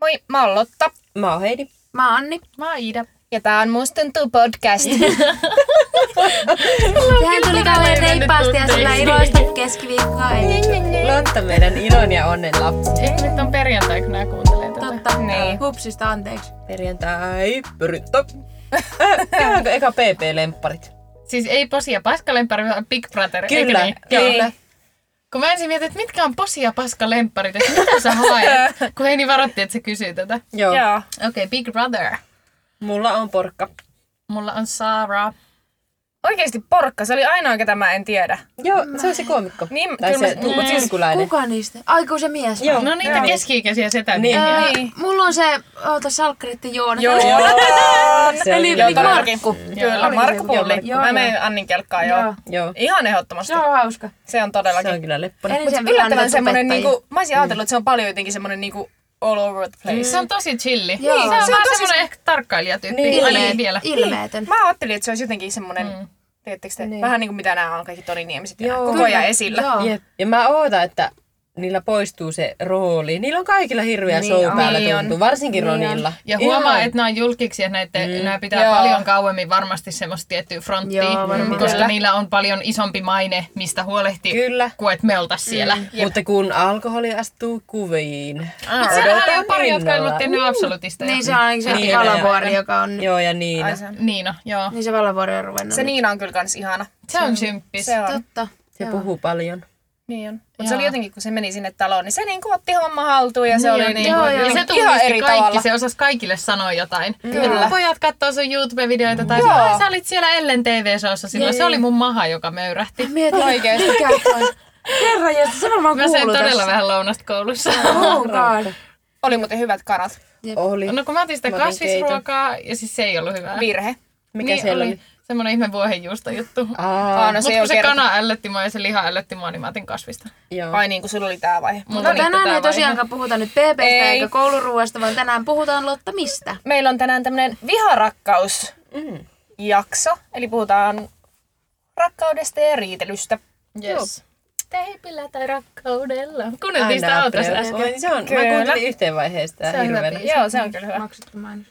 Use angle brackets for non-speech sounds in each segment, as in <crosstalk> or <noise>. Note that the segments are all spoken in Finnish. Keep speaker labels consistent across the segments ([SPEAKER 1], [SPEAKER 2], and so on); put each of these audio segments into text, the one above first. [SPEAKER 1] Moi, mä oon Lotta.
[SPEAKER 2] Mä oon Heidi.
[SPEAKER 3] Mä oon Anni.
[SPEAKER 4] Mä oon Iida.
[SPEAKER 1] Ja tää on Musta tuntuu podcast.
[SPEAKER 3] Sehän tuli kauhean reippaasti ja sillä iloista keskiviikkoa
[SPEAKER 1] Niin.
[SPEAKER 3] ei.
[SPEAKER 2] Lotta meidän ilon ja onnen lapsi.
[SPEAKER 4] Ei, nyt on perjantai, kun nää kuuntelee tätä.
[SPEAKER 3] Totta.
[SPEAKER 1] Niin.
[SPEAKER 3] Hupsista anteeksi.
[SPEAKER 2] Perjantai, pyryttö. Käydäänkö eka PP-lempparit?
[SPEAKER 4] Siis ei posi ja paska lemppari, vaan Big Brother, eikö
[SPEAKER 2] Kyllä,
[SPEAKER 4] niin?
[SPEAKER 2] kyllä.
[SPEAKER 4] Kun mä ensin mietin, että mitkä on posi ja paska lempparit, että mitä sä haet? kun Heini varoitti, että se kysyy tätä.
[SPEAKER 2] Joo.
[SPEAKER 1] Joo.
[SPEAKER 4] Okei, okay, Big Brother.
[SPEAKER 2] Mulla on porkka.
[SPEAKER 4] Mulla on Sara.
[SPEAKER 1] Oikeesti porkka, se oli ainoa, ketä mä en tiedä.
[SPEAKER 2] Joo, se on se koomikko.
[SPEAKER 1] Niin,
[SPEAKER 2] tai
[SPEAKER 1] kyllä
[SPEAKER 2] se
[SPEAKER 1] mä-
[SPEAKER 2] tu-
[SPEAKER 1] mm.
[SPEAKER 2] turkulainen.
[SPEAKER 3] Kuka niistä? Aiku se mies. vai?
[SPEAKER 2] Joo.
[SPEAKER 4] No niitä
[SPEAKER 1] Joo.
[SPEAKER 4] keski-ikäisiä setä.
[SPEAKER 2] Niin.
[SPEAKER 3] Öö,
[SPEAKER 1] Niin.
[SPEAKER 3] mulla on se, oota salkkaritti Joona. <laughs>
[SPEAKER 2] Se
[SPEAKER 3] Eli
[SPEAKER 2] on
[SPEAKER 3] Big
[SPEAKER 2] jotain.
[SPEAKER 3] Mark.
[SPEAKER 1] Kyllä,
[SPEAKER 3] Oli
[SPEAKER 1] Markku
[SPEAKER 3] se
[SPEAKER 1] Pullikku.
[SPEAKER 3] Joo,
[SPEAKER 1] Mä
[SPEAKER 3] joo.
[SPEAKER 1] menen Annin kelkkaan joo.
[SPEAKER 3] Joo.
[SPEAKER 2] Joo,
[SPEAKER 1] Ihan ehdottomasti.
[SPEAKER 3] Se on hauska.
[SPEAKER 1] Se on
[SPEAKER 2] se on
[SPEAKER 1] todellakin.
[SPEAKER 2] kyllä lepponen.
[SPEAKER 3] Eli
[SPEAKER 1] Mutta
[SPEAKER 3] se
[SPEAKER 1] yllättävän semmonen,
[SPEAKER 3] opettajia.
[SPEAKER 1] niinku, mä olisin ajatellut, että se on paljon jotenkin semmonen niinku all over the place.
[SPEAKER 4] Se on tosi chilli. Niin,
[SPEAKER 3] Joo.
[SPEAKER 4] Se on,
[SPEAKER 1] Se on
[SPEAKER 4] vaan
[SPEAKER 1] tosi-
[SPEAKER 4] semmoinen ehkä tarkkailijatyyppi.
[SPEAKER 2] Niin.
[SPEAKER 4] Niin.
[SPEAKER 3] Ilme-
[SPEAKER 4] Ainakin vielä.
[SPEAKER 3] Ilmeetön.
[SPEAKER 1] Mä ajattelin, että se olisi jotenkin semmonen, mm. tiedättekö te, vähän niin kuin mitä nämä on kaikki Toni Niemiset ja
[SPEAKER 2] Joo.
[SPEAKER 1] koko ajan esillä.
[SPEAKER 3] Joo.
[SPEAKER 2] Jep. Ja mä ootan, että niillä poistuu se rooli. Niillä on kaikilla hirveä
[SPEAKER 3] Niin
[SPEAKER 2] show
[SPEAKER 3] on.
[SPEAKER 2] päällä
[SPEAKER 1] Niin
[SPEAKER 2] tuntuu, varsinkin Ronilla.
[SPEAKER 4] Ja huomaa,
[SPEAKER 2] Ihan.
[SPEAKER 4] että nämä on julkiksi ja näitä, mm. nämä pitää
[SPEAKER 1] Joo.
[SPEAKER 4] Joo. paljon kauemmin varmasti semmoista tiettyä fronttia,
[SPEAKER 3] Joo, varmaan
[SPEAKER 4] koska
[SPEAKER 1] pitää.
[SPEAKER 4] niillä on paljon isompi maine, mistä huolehtii,
[SPEAKER 2] Kyllä.
[SPEAKER 4] kuin että me oltais siellä. Mm.
[SPEAKER 2] Mutta kun alkoholi astuu kuviin.
[SPEAKER 4] Mutta siellä oli jo
[SPEAKER 2] Odotan
[SPEAKER 4] pari, jotka ei
[SPEAKER 2] innolla.
[SPEAKER 4] ollut tehnyt absolutista.
[SPEAKER 3] Niin se on ainakin se
[SPEAKER 2] Niin,
[SPEAKER 3] valavuori, joka on...
[SPEAKER 2] Joo, ja niin.
[SPEAKER 1] Ai se on.
[SPEAKER 4] Niina, joo.
[SPEAKER 3] Niin se valavuori on ruvennut.
[SPEAKER 1] Se Niina on kyllä kans ihana.
[SPEAKER 4] Se on symppis.
[SPEAKER 1] Se on.
[SPEAKER 3] Totta.
[SPEAKER 2] Se puhuu paljon.
[SPEAKER 1] Niin on. Mutta se oli
[SPEAKER 4] Joo.
[SPEAKER 1] jotenkin, kun se meni sinne taloon, niin se niin otti homma haltuun ja se oli niin
[SPEAKER 4] joo,
[SPEAKER 1] kuin-
[SPEAKER 4] joo. Ja se
[SPEAKER 1] ihan
[SPEAKER 4] tunnisti
[SPEAKER 1] eri
[SPEAKER 4] kaikki,
[SPEAKER 1] tavalla.
[SPEAKER 4] se osasi kaikille sanoa jotain.
[SPEAKER 1] Kyllä.
[SPEAKER 4] Että Pojat katsoo sun YouTube-videoita tai
[SPEAKER 1] Joo.
[SPEAKER 4] joo. sä olit siellä Ellen TV-showssa silloin. Se oli mun maha, joka möyrähti.
[SPEAKER 3] Mietin,
[SPEAKER 1] Oikeesti.
[SPEAKER 3] mikä toi. Herra, jästä, se varmaan
[SPEAKER 4] Mä sain
[SPEAKER 3] kuuluu
[SPEAKER 4] todella
[SPEAKER 3] tässä.
[SPEAKER 4] vähän lounasta koulussa.
[SPEAKER 3] Oh god.
[SPEAKER 1] Oli muuten hyvät kanat.
[SPEAKER 2] Oli.
[SPEAKER 4] No kun mä otin sitä
[SPEAKER 2] Mä otin
[SPEAKER 4] kasvisruokaa ja siis se ei ollut hyvää.
[SPEAKER 1] Virhe.
[SPEAKER 2] Mikä
[SPEAKER 4] niin
[SPEAKER 2] siellä oli? Ah,
[SPEAKER 4] Semmoinen ihme vuohenjuusta juttu.
[SPEAKER 2] Aa,
[SPEAKER 1] Aa, no
[SPEAKER 4] Mut
[SPEAKER 1] se
[SPEAKER 4] kun
[SPEAKER 1] on
[SPEAKER 4] se
[SPEAKER 1] kerta.
[SPEAKER 4] kana ällötti mua ja se liha ällötti mua, niin mä otin kasvista.
[SPEAKER 2] joo.
[SPEAKER 1] Ai niin, kun sulla oli tää vaihe.
[SPEAKER 4] Mulla
[SPEAKER 1] No
[SPEAKER 3] No
[SPEAKER 1] niin.
[SPEAKER 3] tänään
[SPEAKER 4] tätä
[SPEAKER 3] ei
[SPEAKER 4] vai?
[SPEAKER 3] tosiaankaan puhuta nyt PPstä
[SPEAKER 1] Ei.
[SPEAKER 3] eikä kouluruuasta, vaan tänään puhutaan Lotta mistä.
[SPEAKER 1] Meillä on tänään tämmönen viharakkaus jakso. Eli puhutaan rakkaudesta ja riitelystä.
[SPEAKER 4] Yes. Teipillä tai rakkaudella. Kuunneltiin sitä
[SPEAKER 2] Aina
[SPEAKER 4] autosta
[SPEAKER 2] April.
[SPEAKER 4] äsken.
[SPEAKER 2] Voi, se on, mä
[SPEAKER 1] Kyllä.
[SPEAKER 2] kuuntelin yhteen vaiheesta
[SPEAKER 4] Se on hyvä
[SPEAKER 2] hirveänä.
[SPEAKER 4] biisi.
[SPEAKER 1] Joo, se on kyllä hyvä.
[SPEAKER 3] Maksattu mainos.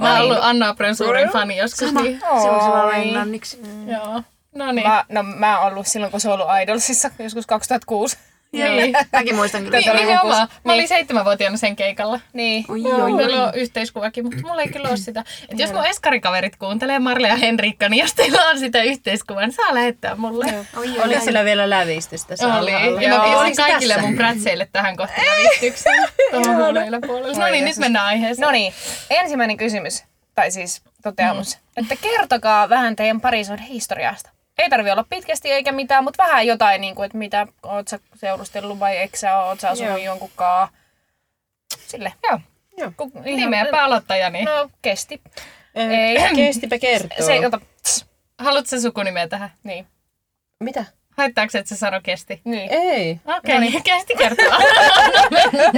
[SPEAKER 4] Mä oon ollut Anna Apren suurin fani joskus. Niin.
[SPEAKER 3] Se on se vaan
[SPEAKER 1] Oi.
[SPEAKER 3] englanniksi.
[SPEAKER 4] Joo. No niin.
[SPEAKER 1] Mä, no mä oon ollut silloin, kun se on ollut Idolsissa, joskus 2006.
[SPEAKER 4] Niin.
[SPEAKER 3] Mäkin muistan kyllä.
[SPEAKER 1] Tätä oli
[SPEAKER 4] Niin,
[SPEAKER 1] lukus.
[SPEAKER 4] oma. Mä olin seitsemänvuotiaana sen keikalla.
[SPEAKER 1] Niin.
[SPEAKER 3] Oi,
[SPEAKER 4] Joo,
[SPEAKER 3] oi,
[SPEAKER 4] mulla
[SPEAKER 3] oi.
[SPEAKER 4] on yhteiskuvakin, mutta mulla ei kyllä ole sitä. Et jos mun eskarikaverit kuuntelee Marle ja Henriikka, niin jos teillä on sitä yhteiskuvan, niin saa lähettää mulle.
[SPEAKER 3] Oi, oi,
[SPEAKER 2] Oliko
[SPEAKER 3] oi.
[SPEAKER 2] sillä vielä lävistystä? siellä
[SPEAKER 4] Oli.
[SPEAKER 2] alhaalla?
[SPEAKER 4] Ja mä
[SPEAKER 2] Joo.
[SPEAKER 4] pistin
[SPEAKER 2] Oliko
[SPEAKER 4] kaikille
[SPEAKER 2] tässä?
[SPEAKER 4] mun prätseille tähän kohti lävistyksen. Tuohon huoneilla puolella. No niin, nyt mennään aiheeseen.
[SPEAKER 1] No niin, ensimmäinen kysymys, tai siis toteamus, mm. että kertokaa vähän teidän parisuuden historiasta. Ei tarvi olla pitkästi eikä mitään, mutta vähän jotain, niin kuin, että mitä, oot sä seurustellut vai eikö sä, oot sä asunut
[SPEAKER 2] Joo.
[SPEAKER 1] jonkunkaan. Sille. Joo.
[SPEAKER 2] Joo.
[SPEAKER 1] Kun,
[SPEAKER 4] niin
[SPEAKER 3] Niin.
[SPEAKER 1] ihan-
[SPEAKER 4] Nimeäpä aloittajani.
[SPEAKER 1] Niin, No, kesti. Ei.
[SPEAKER 2] Eh, Kestipä kertoo.
[SPEAKER 1] Se, ota, tss,
[SPEAKER 4] Haluatko sä sukunimeä tähän?
[SPEAKER 1] niin.
[SPEAKER 2] Mitä?
[SPEAKER 4] Haittaako se, että se sano kesti?
[SPEAKER 1] Niin.
[SPEAKER 2] Ei.
[SPEAKER 4] Okei, <laughs> okay, kesti kertoa.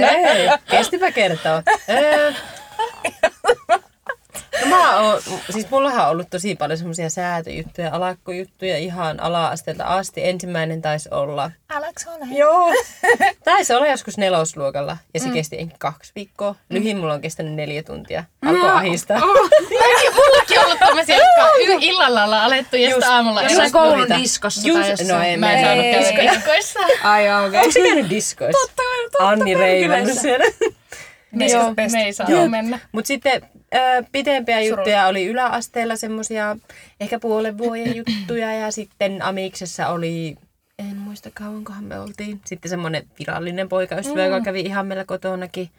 [SPEAKER 2] Ei. Kestipä kertoo. Eh, No mä oon, siis mullahan on ollut tosi paljon semmoisia säätöjuttuja, alakkojuttuja ihan ala-asteelta asti. Ensimmäinen taisi olla
[SPEAKER 1] Alaks ole.
[SPEAKER 2] Joo. Taisi olla joskus nelosluokalla ja se mm. kesti ehkä kaksi viikkoa. Lyhin mulla on kestänyt neljä tuntia. Alkoi ahistaa.
[SPEAKER 4] Mullakin on ollut tämmöisiä, jotka on y- illalla ollaan alettu ja
[SPEAKER 2] Just-
[SPEAKER 4] sitten aamulla
[SPEAKER 2] just-
[SPEAKER 3] Jossain
[SPEAKER 4] erosi.
[SPEAKER 3] koulun
[SPEAKER 2] Juuri-
[SPEAKER 3] diskossa
[SPEAKER 2] Jus,
[SPEAKER 3] tai jossain.
[SPEAKER 2] no ei,
[SPEAKER 4] Mä en saanut
[SPEAKER 1] Ei.
[SPEAKER 4] käydä diskoissa.
[SPEAKER 3] Ai joo, okei.
[SPEAKER 2] Onko se käynyt diskoissa? Totta, totta Anni reivannut siellä.
[SPEAKER 4] Joo, me ei saa
[SPEAKER 2] Jep.
[SPEAKER 4] mennä.
[SPEAKER 2] Mutta sitten ö, pitempiä juttuja oli yläasteella semmoisia ehkä puolen vuoden juttuja ja sitten amiksessa oli en muista kauankohan me oltiin. Sitten semmoinen virallinen poikaystävä, mm. joka kävi ihan meillä kotonakin.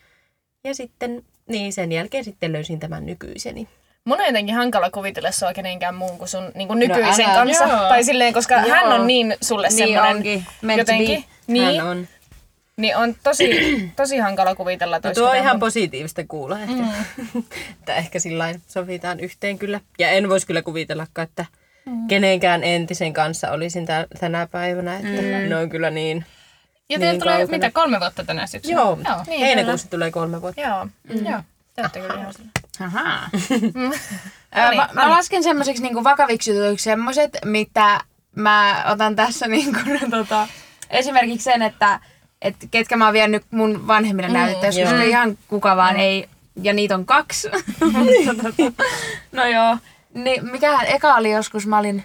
[SPEAKER 2] Ja sitten, niin sen jälkeen sitten löysin tämän nykyiseni.
[SPEAKER 1] Mun on jotenkin hankala kuvitella sua kenenkään muun kuin sun
[SPEAKER 2] No.
[SPEAKER 1] niin kuin nykyisen
[SPEAKER 2] älä.
[SPEAKER 1] kanssa.
[SPEAKER 4] Joo.
[SPEAKER 1] Tai silleen, koska
[SPEAKER 3] No Joo.
[SPEAKER 1] hän on niin sulle
[SPEAKER 3] Niin
[SPEAKER 1] semmoinen.
[SPEAKER 3] onkin. Meant to
[SPEAKER 1] jotenkin. Niin,
[SPEAKER 2] Hän on.
[SPEAKER 1] Niin on tosi, tosi hankala kuvitella. että
[SPEAKER 2] No
[SPEAKER 1] olisi
[SPEAKER 2] tuo on
[SPEAKER 1] ketään
[SPEAKER 2] ihan
[SPEAKER 1] muuta.
[SPEAKER 2] positiivista kuulla ehkä. Mm. <laughs> että ehkä sillain sovitaan yhteen kyllä. Ja en voisi kyllä kuvitellakaan, että mm. kenenkään entisen kanssa olisin tä- tänä päivänä. Että mm. Ne on kyllä niin.
[SPEAKER 4] Ja teillä
[SPEAKER 2] Niin
[SPEAKER 4] tulee
[SPEAKER 2] kaukana.
[SPEAKER 4] mitä, kolme vuotta tänä syksynä?
[SPEAKER 2] Joo,
[SPEAKER 4] Joo.
[SPEAKER 2] niin, heinäkuussa tulee kolme vuotta.
[SPEAKER 1] Joo. Mm. Joo. Täytyy kyllä ihan
[SPEAKER 3] Ahaa. Mm. Ää, mä, mä lasken semmoiseksi niinku vakaviksi jutuiksi <laughs> semmoiset, mitä mä otan tässä niinku, tota, no, esimerkiksi sen, että että ketkä mä oon vienyt mun vanhemmille näytettä, mm, koska ihan kuka vaan ei, ja niitä on kaksi. <laughs> Mutta tota, no joo, niin mikähän eka oli joskus, mä olin,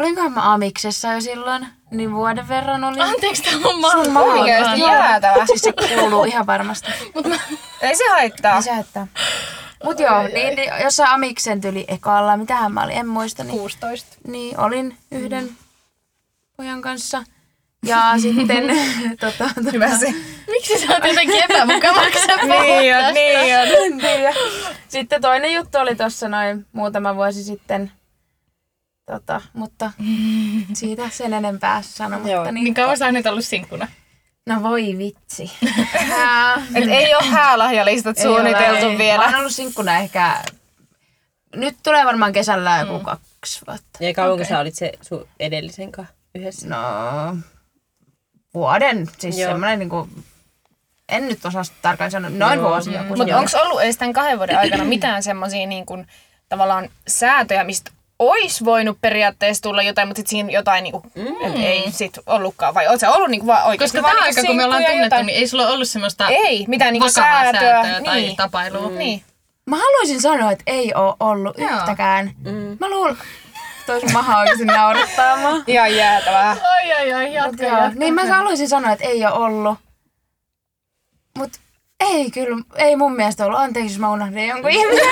[SPEAKER 3] olinkohan mä amiksessa jo silloin, niin vuoden verran olin.
[SPEAKER 4] Anteeksi, tämä on mahdollista.
[SPEAKER 1] Oikeesti jäätävä.
[SPEAKER 3] Siis se kuuluu ihan varmasti.
[SPEAKER 1] Ei se haittaa.
[SPEAKER 3] Ei se haittaa. Mut joo, niin, niin jossain amiksen tyli ekalla, mitähän mä olin, en muista, niin,
[SPEAKER 4] 16.
[SPEAKER 3] niin olin yhden
[SPEAKER 1] Mm.
[SPEAKER 3] pojan kanssa.
[SPEAKER 1] <laughs>
[SPEAKER 3] Ja sitten, tota,
[SPEAKER 1] Hyvä se.
[SPEAKER 4] Miksi sä oot jotenkin epämukavaksi?
[SPEAKER 1] Niin on, <laughs> niin on.
[SPEAKER 3] en tiedä. Sitten toinen juttu oli tuossa noin muutama vuosi sitten, tota, mutta siitä sen enempää sanomatta.
[SPEAKER 2] Joo,
[SPEAKER 3] niin,
[SPEAKER 4] Niin kauan sä oot nyt ollut sinkkuna.
[SPEAKER 3] No voi vitsi. Ää,
[SPEAKER 1] <laughs> Et ei
[SPEAKER 4] Mm.
[SPEAKER 1] ole häälahjalistat
[SPEAKER 3] ei ole,
[SPEAKER 1] suunniteltu
[SPEAKER 3] ei. Mä
[SPEAKER 1] vielä.
[SPEAKER 3] oon ollut sinkkuna ehkä... Nyt tulee varmaan kesällä joku
[SPEAKER 1] Mm.
[SPEAKER 3] kaksi vuotta.
[SPEAKER 2] Ja kauanko okay. sä olit se sun edellisen kanssa yhdessä?
[SPEAKER 3] No... Vuoden. Siis
[SPEAKER 2] Joo.
[SPEAKER 3] semmoinen niinku... En nyt osaa tarkkaan sanoa. Noin
[SPEAKER 2] Joo. Mm.
[SPEAKER 3] vuosi joku.
[SPEAKER 1] Mutta onko ollut edes tämän kahden vuoden aikana mitään semmoisia niin kuin, tavallaan säätöjä, mistä olisi voinut periaatteessa tulla jotain, mutta sitten siinä jotain niin kuin, mm. ei sit ollutkaan. Vai oot sä ollut niin kuin, vaan oikeasti vaan
[SPEAKER 4] Koska tämä
[SPEAKER 1] niinku
[SPEAKER 4] aika, kun me ollaan
[SPEAKER 1] sinkkuja
[SPEAKER 4] tunnettu,
[SPEAKER 1] jotain?
[SPEAKER 4] niin ei sulla ollut semmoista
[SPEAKER 1] Ei, mitään niinku
[SPEAKER 4] vakavaa
[SPEAKER 1] säätöä,
[SPEAKER 4] säätöä tai
[SPEAKER 1] niin.
[SPEAKER 4] tapailua.
[SPEAKER 1] Niin.
[SPEAKER 3] Mä haluaisin sanoa, että ei oo ollut
[SPEAKER 4] Joo.
[SPEAKER 3] yhtäkään.
[SPEAKER 2] Mm.
[SPEAKER 3] Mä <laughs> luulen... Toisin maha oikeesti
[SPEAKER 2] <laughs>
[SPEAKER 3] naurattaa mua.
[SPEAKER 1] Ihan jäätävää.
[SPEAKER 4] Ai, ai, ai,
[SPEAKER 3] Mut
[SPEAKER 4] jatka,
[SPEAKER 3] Joo,
[SPEAKER 4] jatka.
[SPEAKER 3] niin mä haluaisin sanoa, että ei ole ollut. Mut ei kyllä, ei mun mielestä ollut. Anteeksi, jos mä unohdin jonkun ihmisen.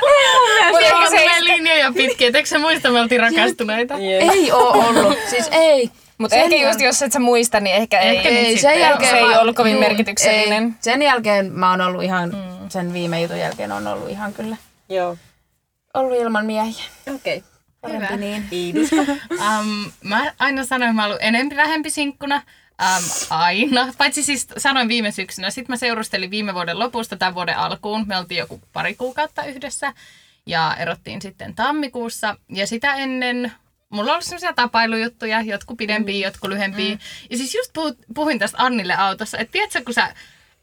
[SPEAKER 4] Voi
[SPEAKER 1] Mutta
[SPEAKER 4] olla
[SPEAKER 1] ehkä se ei
[SPEAKER 4] meidän
[SPEAKER 1] sitä-
[SPEAKER 4] linjoja pitkiä, eikö sä muista, me oltiin rakastuneita?
[SPEAKER 2] Jep.
[SPEAKER 3] ei oo ollut, siis ei.
[SPEAKER 1] Mut ehkä just jos et sä muista, niin ehkä ei.
[SPEAKER 4] Ehkä
[SPEAKER 3] ei,
[SPEAKER 4] nyt
[SPEAKER 3] sen
[SPEAKER 4] sitten, joo.
[SPEAKER 3] jälkeen
[SPEAKER 1] Se ei
[SPEAKER 3] mä-
[SPEAKER 1] ollut kovin
[SPEAKER 3] juu,
[SPEAKER 1] merkityksellinen.
[SPEAKER 3] Ei. Sen jälkeen mä oon ollut ihan,
[SPEAKER 2] Mm.
[SPEAKER 3] sen viime jutun jälkeen on ollut ihan kyllä.
[SPEAKER 2] Joo.
[SPEAKER 3] Ollut ilman miehiä.
[SPEAKER 2] Okei. Okay.
[SPEAKER 3] Parempi
[SPEAKER 4] Hyvä.
[SPEAKER 3] niin.
[SPEAKER 2] Iiduska.
[SPEAKER 4] Um, mä aina sanoin, että mä oon ollut enempi vähempi sinkkuna. Um, aina. Paitsi siis sanoin viime syksynä. Sitten mä seurustelin viime vuoden lopusta tai vuoden alkuun. Me oltiin joku pari kuukautta yhdessä ja erottiin sitten tammikuussa. Ja sitä ennen mulla on ollut sellaisia tapailujuttuja, jotkut pidempiä,
[SPEAKER 1] Mm.
[SPEAKER 4] jotkut lyhempiä. Ja siis just puhut, puhuin tästä Annille autossa, että tiedätkö kun sä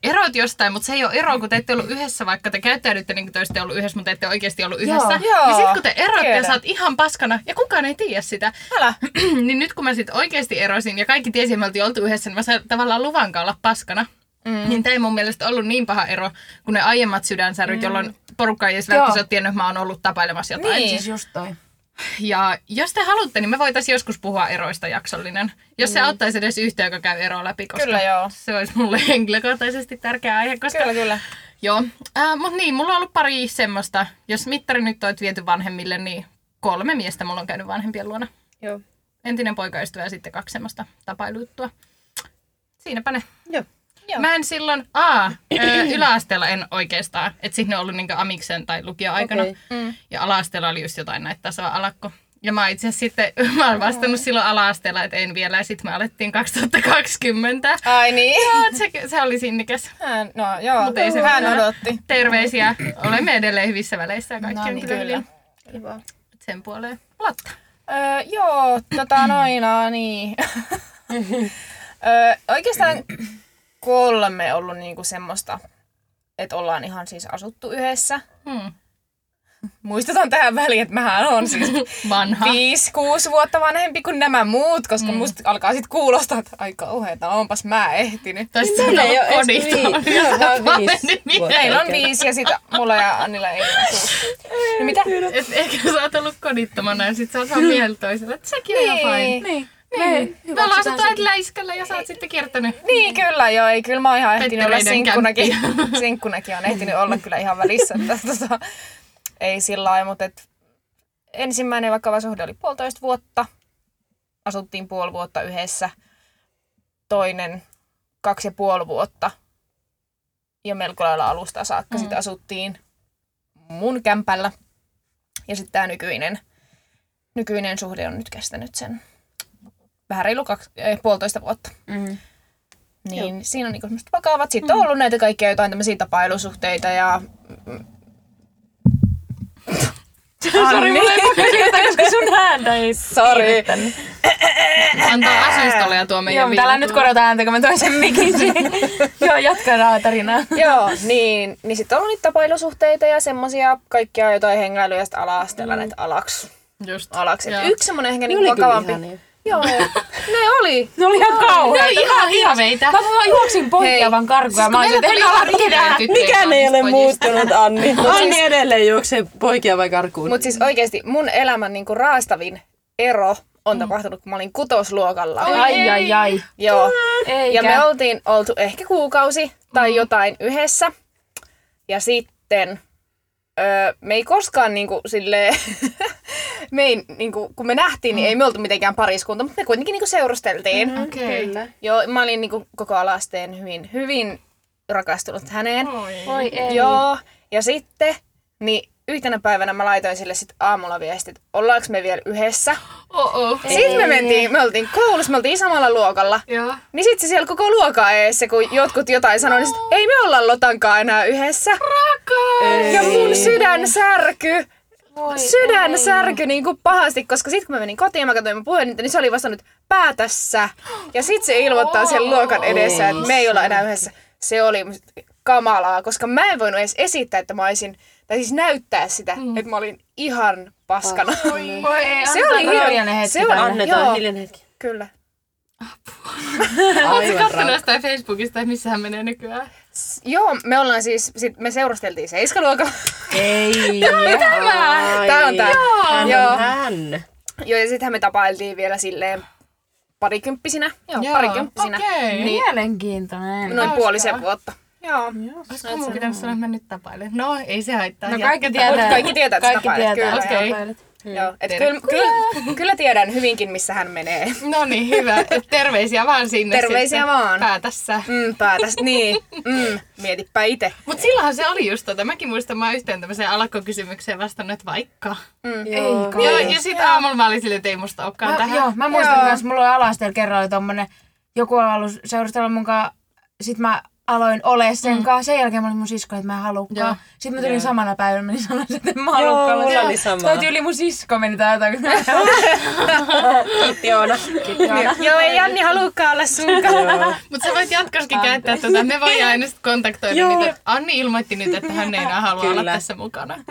[SPEAKER 4] erot jostain, mutta se ei ole ero, kun te ette ollut yhdessä, vaikka te käyttäydytte niin kuin te olisitte ollut yhdessä, mutta te ette oikeasti ollut yhdessä.
[SPEAKER 1] Joo.
[SPEAKER 4] niin sitten kun te erotte ja
[SPEAKER 1] Tiedän.
[SPEAKER 4] sä oot ihan paskana ja kukaan ei tiedä sitä. <clears throat>
[SPEAKER 1] Älä.
[SPEAKER 4] niin nyt kun mä sitten oikeasti erosin ja kaikki tiesi, että me oltiin oltu yhdessä, niin mä sain tavallaan luvankaan olla paskana. Mm. Niin tämä ei mun mielestä ollut niin paha ero kuin ne aiemmat sydänsäryt, mm. jolloin porukka ei edes
[SPEAKER 3] Joo.
[SPEAKER 4] välttämättä ole tiennyt, että mä oon ollut tapailemassa jotain.
[SPEAKER 1] Niin.
[SPEAKER 3] Siis just toi.
[SPEAKER 4] Ja jos te haluatte, niin me voitaisiin joskus puhua eroista jaksollinen. Jos se auttaisi edes yhtä, joka käy eroa läpi, koska
[SPEAKER 1] Kyllä joo.
[SPEAKER 4] se olisi mulle henkilökohtaisesti tärkeä aihe. Koska
[SPEAKER 1] Kyllä, kyllä.
[SPEAKER 4] Joo, äh, mutta niin, mulla on ollut pari semmoista. Jos mittari nyt on viety vanhemmille, niin kolme miestä mulla on käynyt vanhempien luona.
[SPEAKER 2] <laughs> Joo.
[SPEAKER 4] Entinen poikaystävä ja sitten kaksi semmoista tapailuttua. Siinäpä ne.
[SPEAKER 2] Joo.
[SPEAKER 1] Joo.
[SPEAKER 4] Mä en silloin, aa, ö, yläasteella en oikeastaan, että sitten ne on ollut niinku amiksen tai lukioaikana.
[SPEAKER 2] Okei.
[SPEAKER 4] Okay. Mm. Ja ala-asteella oli just jotain näitä tasa-alakko. Ja mä itse asiassa sitten, <laughs> mä oon vastannut silloin ala-asteella, että en vielä. Ja sitten me alettiin 2020.
[SPEAKER 1] Ai niin.
[SPEAKER 4] Joo, se, se oli sinnikäs.
[SPEAKER 1] Hän, no joo,
[SPEAKER 4] Mut ei se
[SPEAKER 1] hän
[SPEAKER 4] mitään.
[SPEAKER 1] odotti.
[SPEAKER 4] Terveisiä. Olemme edelleen hyvissä väleissä ja kaikki
[SPEAKER 3] No
[SPEAKER 4] no, on
[SPEAKER 3] niin,
[SPEAKER 4] kyllä
[SPEAKER 1] kyllä.
[SPEAKER 4] hyvin.
[SPEAKER 2] Kiva.
[SPEAKER 4] Sen puoleen. Lotta.
[SPEAKER 1] Öö, joo, tota noin, aa, niin. öö, oikeastaan kolme ollut niinku semmoista, että ollaan ihan siis asuttu yhdessä.
[SPEAKER 4] Hmm.
[SPEAKER 1] Muistutan tähän väliin, että mähän on
[SPEAKER 4] <laughs>
[SPEAKER 1] siis
[SPEAKER 4] Vanha.
[SPEAKER 1] viisi, kuusi vuotta vanhempi kuin nämä muut,
[SPEAKER 4] Hmm.
[SPEAKER 1] koska mm. musta alkaa sitten kuulostaa, että aika kauheeta, no onpas mä ehtinyt.
[SPEAKER 4] Tai sitten on
[SPEAKER 2] ei oo
[SPEAKER 4] ollut
[SPEAKER 2] edes
[SPEAKER 4] koditon.
[SPEAKER 2] vii- joo, vaan viisi vuotta.
[SPEAKER 1] Meillä on
[SPEAKER 2] Oikein.
[SPEAKER 1] viisi ja sitten mulla ja Annilla ei ole
[SPEAKER 4] <laughs>
[SPEAKER 1] kuusi. No mitä?
[SPEAKER 4] Et ehkä sä oot ollut kodittomana ja sit sä oot vaan mieltä toisella. Et sekin on ihan fine.
[SPEAKER 3] Niin. Me,
[SPEAKER 4] Me ollaan asuttu
[SPEAKER 3] sekin.
[SPEAKER 4] aina läiskällä ja sä oot sitten kiertänyt.
[SPEAKER 1] Niin kyllä joo, ei kyllä mä oon ihan ehtinyt olla
[SPEAKER 4] Pettereiden
[SPEAKER 1] sinkkunakin. <laughs> sinkkunakin on ehtinyt olla kyllä ihan välissä. Että, <laughs> tota, ei sillä lailla, mutta et, ensimmäinen vakava suhde oli puolitoista vuotta. Asuttiin puoli vuotta yhdessä. Toinen kaksi ja puoli vuotta. Ja melko lailla alusta saakka mm. sitten asuttiin mun kämpällä. Ja sitten tämä nykyinen, nykyinen suhde on nyt kestänyt sen vähän reilu kaksi, eh, puolitoista vuotta.
[SPEAKER 3] Mm.
[SPEAKER 1] Niin Joo. siinä on niinku semmoista vakavat. Sitten on ollut näitä kaikkia jotain tämmöisiä tapailusuhteita ja... Sori, mulla ei
[SPEAKER 3] koska sun ääntä <laughs> ei
[SPEAKER 1] Sori.
[SPEAKER 4] Antaa asuistolle ja tuo
[SPEAKER 3] Joo,
[SPEAKER 4] meidän
[SPEAKER 3] mutta älä nyt korota ääntä, kun mä toin sen mikin <laughs> siihen. Joo, jatkaa tarinaa.
[SPEAKER 1] Joo, niin, niin sitten on ollut niitä tapailusuhteita ja semmoisia kaikkia jotain hengailuja ja sitten ala-asteella näitä alaksi.
[SPEAKER 4] Just.
[SPEAKER 1] alaksi. Et
[SPEAKER 4] Joo.
[SPEAKER 1] Yksi semmoinen ehkä niinku
[SPEAKER 2] oli kyllä
[SPEAKER 1] vakavampi.
[SPEAKER 2] ihania.
[SPEAKER 1] Joo, ne oli.
[SPEAKER 3] Ne oli ihan
[SPEAKER 4] Ne
[SPEAKER 3] kauheita.
[SPEAKER 4] oli ihan hirveitä.
[SPEAKER 3] Mä Siis vaan juoksin poikkeavan vaan karkuja. Mä olisin, että
[SPEAKER 4] Meillä
[SPEAKER 3] en
[SPEAKER 4] tuli
[SPEAKER 3] ala
[SPEAKER 4] ihan hirveä
[SPEAKER 3] mitään.
[SPEAKER 4] tyttö, joka
[SPEAKER 2] Mikään
[SPEAKER 4] on
[SPEAKER 2] ei ole
[SPEAKER 4] niistä pojista.
[SPEAKER 2] muuttunut, Anni. Anni edelleen juoksee poikia vai karkuun.
[SPEAKER 1] Mutta siis oikeasti mun elämän niinku raastavin ero on tapahtunut, kun mä olin kutosluokalla.
[SPEAKER 3] Ai, ai, ai.
[SPEAKER 1] Joo.
[SPEAKER 3] Eikä. Mm.
[SPEAKER 1] Ja me oltiin oltu ehkä kuukausi tai jotain yhdessä. Ja sitten öö, me ei koskaan niinku silleen, <laughs> me ei, niinku, kun me nähtiin,
[SPEAKER 3] Mm.
[SPEAKER 1] niin ei me oltu mitenkään pariskunta, mutta me kuitenkin niinku seurusteltiin. Mm-hmm.
[SPEAKER 4] Okei.
[SPEAKER 1] Joo, mä olin niinku koko alasteen hyvin, hyvin rakastunut häneen.
[SPEAKER 3] Voi ei.
[SPEAKER 1] Joo, ja sitten, niin yhtenä päivänä mä laitoin sille sit aamulla viestit, ollaanko me vielä yhdessä.
[SPEAKER 4] Oh, oh.
[SPEAKER 1] Sitten me mentiin, me oltiin koulussa, me oltiin samalla luokalla.
[SPEAKER 4] Joo.
[SPEAKER 1] Niin sitten se siellä koko luokaa eessä, kun jotkut jotain sanoi, niin sit, ei me olla Lotankaan enää yhdessä.
[SPEAKER 4] Rakas.
[SPEAKER 1] Ja mun sydän särky.
[SPEAKER 3] Voi
[SPEAKER 1] Sydän
[SPEAKER 3] ei.
[SPEAKER 1] särky niin kuin pahasti, koska sitten kun mä menin kotiin ja mä katsoin mun puhelinta, niin se oli vastannut päätässä. Ja sitten se ilmoittaa sen luokan edessä, että me ei olla enää yhdessä. Se oli musta kamalaa, koska mä en voinut edes esittää, että mä olisin, tai siis näyttää sitä, että mä olin ihan paskana.
[SPEAKER 3] Voi ei,
[SPEAKER 1] Se oli
[SPEAKER 3] antakaa hiljainen
[SPEAKER 1] hirveä.
[SPEAKER 3] hetki
[SPEAKER 1] Se oli,
[SPEAKER 3] tälle.
[SPEAKER 1] joo,
[SPEAKER 2] Annetaan hiljainen hetki.
[SPEAKER 1] Kyllä.
[SPEAKER 4] Oletko
[SPEAKER 2] Aivan
[SPEAKER 4] kattonut jostain Facebookista, että missä hän menee nykyään?
[SPEAKER 1] S- Joo, me ollaan siis, sit me seurusteltiin seiskaluokalla. <laughs>
[SPEAKER 2] Ei.
[SPEAKER 1] Tämä, tämä on tämä.
[SPEAKER 2] Hän
[SPEAKER 1] Joo.
[SPEAKER 2] on hän.
[SPEAKER 1] Joo, ja sittenhän me tapailtiin vielä silleen parikymppisinä. Joo,
[SPEAKER 4] Joo,
[SPEAKER 1] parikymppisinä.
[SPEAKER 4] okei.
[SPEAKER 1] Niin,
[SPEAKER 3] Mielenkiintoinen.
[SPEAKER 1] noin
[SPEAKER 4] Hauskaa.
[SPEAKER 1] puolisen vuotta. Joo.
[SPEAKER 4] Olisiko mun pitänyt sanoa, että mä nyt tapailen? No, ei se haittaa.
[SPEAKER 3] No
[SPEAKER 4] Jatketaan. <laughs>
[SPEAKER 3] kaikki tietää.
[SPEAKER 1] Kaikki tietää, että
[SPEAKER 3] Kaikki
[SPEAKER 1] sä tapailet,
[SPEAKER 3] tietää.
[SPEAKER 1] kyllä.
[SPEAKER 3] että
[SPEAKER 4] Okei.
[SPEAKER 3] tapailet.
[SPEAKER 1] Joo, et kyllä, kyllä, kyllä tiedän hyvinkin, missä hän menee.
[SPEAKER 4] No niin, hyvä. Et Terveisiä vaan sinne
[SPEAKER 1] Terveisiä
[SPEAKER 4] sitten.
[SPEAKER 1] vaan.
[SPEAKER 4] Päätässä.
[SPEAKER 1] Mm, päätäs, niin. Mm, mietipä itse.
[SPEAKER 4] Mut silloinhan se oli just tota. Mäkin muistan, mä oon yhteen tämmöiseen alakkokysymykseen vastannut, että vaikka.
[SPEAKER 2] Joo.
[SPEAKER 4] Joo, ja sit aamulla mä olin silleen, että ei musta olekaan
[SPEAKER 3] Mä,
[SPEAKER 4] tähän.
[SPEAKER 3] Ah, joo, mä muistan
[SPEAKER 1] Joo.
[SPEAKER 3] myös, mulla oli alasteella kerran oli tommonen, joku oli ollut seurustella mun kanssa, sit mä aloin ole sen mm. kanssa. Sen jälkeen mä olin mun sisko, että mä en
[SPEAKER 4] Joo.
[SPEAKER 3] halukkaan. Sitten mä tulin
[SPEAKER 4] Joo.
[SPEAKER 3] samana päivänä, mä niin sanoin, että en mä halukkaan.
[SPEAKER 2] mulla oli sama.
[SPEAKER 3] Toi tyyli mun sisko meni tai jotain. kun mä en halua.
[SPEAKER 2] Joona.
[SPEAKER 1] Joo, ei Janni halukkaan olla sunkaan.
[SPEAKER 4] Mut sä voit jatkoskin käyttää tätä. Me voidaan aina sit kontaktoida
[SPEAKER 2] Joo.
[SPEAKER 4] niitä. Anni ilmoitti nyt, että hän ei enää halua olla
[SPEAKER 2] Kyllä.
[SPEAKER 4] tässä mukana.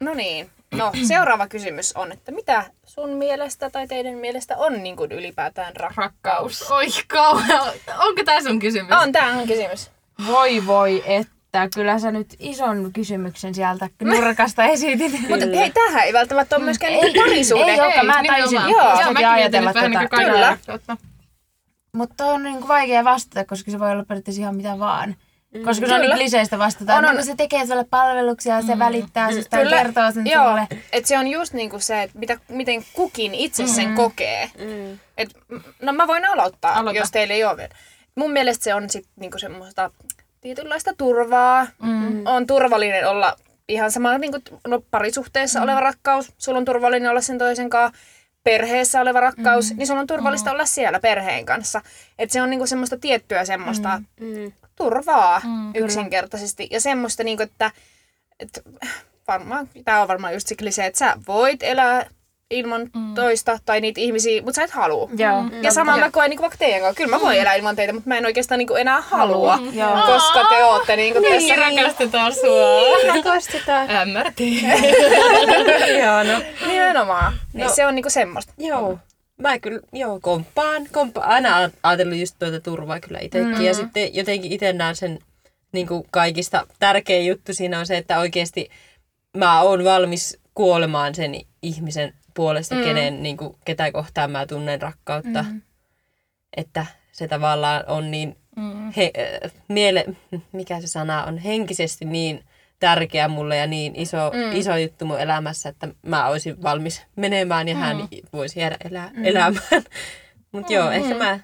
[SPEAKER 1] No niin. No, seuraava kysymys on, että mitä sun mielestä tai teidän mielestä on niin kuin ylipäätään rakkaus?
[SPEAKER 4] Rakkaus. Oi kauhean. Onko tää sun kysymys?
[SPEAKER 1] On, tää on kysymys.
[SPEAKER 3] <laughs> voi voi, että kyllä sä nyt ison kysymyksen sieltä nurkasta esitit. <laughs>
[SPEAKER 1] Mutta hei, tämähän ei välttämättä ole myöskään niin parisuhde.
[SPEAKER 3] ei olekaan, mä
[SPEAKER 4] nimenomaan.
[SPEAKER 3] taisin
[SPEAKER 1] Joo.
[SPEAKER 3] just
[SPEAKER 4] Joo,
[SPEAKER 3] jotenkin
[SPEAKER 4] mäkin mietin
[SPEAKER 3] ajatella
[SPEAKER 4] nyt vähän niin
[SPEAKER 3] tätä.
[SPEAKER 4] kuin
[SPEAKER 1] Kyllä.
[SPEAKER 4] kaikkea.
[SPEAKER 3] Mutta on niinku vaikea vastata, koska se voi olla periaatteessa ihan mitä vaan. Koska se on
[SPEAKER 1] Kyllä.
[SPEAKER 3] niin kliseistä vastata.
[SPEAKER 1] On,
[SPEAKER 3] On,
[SPEAKER 1] on.
[SPEAKER 3] on. Mm. No, se tekee sulle palveluksia, se välittää susta ja
[SPEAKER 1] Kyllä,
[SPEAKER 3] kertoo sen
[SPEAKER 1] joo.
[SPEAKER 3] sulle.
[SPEAKER 1] Et se on just niinku se, että mitä, miten kukin itse mm. sen kokee. Mm. Et, m- no mä voin aloittaa, Aloita.
[SPEAKER 4] Aloita.
[SPEAKER 1] jos teillä ei ole vielä. Mun mielestä se on sit niinku semmoista tietynlaista turvaa. Mm. On turvallinen olla ihan sama niinku, t- no, parisuhteessa mm. oleva rakkaus. Sulla on turvallinen olla sen toisen kanssa. Perheessä oleva rakkaus, mm. niin sulla on turvallista mm. olla siellä perheen kanssa. Et se on niinku semmoista tiettyä semmoista turvaa mm, yksinkertaisesti. Ja semmoista, niinku, että et, varmaan, tämä on varmaan just se klise, että sä voit elää ilman mm. toista tai niitä ihmisiä, mutta sä et halua.
[SPEAKER 3] Joo.
[SPEAKER 1] Ja sama mä koen niinku vaikka teidän kanssa. Kyllä mä voin elää ilman teitä, mutta mä en oikeastaan niinku enää halua,
[SPEAKER 3] Joo.
[SPEAKER 1] koska te ootte niinku niin. tässä.
[SPEAKER 4] Tässä rakastetaan sua.
[SPEAKER 2] Rakastetaan.
[SPEAKER 4] MRT.
[SPEAKER 2] Joona.
[SPEAKER 1] Nimenomaan. Niin
[SPEAKER 2] No.
[SPEAKER 1] se on niinku semmoista.
[SPEAKER 2] Joo. Mä kyllä, joo, komppaan. Komppa, aina a- ajatellut just tuota turvaa kyllä itsekin. Mm-hmm. Ja sitten jotenkin itse näen sen niin kuin kaikista tärkein juttu siinä on se, että oikeasti mä oon valmis kuolemaan sen ihmisen puolesta, mm. kenen, niin kuin, ketä kohtaan mä tunnen rakkautta. Mm. Että se tavallaan on niin, mm. he, äh, miele, mikä se sana on, henkisesti niin tärkeä mulle ja niin iso, mm. iso juttu mun elämässä, että mä olisin valmis menemään ja mm. hän i- voisi jäädä elää, mm. elämään. Mutta joo, ehkä mä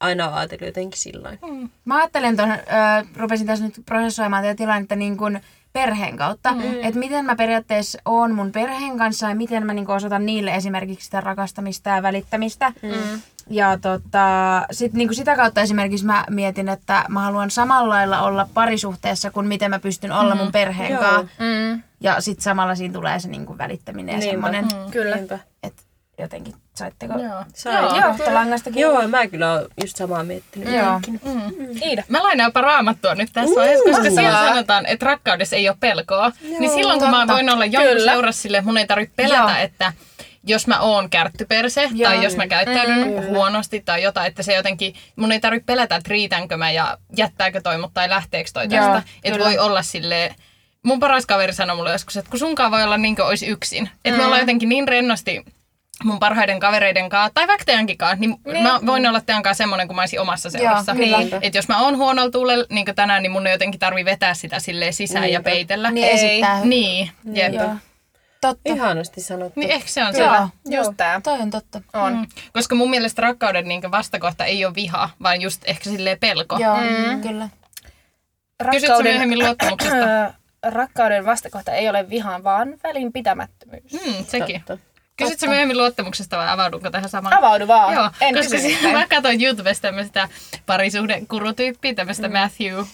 [SPEAKER 2] aina oon ajatellut jotenkin silloin.
[SPEAKER 3] Mä ajattelen tuon, rupesin tässä nyt prosessoimaan tätä tilannetta niin kuin perheen kautta, mm. että miten mä periaatteessa oon mun perheen kanssa ja miten mä niin osoitan niille esimerkiksi sitä rakastamista ja välittämistä. Mm. Ja tota, sit niin kuin sitä kautta esimerkiksi mä mietin, että mä haluan samalla lailla olla parisuhteessa kuin miten mä pystyn olla mun perheen kanssa.
[SPEAKER 1] Mm.
[SPEAKER 3] Ja sit samalla siinä tulee se niin kuin välittäminen ja semmoinen, mm.
[SPEAKER 1] Kyllä.
[SPEAKER 2] Niinpä.
[SPEAKER 3] että jotenkin saitteko
[SPEAKER 4] Joo.
[SPEAKER 2] Sain. Joo,
[SPEAKER 3] kohta langastakin.
[SPEAKER 2] Joo, mä kyllä oon just samaa miettinyt.
[SPEAKER 3] Joo.
[SPEAKER 1] Iida.
[SPEAKER 4] Mä lainaanpa raamattua nyt tässä vaiheessa, koska siellä sanotaan, että rakkaudessa ei ole pelkoa. niin silloin kun mä voin olla jonkun seurassa sille, mun ei tarvitse pelätä,
[SPEAKER 3] Joo.
[SPEAKER 4] että jos mä oon kärttyperse
[SPEAKER 3] Joo. Mm-hmm.
[SPEAKER 4] tai jos mä käyttäydyn huonosti tai jotain, että se jotenkin, mun ei tarvitse pelätä, että riitänkö mä ja jättääkö toi mut tai lähteekö toi
[SPEAKER 3] Joo,
[SPEAKER 4] tästä. Että
[SPEAKER 3] kyllä.
[SPEAKER 4] voi olla silleen, mun paras kaveri sanoi mulle joskus, että kun sunkaan voi olla niin kuin olisi yksin. Että
[SPEAKER 3] Mm.
[SPEAKER 4] me ollaan jotenkin niin rennosti mun parhaiden kavereiden kanssa, tai vaikka teidänkin kanssa, niin, niin. mä voin olla teidän kanssa semmoinen, kun mä olisin omassa seurassa.
[SPEAKER 3] kyllä.
[SPEAKER 4] Niin. Että jos mä oon huonolla tuulella, niin kuin tänään, niin mun ei jotenkin tarvi vetää sitä silleen sisään ja
[SPEAKER 2] Niinpä.
[SPEAKER 4] peitellä.
[SPEAKER 3] Niin
[SPEAKER 4] Ei.
[SPEAKER 3] esittää.
[SPEAKER 4] Niin, jep.
[SPEAKER 3] Joo. Totta.
[SPEAKER 2] Ihanasti sanottu.
[SPEAKER 4] Niin ehkä se on se.
[SPEAKER 3] Joo,
[SPEAKER 1] Just tää.
[SPEAKER 3] toi on totta.
[SPEAKER 1] On.
[SPEAKER 4] Mm. Koska mun mielestä rakkauden niin vastakohta ei ole viha, vaan just ehkä silleen pelko.
[SPEAKER 3] Joo, Mm, kyllä.
[SPEAKER 4] Kysytkö sä myöhemmin
[SPEAKER 1] <clears throat>
[SPEAKER 4] luottamuksesta?
[SPEAKER 1] rakkauden vastakohta ei ole vihaan, vaan välinpitämättömyys.
[SPEAKER 4] Mm, sekin.
[SPEAKER 2] Totta.
[SPEAKER 4] Kysytkö sä myöhemmin luottamuksesta vai avaudunko tähän samaan?
[SPEAKER 1] Avaudu vaan.
[SPEAKER 4] Joo,
[SPEAKER 1] en
[SPEAKER 4] koska
[SPEAKER 1] kysy
[SPEAKER 4] siis
[SPEAKER 1] mitään.
[SPEAKER 4] <laughs> mä katsoin YouTubesta tämmöistä parisuhdekurutyyppiä, tämmöistä Matthew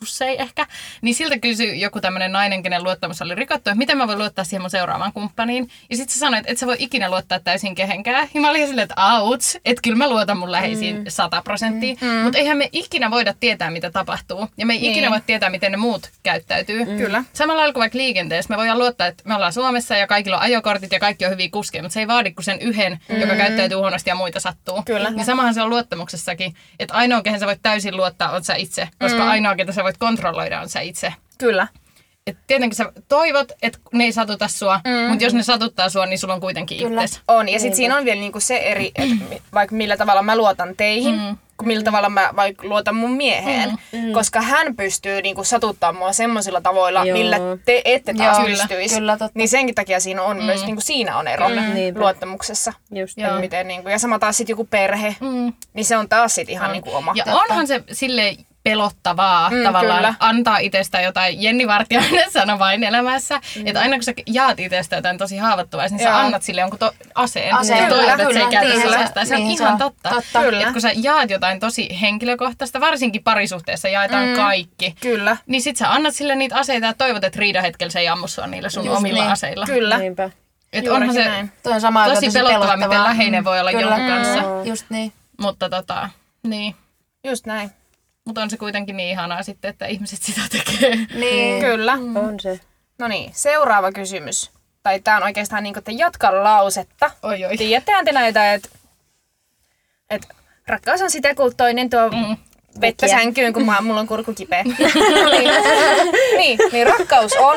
[SPEAKER 4] Hussey ehkä, niin siltä kysyi joku tämmöinen nainen, kenen luottamus oli rikottu, että miten mä voin luottaa siihen mun seuraavaan kumppaniin. Ja sitten se sanoi, että et sä voi ikinä luottaa täysin kehenkään. Ja mä olin silleen, että auts, että kyllä mä luotan mun läheisiin 100 prosenttia. Mm. Niin. Mutta eihän me ikinä voida tietää, mitä tapahtuu. Ja me ei ikinä voi tietää, miten ne muut käyttäytyy.
[SPEAKER 1] Kyllä.
[SPEAKER 4] Samalla lailla kuin vaikka liikenteessä, me voidaan luottaa, että me ollaan Suomessa ja kaikilla on ajokortit ja kaikki on hyviä kuskeja, mutta se ei vaadi kuin sen yhden, mm. joka käyttäytyy huonosti ja muita sattuu.
[SPEAKER 1] Kyllä.
[SPEAKER 4] Ja Niin samahan se on luottamuksessakin, että ainoa, kehen sä voit täysin luottaa, on sä itse, koska mm. ainoa, ketä sä voit kontrolloida, on sä itse.
[SPEAKER 1] Kyllä.
[SPEAKER 4] Et tietenkin sä toivot, että ne ei satuta sua, mm. mutta jos ne satuttaa sua, niin sulla on kuitenkin
[SPEAKER 3] Kyllä.
[SPEAKER 4] itses.
[SPEAKER 1] On, ja sitten siinä on vielä niinku se eri, että mi- vaikka millä tavalla mä luotan teihin, mm. kuin millä tavalla mä vaikka luotan mun mieheen. Mm. Koska hän pystyy niinku satuttaa mua semmoisilla tavoilla,
[SPEAKER 2] Joo.
[SPEAKER 1] Joo. millä te ette taas
[SPEAKER 4] Joo. Kyllä,
[SPEAKER 1] pystyisi.
[SPEAKER 3] kyllä, totta.
[SPEAKER 1] Niin senkin takia siinä on mm. myös, niinku siinä on ero mm.
[SPEAKER 2] Niinpä.
[SPEAKER 1] luottamuksessa.
[SPEAKER 2] Just
[SPEAKER 1] Että
[SPEAKER 2] niin.
[SPEAKER 1] Miten, niinku, ja sama taas sitten joku perhe,
[SPEAKER 4] Mm.
[SPEAKER 1] niin se on taas sitten ihan niinku oma.
[SPEAKER 4] Ja onhan se sille pelottavaa mm,
[SPEAKER 1] Mm,
[SPEAKER 4] tavallaan kyllä.
[SPEAKER 1] kyllä.
[SPEAKER 4] antaa itsestä jotain. Jenni Vartiainen <laughs> sanoi vain elämässä, mm. että aina kun sä jaat itsestä jotain tosi haavattuvaivaista, niin Joo.
[SPEAKER 1] Joo.
[SPEAKER 4] sä annat sille jonkun to- aseen.
[SPEAKER 3] Aseen,
[SPEAKER 4] ja
[SPEAKER 1] kyllä,
[SPEAKER 4] toivot, että se
[SPEAKER 1] kyllä,
[SPEAKER 4] ei käytä sitä
[SPEAKER 1] kyllä.
[SPEAKER 4] vastaan. Se on
[SPEAKER 3] Niin, se
[SPEAKER 4] ihan
[SPEAKER 3] on
[SPEAKER 4] totta.
[SPEAKER 3] totta.
[SPEAKER 1] Kyllä.
[SPEAKER 4] Että kun sä jaat jotain tosi henkilökohtaista, varsinkin parisuhteessa jaetaan mm. kaikki,
[SPEAKER 1] Kyllä,
[SPEAKER 4] niin sit sä annat sille niitä aseita ja toivot, että riidan hetkellä se ei ammu sua niillä sun
[SPEAKER 3] Just
[SPEAKER 4] omilla
[SPEAKER 3] niin.
[SPEAKER 4] aseilla.
[SPEAKER 1] kyllä.
[SPEAKER 2] Niinpä.
[SPEAKER 4] Et
[SPEAKER 1] Juurikin
[SPEAKER 4] onhan se
[SPEAKER 1] näin.
[SPEAKER 3] Toi on sama
[SPEAKER 4] tosi pelottavaa, miten läheinen voi olla
[SPEAKER 3] Kyllä.
[SPEAKER 4] jonkun kanssa.
[SPEAKER 3] Just niin.
[SPEAKER 4] Mutta tota, niin.
[SPEAKER 1] Just näin.
[SPEAKER 4] Mutta on se kuitenkin niin ihanaa sitten, että ihmiset sitä tekee.
[SPEAKER 3] Niin.
[SPEAKER 1] Kyllä.
[SPEAKER 2] On se.
[SPEAKER 1] No niin, seuraava kysymys. Tai tämä on oikeastaan niin kuin, että jatka lausetta.
[SPEAKER 4] Oi, oi.
[SPEAKER 1] Tiedättehän te näitä, että et, rakkaus on sitä, kun toinen tuo mm. vettä
[SPEAKER 2] Kukia.
[SPEAKER 1] sänkyyn, kun <laughs> mä, mulla on kurkku kipeä. niin, <laughs> niin, niin, rakkaus on.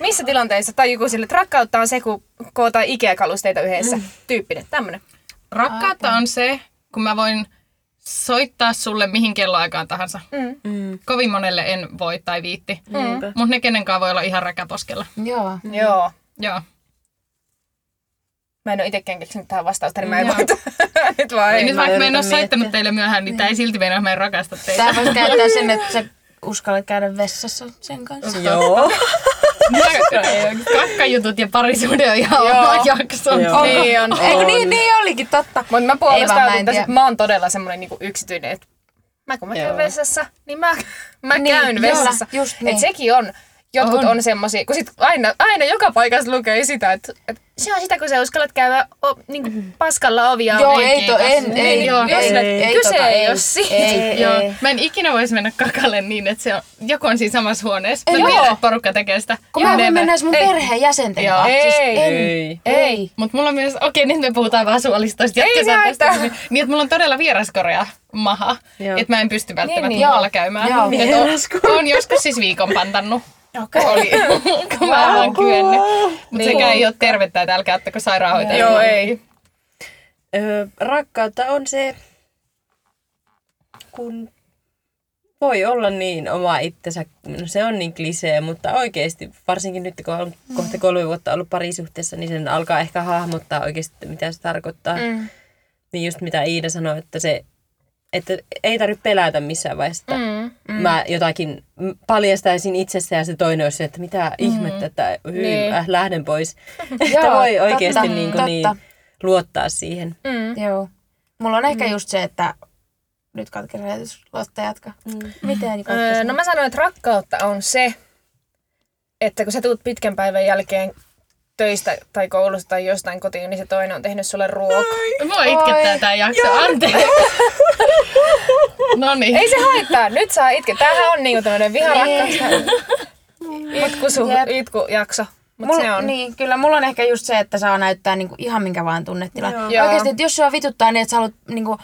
[SPEAKER 1] Missä tilanteissa, tai joku sille, että rakkautta on se, kun kootaan Ikea-kalusteita yhdessä. Tyyppinen, tämmönen.
[SPEAKER 4] Rakkautta on se, kun mä voin soittaa sulle mihin kelloaikaan tahansa.
[SPEAKER 1] Mm.
[SPEAKER 2] Mm.
[SPEAKER 4] Kovin monelle en voi tai viitti.
[SPEAKER 2] Niinpä.
[SPEAKER 4] Mutta ne kenenkaan voi olla ihan räkäposkella.
[SPEAKER 3] Joo.
[SPEAKER 1] Joo.
[SPEAKER 4] Joo.
[SPEAKER 1] Mä en ole itsekään keksinyt tähän vastausta, niin mä en
[SPEAKER 4] Joo.
[SPEAKER 1] voi. <laughs> Niin Nyt vaan
[SPEAKER 4] Ei,
[SPEAKER 1] ei.
[SPEAKER 4] nyt vaikka mä en
[SPEAKER 2] yritä
[SPEAKER 4] ole soittanut
[SPEAKER 2] miettiä.
[SPEAKER 4] teille myöhään, niin tää ei silti meinaa, että mä en rakasta teitä.
[SPEAKER 3] Tää voisi käyttää sen, että sä uskallat käydä vessassa sen <laughs> kanssa.
[SPEAKER 2] Joo.
[SPEAKER 4] <laughs> Kakkajutut ja parisuuden on ihan oma jakso.
[SPEAKER 2] Joo.
[SPEAKER 1] Niin on.
[SPEAKER 3] Eikö niin, niin olikin totta.
[SPEAKER 1] Mutta mä
[SPEAKER 3] Ei vaan,
[SPEAKER 1] puolestaan
[SPEAKER 3] mä en
[SPEAKER 1] mä,
[SPEAKER 3] tiedä.
[SPEAKER 1] että mä oon todella semmoinen niinku yksityinen, että mä kun mä käyn
[SPEAKER 2] Joo.
[SPEAKER 1] vessassa, niin mä, mä
[SPEAKER 3] Niin,
[SPEAKER 1] käyn
[SPEAKER 3] joo,
[SPEAKER 1] vessassa.
[SPEAKER 3] just niin.
[SPEAKER 1] Et sekin on, jotkut on, on semmoisia, kun sit aina, aina joka paikassa lukee sitä, että et se on sitä, kun sä uskallat käydä o, niinku paskalla ovia
[SPEAKER 3] Mm-hmm. Joo,
[SPEAKER 1] auki.
[SPEAKER 3] ei to, en,
[SPEAKER 4] Niin,
[SPEAKER 3] ei, ei,
[SPEAKER 4] joo.
[SPEAKER 3] ei,
[SPEAKER 1] Jos- kyse
[SPEAKER 3] tota,
[SPEAKER 1] ei oo siitä.
[SPEAKER 3] Ei, ei,
[SPEAKER 4] Joo.
[SPEAKER 3] ei.
[SPEAKER 4] Mä en ikinä voisi mennä kakalle niin, että se on, joku on siinä samassa huoneessa. Mä
[SPEAKER 3] Joo.
[SPEAKER 4] tiedän, että porukka tekee sitä.
[SPEAKER 3] Kun mä en voi mennä edes mun
[SPEAKER 1] Ei.
[SPEAKER 3] perheen jäsenten
[SPEAKER 4] Joo.
[SPEAKER 3] kanssa. Siis
[SPEAKER 1] Ei.
[SPEAKER 3] en.
[SPEAKER 2] Ei.
[SPEAKER 3] Ei.
[SPEAKER 4] Mutta mulla on myös, okei nyt me puhutaan vaan suolistoista,
[SPEAKER 1] Ei
[SPEAKER 4] jatketaan
[SPEAKER 1] se
[SPEAKER 4] tästä.
[SPEAKER 1] haittaa.
[SPEAKER 4] Niin, niin että mulla on todella vieraskorea maha,
[SPEAKER 2] Joo.
[SPEAKER 4] että mä en pysty välttämättä niin,
[SPEAKER 3] niin.
[SPEAKER 4] muualla
[SPEAKER 3] Joo.
[SPEAKER 4] käymään.
[SPEAKER 3] Joo.
[SPEAKER 4] Et on, on joskus siis viikon pantannut. Okay. Oli, kun mä vaan kyennyt. Mutta niin. sekään ei ole tervettä, että älkää ottako sairaanhoitajia.
[SPEAKER 1] Joo, ei.
[SPEAKER 2] Öö, rakkautta on se, kun voi olla niin oma itsensä, no se on niin klisee, mutta oikeasti, varsinkin nyt kun on kohta kolme vuotta ollut parisuhteessa, niin sen alkaa ehkä hahmottaa oikeasti, että mitä se tarkoittaa.
[SPEAKER 1] Mm.
[SPEAKER 2] Niin just mitä Iida sanoi, että se että ei tarvitse pelätä missään vaiheessa, että mm. mä jotakin m- paljastaisin itsessä ja se toinen olisi se, että mitä mm. ihmettä, että hyvin,
[SPEAKER 1] Niin.
[SPEAKER 2] äh, lähden pois. että voi
[SPEAKER 3] totta,
[SPEAKER 2] oikeasti niin, kuin, niin,
[SPEAKER 3] totta.
[SPEAKER 2] luottaa siihen.
[SPEAKER 1] Mm.
[SPEAKER 3] Joo. Mulla on ehkä just se, että nyt katki rajoitus, Lotta jatka. Miten
[SPEAKER 1] Öö, no mä sanoin, että rakkautta on se, että kun sä tuut pitkän päivän jälkeen töistä tai koulusta tai jostain kotiin, niin se toinen on tehnyt sulle ruokaa.
[SPEAKER 4] Mua itkettää
[SPEAKER 3] Oi.
[SPEAKER 4] tää jakso, anteeksi. no niin.
[SPEAKER 1] Ei se haittaa, nyt saa itke. Tämähän on niinku tämmönen viharakkaus. Itku, su,
[SPEAKER 3] Jep.
[SPEAKER 1] itku jakso. Mut
[SPEAKER 3] Mul,
[SPEAKER 1] se on.
[SPEAKER 3] Niin, kyllä mulla on ehkä just se, että saa näyttää niinku ihan minkä vaan
[SPEAKER 2] Joo.
[SPEAKER 3] tunnetilan.
[SPEAKER 1] Joo.
[SPEAKER 3] Oikeasti, että jos sua vituttaa niin, että sä haluat niinku,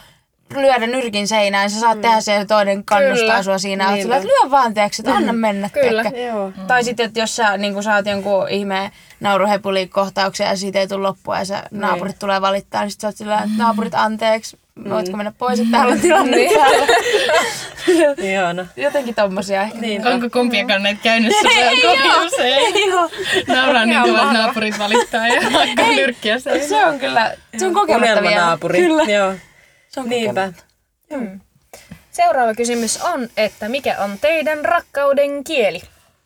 [SPEAKER 3] lyödä nyrkin seinään, sä saat mm. tehdä se ja toinen kannustaa
[SPEAKER 1] Kyllä. Mm.
[SPEAKER 3] kyllä. sua siinä. Niin.
[SPEAKER 2] Niinpä.
[SPEAKER 3] Sillä, että lyö vaan, tiedätkö, että anna mennä.
[SPEAKER 1] Kyllä.
[SPEAKER 3] tiedätkö.
[SPEAKER 2] Joo.
[SPEAKER 3] Mm. Tai sitten, että jos sä niin saat jonkun ihmeen nauruhepulikohtauksen ja siitä ei tule loppua ja sä
[SPEAKER 1] Niin.
[SPEAKER 3] naapurit tulee valittaa, niin sit sä oot sillä, että naapurit anteeksi,
[SPEAKER 1] Mm.
[SPEAKER 3] voitko mennä pois, että
[SPEAKER 1] Niin.
[SPEAKER 3] täällä <laughs> on tilanne päällä.
[SPEAKER 2] Ihana.
[SPEAKER 3] Jotenkin tommosia ehkä.
[SPEAKER 2] Niin.
[SPEAKER 4] Onko kumpiakaan näitä käynyt sulle kokemus?
[SPEAKER 3] <laughs>
[SPEAKER 4] Ei.
[SPEAKER 3] Joo.
[SPEAKER 4] Nauraa niin
[SPEAKER 3] Ihan
[SPEAKER 4] kuin
[SPEAKER 3] varma.
[SPEAKER 4] naapurit valittaa <laughs> ja vaikka nyrkkiä se.
[SPEAKER 3] Se on kyllä, se on kokematta vielä.
[SPEAKER 2] Unelmanaapuri.
[SPEAKER 3] Kyllä.
[SPEAKER 1] Niin.
[SPEAKER 2] Joo.
[SPEAKER 3] Se on
[SPEAKER 2] Niinpä.
[SPEAKER 3] kokematta.
[SPEAKER 1] Seuraava kysymys on, että mikä on teidän rakkauden kieli?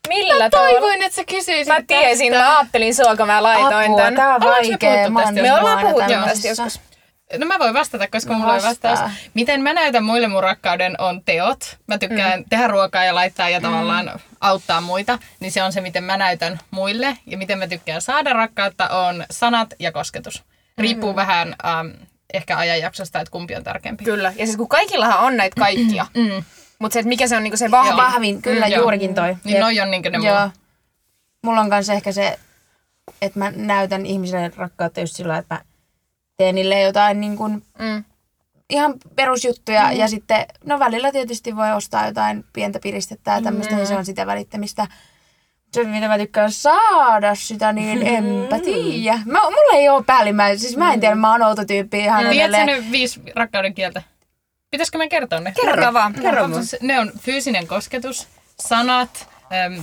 [SPEAKER 1] Millä tavalla?
[SPEAKER 4] Toivoin, että sä kysyisit
[SPEAKER 1] Mä tiesin, mä ajattelin sua, kun mä laitoin
[SPEAKER 3] Apua,
[SPEAKER 1] tän.
[SPEAKER 3] tää on
[SPEAKER 4] Ollaanko me
[SPEAKER 3] vaikea.
[SPEAKER 4] puhuttu
[SPEAKER 3] Mä
[SPEAKER 4] tästä
[SPEAKER 3] oon
[SPEAKER 1] Me
[SPEAKER 3] niin
[SPEAKER 1] ollaan
[SPEAKER 3] huono
[SPEAKER 1] puhuttu jo tästä
[SPEAKER 3] tämmöisessä.
[SPEAKER 1] joskus.
[SPEAKER 4] No mä voin vastata, koska
[SPEAKER 3] No
[SPEAKER 4] mulla ei
[SPEAKER 3] vastaa.
[SPEAKER 4] vastaus. Miten mä näytän muille mun rakkauden on teot. Mä tykkään mm. tehdä ruokaa ja laittaa ja tavallaan auttaa muita. Niin se on se, miten mä näytän muille. Ja miten mä tykkään saada rakkautta on sanat ja kosketus. Riippuu mm. vähän ähm, ehkä ajanjaksosta, että kumpi on tärkeämpi.
[SPEAKER 1] <laughs> Kyllä. Ja siis kun kaikillahan on näitä kaikkia.
[SPEAKER 4] Mm.
[SPEAKER 1] Mutta se, että mikä se on niinku se vahva.
[SPEAKER 3] Vahvin, kyllä
[SPEAKER 4] Mm, joo.
[SPEAKER 3] juurikin toi.
[SPEAKER 4] Niin noi on niinku ne mun.
[SPEAKER 3] Joo. Mulla on kanssa ehkä se, että mä näytän ihmiselle rakkautta just sillä, että mä teen niille jotain niin kuin
[SPEAKER 1] Mm.
[SPEAKER 3] ihan perusjuttuja mm. ja sitten, no välillä tietysti voi ostaa jotain pientä piristettä ja tämmöistä, mm. niin se on sitä välittämistä. Se, mitä mä tykkään saada sitä, niin enpä tiedä. Mä, mulla ei ole päällimmäinen, siis mä en tiedä, mä oon outo tyyppi ihan mm.
[SPEAKER 4] Tiedätkö
[SPEAKER 3] edelleen.
[SPEAKER 4] ne viisi rakkauden kieltä? Pitäisikö mä kertoa ne?
[SPEAKER 1] Kerro vaan.
[SPEAKER 2] Kerro mun.
[SPEAKER 4] Se- Siis Ne on fyysinen kosketus, sanat, äm,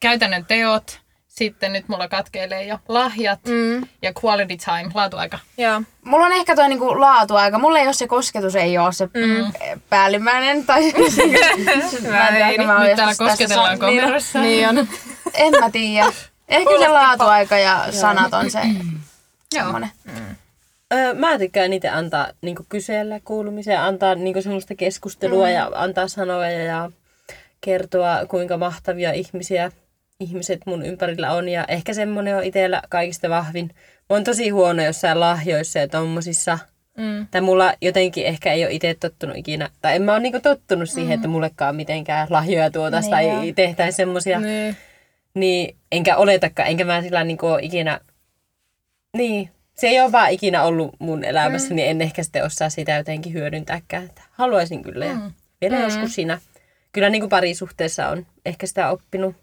[SPEAKER 4] käytännön teot, sitten nyt mulla katkeilee jo lahjat
[SPEAKER 1] Mm.
[SPEAKER 4] ja quality time, laatuaika.
[SPEAKER 1] Joo.
[SPEAKER 3] Mulla on ehkä toi niinku laatuaika. Mulla ei ole se kosketus, ei ole se mm. päällimmäinen. Tai mä en tiedä, ehkä mä oon
[SPEAKER 4] Nyt täällä
[SPEAKER 3] joskus tässä
[SPEAKER 4] kosketellaan
[SPEAKER 3] san- niin,
[SPEAKER 4] kamerassa.
[SPEAKER 1] Niin on.
[SPEAKER 3] En mä tiedä. Ehkä se laatuaika ja sanat on se
[SPEAKER 4] Joo.
[SPEAKER 3] semmonen.
[SPEAKER 2] Öö, mä tykkään niitä antaa niinku kysellä kuulumisia, antaa niinku semmoista keskustelua mm. ja antaa sanoja ja kertoa, kuinka mahtavia ihmisiä ihmiset mun ympärillä on. Ja ehkä semmoinen on itsellä kaikista vahvin. Mä oon tosi huono jossain lahjoissa ja tommosissa.
[SPEAKER 1] Mm.
[SPEAKER 2] Tai mulla jotenkin ehkä ei ole itse tottunut ikinä. Tai en mä ole niinku tottunut siihen, mm. että mullekaan mitenkään lahjoja tuotaisiin tai tehtäisiin semmoisia.
[SPEAKER 1] Niin.
[SPEAKER 2] Niin, enkä oletakaan, enkä mä sillä niin ole ikinä... Niin, se ei ole vaan ikinä ollut mun elämässä, mm. niin en ehkä sitten osaa sitä jotenkin hyödyntääkään. Että haluaisin kyllä ja vielä mm. joskus siinä. Kyllä niin kuin parisuhteessa on ehkä sitä oppinut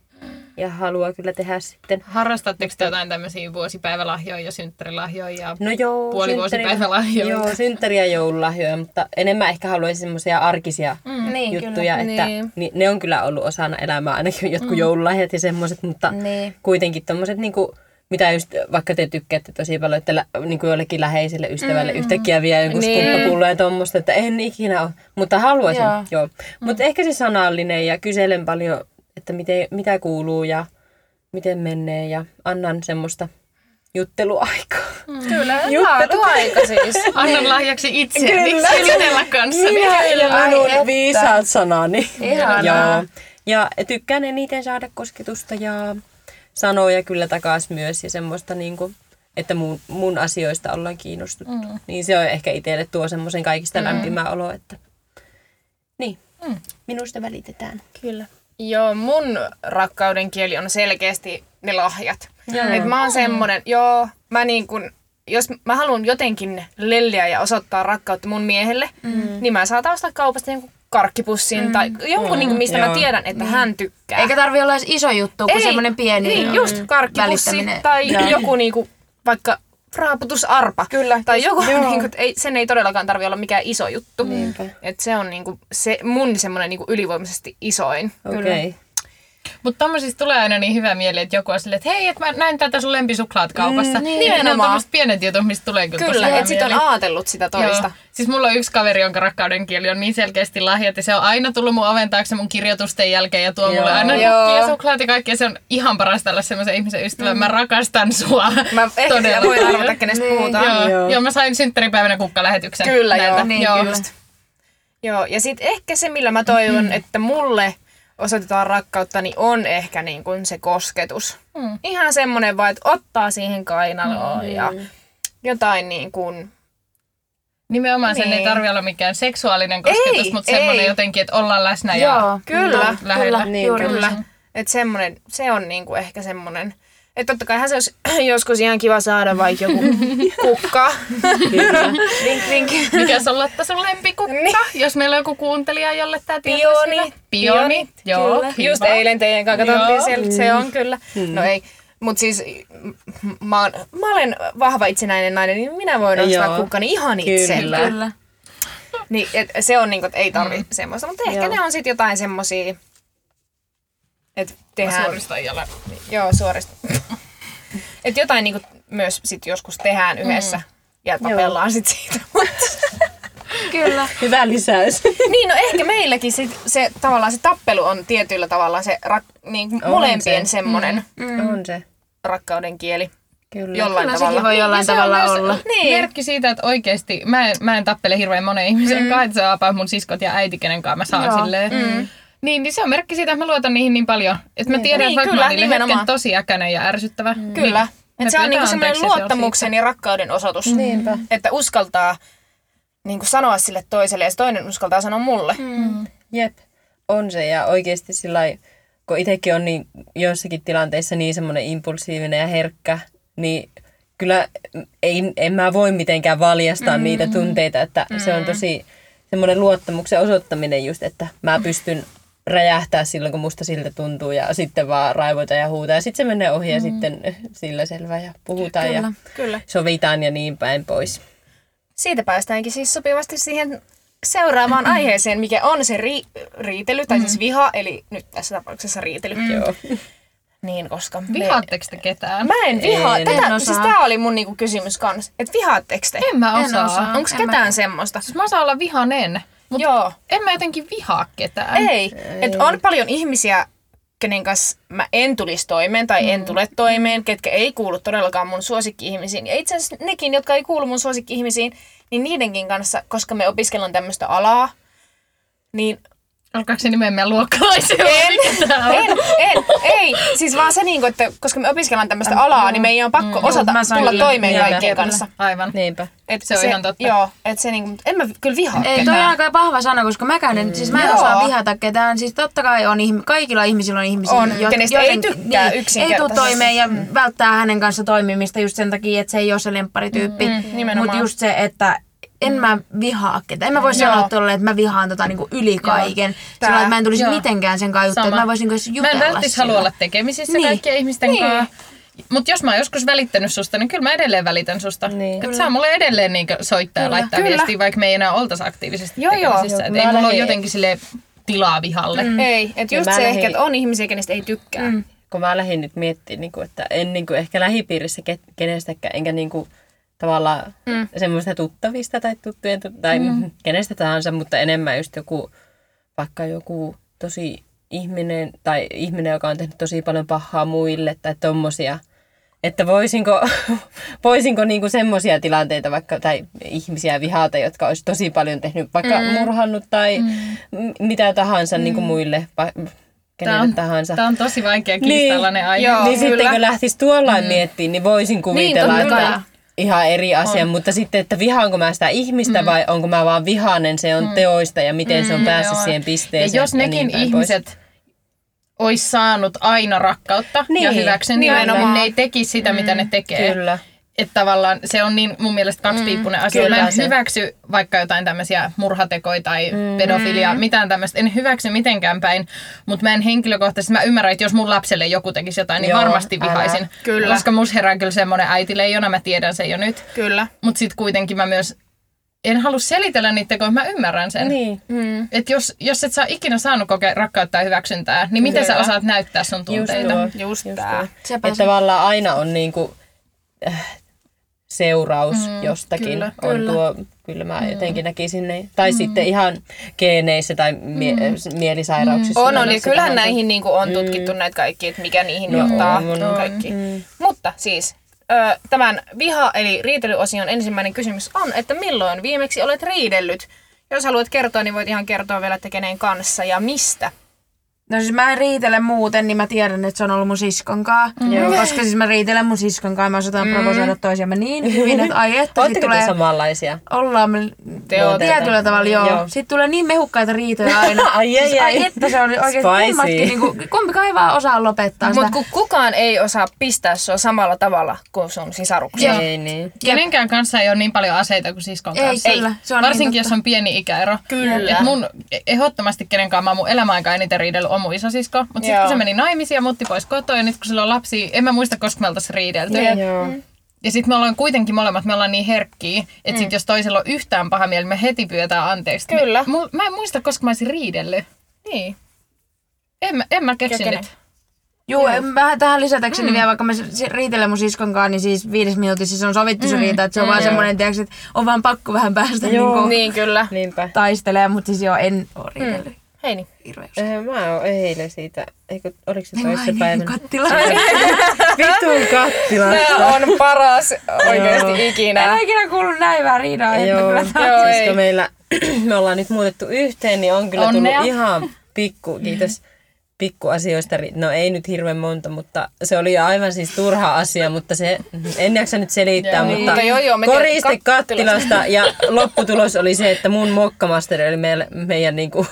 [SPEAKER 2] ja haluaa kyllä tehdä sitten.
[SPEAKER 4] Harrastatteko te jotain tämmöisiä vuosipäivälahjoja ja synttärilahjoja?
[SPEAKER 1] <laughs>
[SPEAKER 4] Ja...
[SPEAKER 2] No joo,
[SPEAKER 4] Puoli vuosipäivälahjoja.
[SPEAKER 2] Joo, synttäriä joululahjoja, mutta enemmän ehkä haluaisin semmoisia arkisia
[SPEAKER 3] Mm. Niin,
[SPEAKER 2] juttuja,
[SPEAKER 1] kyllä.
[SPEAKER 2] että
[SPEAKER 1] Niin.
[SPEAKER 2] niin. ne on kyllä ollut osana elämää, ainakin jotkut mm. joululahjat ja semmoiset, mutta
[SPEAKER 3] Niin.
[SPEAKER 2] kuitenkin tommoset niinku, mitä just, vaikka te tykkäätte tosi paljon, että lä, niinku jollekin läheiselle ystävälle mm. yhtäkkiä vie jonkun
[SPEAKER 1] Niin.
[SPEAKER 2] niin. skumppapullo ja tommoista, että en ikinä ole, mutta haluaisin,
[SPEAKER 3] Joo.
[SPEAKER 2] joo. joo. Mutta mm. ehkä se sanallinen ja kyselen paljon, että miten, mitä kuuluu ja miten menee ja annan semmoista jutteluaikaa.
[SPEAKER 1] Kyllä. Laatuaika siis.
[SPEAKER 4] Annan lahjaksi itse. Miksi jutella kanssa?
[SPEAKER 2] Minä ja
[SPEAKER 3] Ai että.
[SPEAKER 2] minun viisaat sanani.
[SPEAKER 3] Ihanaa.
[SPEAKER 2] Joo. Ja tykkään eniten saada kosketusta ja sanoja kyllä takas myös ja semmoista niin kuin, että mun, mun asioista ollaan kiinnostuttu. Mm. Niin se on ehkä itselle tuo semmoisen kaikista mm. lämpimää oloa, että niin, mm. minusta välitetään.
[SPEAKER 1] Kyllä. Joo, mun rakkauden kieli on selkeästi ne lahjat.
[SPEAKER 2] Joo.
[SPEAKER 1] Et mä oon semmonen, joo, mä niin kun, jos mä haluan jotenkin lelliä ja osoittaa rakkautta mun miehelle, mm. niin mä saatan ostaa kaupasta jonkun karkkipussin mm. tai jonkun, mm. niin kuin, mistä joo. mä
[SPEAKER 2] Joo.
[SPEAKER 1] tiedän, että mm. hän tykkää.
[SPEAKER 3] Eikä tarvi olla edes iso juttu, kun semmonen pieni. mm.
[SPEAKER 1] Niin, just karkkipussi
[SPEAKER 3] välittäminen.
[SPEAKER 1] tai
[SPEAKER 3] Joo.
[SPEAKER 1] joku niinku, vaikka raaputusarpa. Kyllä. Tai joku, <laughs> niinku, et ei, sen ei todellakaan tarvi olla mikään iso juttu. Niinpä. Et se on niinku, se, mun semmoinen niinku ylivoimaisesti isoin.
[SPEAKER 2] Okei. Okay.
[SPEAKER 4] Mutta tommosista tulee aina niin hyvä mieli, että joku on silleen, että hei, että mä näin tätä sun lempisuklaat kaupassa. Mm,
[SPEAKER 1] niin.
[SPEAKER 4] niin, ne on
[SPEAKER 1] Nimenomaan.
[SPEAKER 4] tommoset pienet jutut, mistä tulee kyllä, tosi
[SPEAKER 1] Kyllä,
[SPEAKER 4] hyvä
[SPEAKER 1] että sit on
[SPEAKER 4] mieli.
[SPEAKER 1] ajatellut sitä toista.
[SPEAKER 4] Joo. Siis mulla on yksi kaveri, jonka rakkauden kieli on niin selkeästi lahjat, ja se on aina tullut mun oven taakse mun kirjoitusten jälkeen ja tuo
[SPEAKER 2] Joo.
[SPEAKER 4] mulle aina
[SPEAKER 1] Joo.
[SPEAKER 4] nukkia, suklaat ja kaikkea. Se on ihan parasta olla semmoisen ihmisen ystävä. Mm. Mä rakastan sua.
[SPEAKER 1] Mä
[SPEAKER 4] <laughs>
[SPEAKER 1] ehkä
[SPEAKER 4] Todella
[SPEAKER 1] siellä voi
[SPEAKER 4] paljon.
[SPEAKER 1] arvata, kenestä
[SPEAKER 3] Niin.
[SPEAKER 1] puhutaan.
[SPEAKER 4] Joo. Joo.
[SPEAKER 2] Joo.
[SPEAKER 4] Joo, mä sain synttäripäivänä kukkalähetyksen.
[SPEAKER 1] Kyllä, joo.
[SPEAKER 4] näiltä.
[SPEAKER 3] Niin,
[SPEAKER 4] joo.
[SPEAKER 3] kyllä.
[SPEAKER 1] Joo, ja sitten ehkä se, millä mä toivon, että mulle osoitetaan rakkautta, niin on ehkä niin kuin se kosketus. Mm. Ihan semmoinen vaan, että ottaa siihen kainaloon mm. ja jotain niin kuin...
[SPEAKER 4] Nimenomaan sen
[SPEAKER 1] Niin.
[SPEAKER 4] ei tarvi olla mikään seksuaalinen kosketus,
[SPEAKER 1] Ei,
[SPEAKER 4] mutta
[SPEAKER 1] ei.
[SPEAKER 4] semmoinen jotenkin, että ollaan läsnä ja
[SPEAKER 3] Joo.
[SPEAKER 1] Kyllä,
[SPEAKER 3] Kyllä.
[SPEAKER 4] lähellä.
[SPEAKER 3] Juuri
[SPEAKER 1] No, Kyllä,
[SPEAKER 3] niin.
[SPEAKER 1] että semmoinen, se on niin kuin ehkä semmoinen, Että totta kaihan se olisi <clears throat> joskus ihan kiva saada vaikka joku kukka. <laughs> Vink, vink.
[SPEAKER 4] Mikäs on Lotta sun lempikukka?
[SPEAKER 1] Niin.
[SPEAKER 4] Jos meillä on joku kuuntelija, jolle tämä tieto on
[SPEAKER 1] Pioni.
[SPEAKER 4] hyvä. Pioni. Joo,
[SPEAKER 1] kyllä. Just
[SPEAKER 4] kiva.
[SPEAKER 1] eilen teidän kanssa
[SPEAKER 4] Joo.
[SPEAKER 1] katsottiin siellä, se
[SPEAKER 2] Mm.
[SPEAKER 1] on kyllä. No ei. Mutta siis m- mä, oon, mä olen vahva itsenäinen nainen, niin minä voin ostaa
[SPEAKER 2] Joo.
[SPEAKER 1] kukkani ihan
[SPEAKER 2] Kyllä.
[SPEAKER 1] itsellä.
[SPEAKER 3] Kyllä.
[SPEAKER 1] Niin, et, se on niinku, et ei tarvi mm. semmoista, mutta ehkä
[SPEAKER 2] Joo.
[SPEAKER 1] ne on sitten jotain semmosia, että
[SPEAKER 4] Mä
[SPEAKER 1] tehdään,
[SPEAKER 4] suoristan jalan.
[SPEAKER 1] joo suorista. <laughs> että jotain niinku myös sit joskus tehdään yhdessä mm. ja tapellaan sit siitä.
[SPEAKER 3] Kyllä.
[SPEAKER 2] Hyvä
[SPEAKER 1] <laughs>
[SPEAKER 2] lisäys.
[SPEAKER 1] niin, no ehkä meilläkin sit, se tavallaan se tappelu on tietyllä tavalla se rak, niinku
[SPEAKER 2] On
[SPEAKER 1] molempien
[SPEAKER 2] se.
[SPEAKER 1] semmonen
[SPEAKER 2] On se.
[SPEAKER 1] rakkauden kieli
[SPEAKER 2] Kyllä.
[SPEAKER 1] jollain
[SPEAKER 3] Kyllä
[SPEAKER 1] tavalla.
[SPEAKER 3] sekin voi jollain
[SPEAKER 4] Se on
[SPEAKER 3] tavalla
[SPEAKER 4] myös
[SPEAKER 3] olla.
[SPEAKER 1] Niin.
[SPEAKER 4] Merkki siitä, että oikeasti mä en, mä en tappele hirveän monen ihmisen mm. kanssa, että se on apa mun siskot ja äiti, kenen kanssa mä saan
[SPEAKER 3] Joo.
[SPEAKER 4] silleen. Mm. Niin, niin se on merkki siitä, että mä luotan niihin niin paljon. Että mä tiedän,
[SPEAKER 1] Niin,
[SPEAKER 4] että vaikka
[SPEAKER 1] kyllä,
[SPEAKER 4] mä oon niille hetken
[SPEAKER 1] nimenomaan.
[SPEAKER 4] tosi äkäinen ja ärsyttävä. Mm.
[SPEAKER 1] Kyllä.
[SPEAKER 4] Me
[SPEAKER 1] Et se on niinku
[SPEAKER 4] pyydetään
[SPEAKER 1] semmoinen
[SPEAKER 4] anteeksi ja se on
[SPEAKER 1] luottamuksen ja rakkauden osoitus.
[SPEAKER 2] Niinpä.
[SPEAKER 1] Että uskaltaa niinku sanoa sille toiselle ja se toinen uskaltaa sanoa mulle.
[SPEAKER 2] Jep, on se. Ja oikeasti sillä lailla, kun itsekin on niin joissakin tilanteissa niin semmoinen impulsiivinen ja herkkä, niin kyllä ei, en mä voi mitenkään valjastaa mm. niitä tunteita, että mm. se on tosi semmoinen luottamuksen osoittaminen just, että mä pystyn räjähtää silloin, kun musta siltä tuntuu ja sitten vaan raivota ja huutaa. Ja sitten se menee ohi ja sitten sillä selvä ja puhutaan
[SPEAKER 3] Kyllä,
[SPEAKER 2] ja sovitaan ja niin päin pois.
[SPEAKER 1] Siitä päästäänkin siis sopivasti siihen seuraavaan aiheeseen, mikä on se ri- riitely, tai siis viha, eli nyt tässä tapauksessa riitely.
[SPEAKER 2] Joo.
[SPEAKER 1] Niin, koska... me-
[SPEAKER 4] Vihaatteko te ketään?
[SPEAKER 1] Mä en vihaa.
[SPEAKER 2] En
[SPEAKER 1] Tätä,
[SPEAKER 3] osaa.
[SPEAKER 1] siis tää oli mun niinku kysymys kanssa, että vihaatteko te?
[SPEAKER 4] En mä
[SPEAKER 3] En
[SPEAKER 4] osaa.
[SPEAKER 3] osaa.
[SPEAKER 1] Onko
[SPEAKER 3] en
[SPEAKER 1] ketään
[SPEAKER 3] mä-
[SPEAKER 1] semmoista?
[SPEAKER 4] Siis mä osaan olla vihanen, mutta
[SPEAKER 1] Joo.
[SPEAKER 4] en mä jotenkin vihaa ketään.
[SPEAKER 1] Ei. Et on paljon ihmisiä, kenen kanssa mä en tulisi toimeen tai
[SPEAKER 3] Mm.
[SPEAKER 1] en tule toimeen, ketkä ei kuulu todellakaan mun suosikki-ihmisiin. Ja itse asiassa nekin, jotka ei kuulu mun suosikki-ihmisiin, niin niidenkin kanssa, koska me opiskellaan tämmöistä alaa, niin
[SPEAKER 4] Alkaako se nimeä meidän luokkalaisia? vai mikä tää on?
[SPEAKER 1] en, en, ei. Siis vaan se, niin kuin, että koska me opiskellaan tämmöistä alaa, niin meidän on pakko osata
[SPEAKER 3] Mm. mä sain
[SPEAKER 1] tulla
[SPEAKER 3] kyllä.
[SPEAKER 1] toimeen
[SPEAKER 2] Niinpä.
[SPEAKER 1] kaikkien
[SPEAKER 2] Kyllä.
[SPEAKER 1] kanssa.
[SPEAKER 4] Aivan.
[SPEAKER 2] Niinpä.
[SPEAKER 1] Et
[SPEAKER 4] Se on ihan totta.
[SPEAKER 1] Joo, et se niinku, mut en mä kyllä vihaa
[SPEAKER 3] Ei, toi on
[SPEAKER 1] ketään.
[SPEAKER 3] aika paha sana, koska mäkään en, siis mä en
[SPEAKER 1] Joo.
[SPEAKER 3] osaa vihata ketään. Siis totta kai on, ihmi- kaikilla ihmisillä on ihmisiä, niin,
[SPEAKER 1] On, kenestä ei tykkää
[SPEAKER 3] Ei tuu
[SPEAKER 1] yksinkertaisesti.
[SPEAKER 3] toimeen ja välttää hänen kanssa toimimista just sen takia, että se ei ole se lempparityyppi.
[SPEAKER 1] nimenomaan.
[SPEAKER 3] Mutta just se, että en mä vihaa ketään. En mä voi sanoa tuolle, että mä vihaan tota niinku yli kaiken. Sillä lailla, että mä en tulisi
[SPEAKER 4] Joo.
[SPEAKER 3] mitenkään sen kanssa juttua.
[SPEAKER 4] Sama.
[SPEAKER 3] että Mä voisin niinku
[SPEAKER 4] Mä
[SPEAKER 3] jutella
[SPEAKER 4] en välttis
[SPEAKER 3] sillä.
[SPEAKER 4] halua olla tekemisissä
[SPEAKER 3] Niin.
[SPEAKER 4] niin. kaikkien ihmisten niin. kanssa. Mutta jos mä oon joskus välittänyt susta, niin kyllä mä edelleen välitän susta.
[SPEAKER 2] Niin.
[SPEAKER 4] Niin. Et saa mulle edelleen niin soittaa kyllä. ja laittaa
[SPEAKER 1] Kyllä.
[SPEAKER 4] kyllä. viestiä, vaikka me ei enää oltaisi aktiivisesti
[SPEAKER 1] Joo, joo.
[SPEAKER 4] tekemisissä. Et
[SPEAKER 2] Mä
[SPEAKER 4] ei mulla ole
[SPEAKER 2] lähdin-
[SPEAKER 4] jotenkin sille tilaa vihalle. Mm.
[SPEAKER 1] Ei, et just
[SPEAKER 2] mä
[SPEAKER 1] se
[SPEAKER 2] lähdin-
[SPEAKER 1] ehkä, että on ihmisiä, kenestä ei tykkää. Mm.
[SPEAKER 2] kun mä lähdin nyt miettimään, niin kuin, että en niin kuin, ehkä lähipiirissä ke- kenestäkään, enkä niin kuin, tavallaan mm. semmoista tuttavista tai tuttujen tu- tai mm. kenestä tahansa, mutta enemmän just joku, vaikka joku tosi ihminen tai ihminen, joka on tehnyt tosi paljon pahaa muille tai tommosia. Että voisinko, <laughs> voisinko niinku semmoisia tilanteita vaikka, tai ihmisiä vihata, jotka olisi tosi paljon tehnyt, vaikka mm. murhannut tai mm. mitä tahansa mm. niinku muille, va- kenelle
[SPEAKER 4] Tämä on,
[SPEAKER 2] tahansa.
[SPEAKER 4] tää on tosi vaikea kiistalainen niin. aihe.
[SPEAKER 1] Joo.
[SPEAKER 2] Niin
[SPEAKER 1] kyllä.
[SPEAKER 2] sitten kun lähtisi tuollain mm. miettimään, niin voisin kuvitella,
[SPEAKER 1] totta
[SPEAKER 2] niin, että
[SPEAKER 3] kai.
[SPEAKER 2] ihan eri asia. On. Mutta sitten, että vihaanko mä sitä ihmistä mm. vai onko mä vaan vihainen, se on mm. teoista ja miten mm, se on päässyt
[SPEAKER 4] Joo.
[SPEAKER 2] siihen pisteeseen.
[SPEAKER 4] Ja jos nekin
[SPEAKER 2] niin
[SPEAKER 4] niin
[SPEAKER 2] päin
[SPEAKER 4] ihmiset olisi saanut aina rakkautta niin, ja
[SPEAKER 2] Niin,
[SPEAKER 4] hyväksyntää, niin
[SPEAKER 1] nimenomaan.
[SPEAKER 4] ne ei tekisi sitä, mitä ne tekee.
[SPEAKER 2] Pois. Kyllä.
[SPEAKER 4] Että tavallaan se on niin mun mielestä kaksipiippunen asia.
[SPEAKER 2] Mm, kyllä
[SPEAKER 4] mä en
[SPEAKER 2] se.
[SPEAKER 4] hyväksy vaikka jotain tämmöisiä murhatekoja tai mm. pedofiliaa, mitään tämmöistä. En hyväksy mitenkään päin, mutta mä en henkilökohtaisesti, mä ymmärrän, että jos mun lapselle joku tekisi jotain, niin
[SPEAKER 2] Joo,
[SPEAKER 4] varmasti
[SPEAKER 2] älä.
[SPEAKER 4] vihaisin.
[SPEAKER 1] Kyllä.
[SPEAKER 4] Koska mus herää kyllä semmoinen äitileijona, mä tiedän sen jo nyt.
[SPEAKER 1] Kyllä.
[SPEAKER 4] Mutta sitten kuitenkin mä myös en halua selitellä niitä tekoja, mä ymmärrän sen.
[SPEAKER 2] Niin,
[SPEAKER 1] Mm.
[SPEAKER 4] Et jos, jos et sä ikinä saanut kokea rakkautta ja hyväksyntää, niin miten sä
[SPEAKER 1] Kyllä.
[SPEAKER 4] osaat näyttää sun
[SPEAKER 2] just
[SPEAKER 4] tunteita?
[SPEAKER 2] tuo.
[SPEAKER 1] Just,
[SPEAKER 2] Just
[SPEAKER 1] tää.
[SPEAKER 2] tuo.
[SPEAKER 3] Sepä
[SPEAKER 2] Että tavallaan aina on niinku, äh, seuraus mm, jostakin.
[SPEAKER 4] kyllä,
[SPEAKER 2] Kyllä, on kyllä. tuo, kyllä mä mm. jotenkin näkisin ne. Tai mm. sitten ihan geeneissä tai mie- mm. mielisairauksissa.
[SPEAKER 1] On, on.
[SPEAKER 2] Tällaista
[SPEAKER 1] Ja kyllähän
[SPEAKER 2] tahansa.
[SPEAKER 1] näihin niin on tutkittu näitä kaikki, että mikä niihin
[SPEAKER 2] Joo,
[SPEAKER 1] johtaa.
[SPEAKER 2] on,
[SPEAKER 1] On,
[SPEAKER 2] on.
[SPEAKER 1] kaikki. Mutta siis ö, tämän viha- eli riitelyosion ensimmäinen kysymys on, että milloin viimeksi olet riidellyt? Jos haluat kertoa, niin voit ihan kertoa vielä, että kenen kanssa ja mistä.
[SPEAKER 3] No siis mä en riitele muuten, niin mä tiedän, että se on ollut mun siskon kaa. Mm. Koska siis mä riitelen mun siskon kaa, mä osataan mm. provosoida toisiamme niin hyvin, että ai että sit
[SPEAKER 2] Oletteko
[SPEAKER 3] tulee...
[SPEAKER 2] te samanlaisia?
[SPEAKER 3] Ollaan me
[SPEAKER 2] Joo,
[SPEAKER 3] tietyllä
[SPEAKER 2] teitä.
[SPEAKER 3] tavalla, joo.
[SPEAKER 2] Joo.
[SPEAKER 3] joo. Sitten tulee niin mehukkaita
[SPEAKER 2] <laughs>
[SPEAKER 3] riitoja aina.
[SPEAKER 2] Ai, ai,
[SPEAKER 3] siis,
[SPEAKER 2] ai.
[SPEAKER 3] ai että se on oikein
[SPEAKER 2] Spicy.
[SPEAKER 3] kummatkin, niin kuin, kumpikaan ei vaan osaa lopettaa sitä.
[SPEAKER 1] Mutta kun kukaan ei osaa pistää sua samalla tavalla kuin sun sisaruksia.
[SPEAKER 3] Joo.
[SPEAKER 2] Ei niin.
[SPEAKER 4] Kenenkään kanssa ei ole niin paljon aseita kuin siskon
[SPEAKER 3] Ei,
[SPEAKER 4] kanssa.
[SPEAKER 3] kyllä. Se on
[SPEAKER 4] Varsinkin
[SPEAKER 3] niin
[SPEAKER 4] jos on pieni ikäero. Kyllä. Et mun, ehdottomasti kenenkaan mä oon mun elämäaikaan eniten riidellyt on mun isosisko. Mutta sitten
[SPEAKER 1] Joo.
[SPEAKER 4] kun se meni naimisiin ja muutti pois kotoa ja nyt kun sillä on lapsi, en mä muista koska me oltais riidelty.
[SPEAKER 2] Joo.
[SPEAKER 1] Mm.
[SPEAKER 4] Ja sitten me ollaan kuitenkin molemmat, me ollaan niin herkkiä, että sit jos toisella on yhtään paha mieli, me heti pyydetään anteeksi.
[SPEAKER 1] Mm. Kyllä.
[SPEAKER 4] Me, mul- mä en muista koska mä olisin riidellyt.
[SPEAKER 1] Niin.
[SPEAKER 4] En, mä- en mä keksi
[SPEAKER 1] Ja kenen?
[SPEAKER 4] nyt.
[SPEAKER 3] Juu, en- vähän tähän lisätäkseni mm. vielä, vaikka mä si- si- riitelen mun siskon kanssa, niin siis viides minuutissa siis on sovittu
[SPEAKER 2] Mm.
[SPEAKER 3] se riita, että se on vaan semmoinen, tiiäks, että on vaan pakko vähän päästä niin kuin
[SPEAKER 1] Niin kyllä.
[SPEAKER 2] Niinpä.
[SPEAKER 3] taistelee, mutta siis joo, en oo riitellyt mm.
[SPEAKER 1] Hei niin.
[SPEAKER 3] hirveästi.
[SPEAKER 2] Eihän Öö, mä oon eilen siitä, eikö, oliko se toissa
[SPEAKER 3] Ai,
[SPEAKER 2] päivänä?
[SPEAKER 3] kattila.
[SPEAKER 2] <laughs> Vitun kattilasta.
[SPEAKER 1] Tää on paras oikeasti
[SPEAKER 3] En
[SPEAKER 1] ikinä.
[SPEAKER 3] ole ikinä kuullut näin hyvää riidaa. että
[SPEAKER 2] Joo,
[SPEAKER 3] kyllä tää-
[SPEAKER 1] Joo,
[SPEAKER 2] Joo siis
[SPEAKER 1] ei.
[SPEAKER 2] kun meillä, <clears throat> me ollaan nyt muutettu yhteen, niin on kyllä
[SPEAKER 4] Onnea.
[SPEAKER 2] tullut ihan pikku, kiitos pikkuasioista, ri- no ei nyt hirveän monta, mutta se oli aivan siis turha asia, mutta se, en jaksa nyt selittää,
[SPEAKER 1] Joo,
[SPEAKER 2] mutta
[SPEAKER 1] mutta joo, joo, me
[SPEAKER 2] koriste
[SPEAKER 1] tiedät-
[SPEAKER 2] kattilasta ja lopputulos oli se, että mun mokkamasteri oli meillä, meidän
[SPEAKER 1] <laughs>
[SPEAKER 2] niinku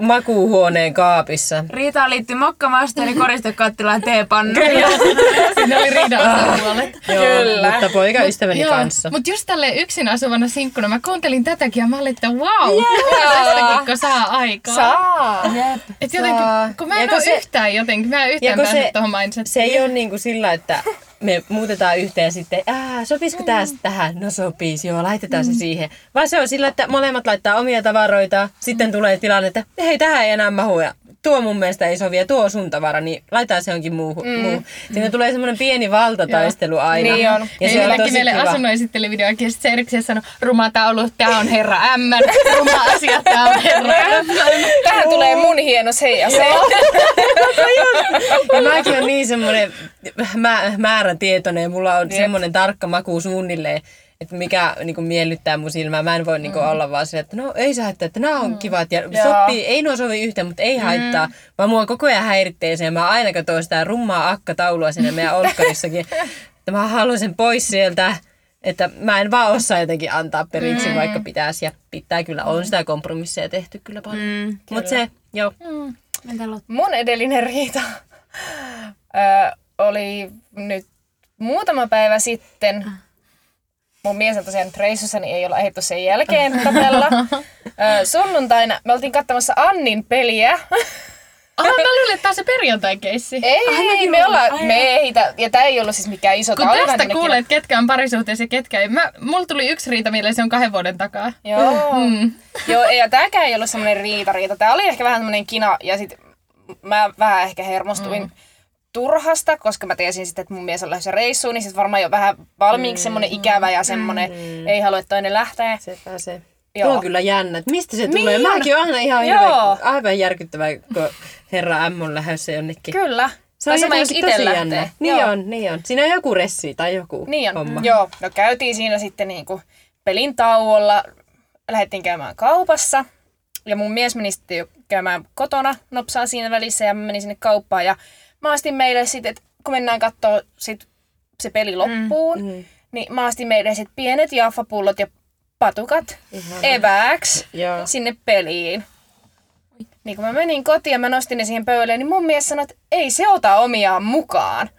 [SPEAKER 2] makuuhuoneen kaapissa.
[SPEAKER 3] Riitaan liittyy mokkamasteri, koristekattila ja teepannu.
[SPEAKER 4] Siinä oli riidan puolet.
[SPEAKER 2] Joo, Kyllä. mutta poikaystäväni kanssa.
[SPEAKER 4] Mutta just tälleen yksin asuvana sinkkuna, mä kuuntelin tätäkin ja mä olin, että wow, yeah. tästäkin kun saa aikaa.
[SPEAKER 1] Saa.
[SPEAKER 2] Jep.
[SPEAKER 4] Et jotenkin, kun mä en
[SPEAKER 2] Joko
[SPEAKER 4] ole
[SPEAKER 2] se-
[SPEAKER 4] yhtään jotenkin, mä en yhtään
[SPEAKER 2] Joko se-
[SPEAKER 4] päässyt tuohon mindset.
[SPEAKER 2] Se ei ole niin kuin sillä, että me muutetaan yhteen sitten, Ää, sopisiko tää sitten tähän? No sopiis, joo, laitetaan se siihen. Vaan se on sillä, että molemmat laittaa omia tavaroita, sitten tulee tilanne, että hei, tähän ei enää mahu ja tuo mun mielestä ei sovi ja tuo on sun tavara, niin laitetaan se jonkin muuhun. Mm. Muu. Siinä tulee semmoinen pieni valtataistelu aina.
[SPEAKER 1] Niin on.
[SPEAKER 2] Ja
[SPEAKER 4] Ja
[SPEAKER 2] se on
[SPEAKER 4] Meilläkin
[SPEAKER 2] tosi
[SPEAKER 4] meille
[SPEAKER 2] kiva.
[SPEAKER 4] asunnon esittelyvideo, ja sitten se erikseen sanoi, ruma taulu, tää on herra M, ruma asia, tää on herra M.
[SPEAKER 1] Tähän tulee mun hieno se ja se.
[SPEAKER 2] Ja mäkin on niin semmoinen mä, määrätietoinen ja mulla on semmoinen tarkka maku suunnilleen, että mikä niinku, miellyttää mun silmää. Mä en voi niinku, olla vaan se, että no ei saa että, että nämä on kivat ja sopii, ei nuo sovi yhteen, mutta ei haittaa. Vaan mua koko ajan häiritsee se ja mä aina katsoin sitä rummaa akkataulua siinä <laughs> meidän olkkarissakin. että mä haluan sen pois sieltä. Että mä en vaan osaa jotenkin antaa periksi, mm. vaikka pitäisi. Ja pitää kyllä, on sitä kompromisseja tehty kyllä paljon. Mm, Mutta se, joo.
[SPEAKER 3] Mitä Lotta?
[SPEAKER 1] Mun edellinen riita ö, oli nyt muutama päivä sitten.
[SPEAKER 4] Ah.
[SPEAKER 1] Mun mies on tosiaan nyt reissussa, niin ei olla ehditty sen jälkeen tapella. Ö, Sunnuntaina me oltiin katsomassa Annin peliä.
[SPEAKER 4] Ah, mä luulin, että tää on se perjantai-keissi.
[SPEAKER 1] Ei, me ollaan, me ei, hita- ja tää ei ollut siis mikään iso
[SPEAKER 4] Kun
[SPEAKER 1] tää oli vähän
[SPEAKER 4] tästä
[SPEAKER 1] tämmönen
[SPEAKER 4] kuulee, että ketkä on parisuhteessa ja ketkä ei. Mä, mulla tuli yksi riita mieleen, se on kahden vuoden takaa.
[SPEAKER 1] Joo. Mm. Joo, ja tääkään ei ollut semmoinen riitariita. Tää oli ehkä vähän semmoinen kina, ja sit mä vähän ehkä hermostuin mm. turhasta, koska mä tiesin sitten, että mun mies on lähdössä reissuun, niin sit varmaan jo vähän valmiiksi semmoinen ikävä ja semmoinen, mm. ei halua, että toinen lähtee.
[SPEAKER 2] Sepä Mm. se.
[SPEAKER 1] Joo.
[SPEAKER 2] Joo. Tuo on kyllä jännä. että Mistä se tulee?
[SPEAKER 1] Niin on.
[SPEAKER 2] Mäkin on aina ihan
[SPEAKER 1] Joo.
[SPEAKER 2] hirveä, aivan järkyttävää, kun herra M on lähdössä jonnekin.
[SPEAKER 1] Kyllä.
[SPEAKER 2] Se on
[SPEAKER 1] Tai sama, jos
[SPEAKER 2] jotenkin
[SPEAKER 1] itse
[SPEAKER 2] tosi
[SPEAKER 1] lähtee.
[SPEAKER 2] jännä. Niin
[SPEAKER 1] Joo.
[SPEAKER 2] on, niin on. Siinä on joku ressi tai joku
[SPEAKER 1] Niin on.
[SPEAKER 2] homma.
[SPEAKER 1] Homma. Joo, no käytiin siinä sitten niinku pelin tauolla, lähdettiin käymään kaupassa ja mun mies meni sitten jo käymään kotona nopsaa siinä välissä ja mä menin sinne kauppaan ja mä astin meille sitten, että kun mennään katsoa sit se peli loppuun, mm, mm. niin mä astin meille sitten pienet jaffapullot ja patukat evääksi
[SPEAKER 2] Joo.
[SPEAKER 1] sinne peliin. Niin kun mä menin kotiin ja mä nostin ne siihen pöydälle, niin mun mies sanoi, että ei se ota omiaan mukaan.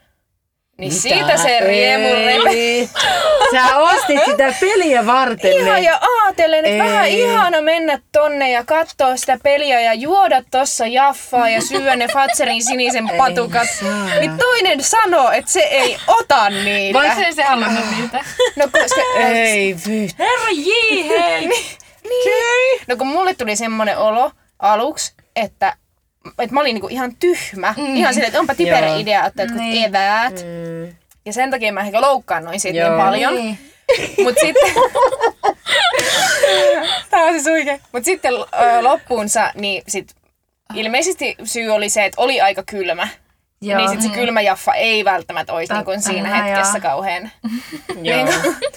[SPEAKER 1] Niin Mitä? siitä se riemu repe.
[SPEAKER 2] Ei. <laughs> Sä ostit sitä peliä varten. niin-
[SPEAKER 1] Ihan
[SPEAKER 2] ne.
[SPEAKER 1] ja aatellen, että
[SPEAKER 2] Ei.
[SPEAKER 1] vähän ihana mennä tonne ja katsoa sitä peliä ja juoda tossa jaffaa ja syödä ne Fatserin sinisen patukat.
[SPEAKER 2] saa.
[SPEAKER 1] Niin toinen sanoo, että se ei ota niitä.
[SPEAKER 4] Vai se ei se halunnut niitä?
[SPEAKER 1] <laughs> No, koska,
[SPEAKER 2] Ei vittu.
[SPEAKER 3] Herra jii, hei!
[SPEAKER 1] No kun mulle tuli semmoinen olo aluksi, että, että mä olin niinku ihan tyhmä. Mm. Ihan silleen, että onpa typerä
[SPEAKER 2] Joo.
[SPEAKER 1] idea ottaa niin.
[SPEAKER 3] Niin.
[SPEAKER 1] eväät. Mm. Ja sen takia mä ehkä loukkaannuin siitä
[SPEAKER 2] Joo.
[SPEAKER 1] niin paljon. Niin.
[SPEAKER 3] Niin.
[SPEAKER 1] Mut sitten... <laughs> Tää on siis oikein. Mut sitten ö, loppuunsa, niin sit ilmeisesti syy oli se, että oli aika kylmä. Joo.
[SPEAKER 3] Joo.
[SPEAKER 1] Niin sit se kylmä jaffa ei välttämättä olisi niin kuin
[SPEAKER 3] Mm. Totta,
[SPEAKER 1] siinä
[SPEAKER 3] joo.
[SPEAKER 1] hetkessä kauhean.
[SPEAKER 2] Joo.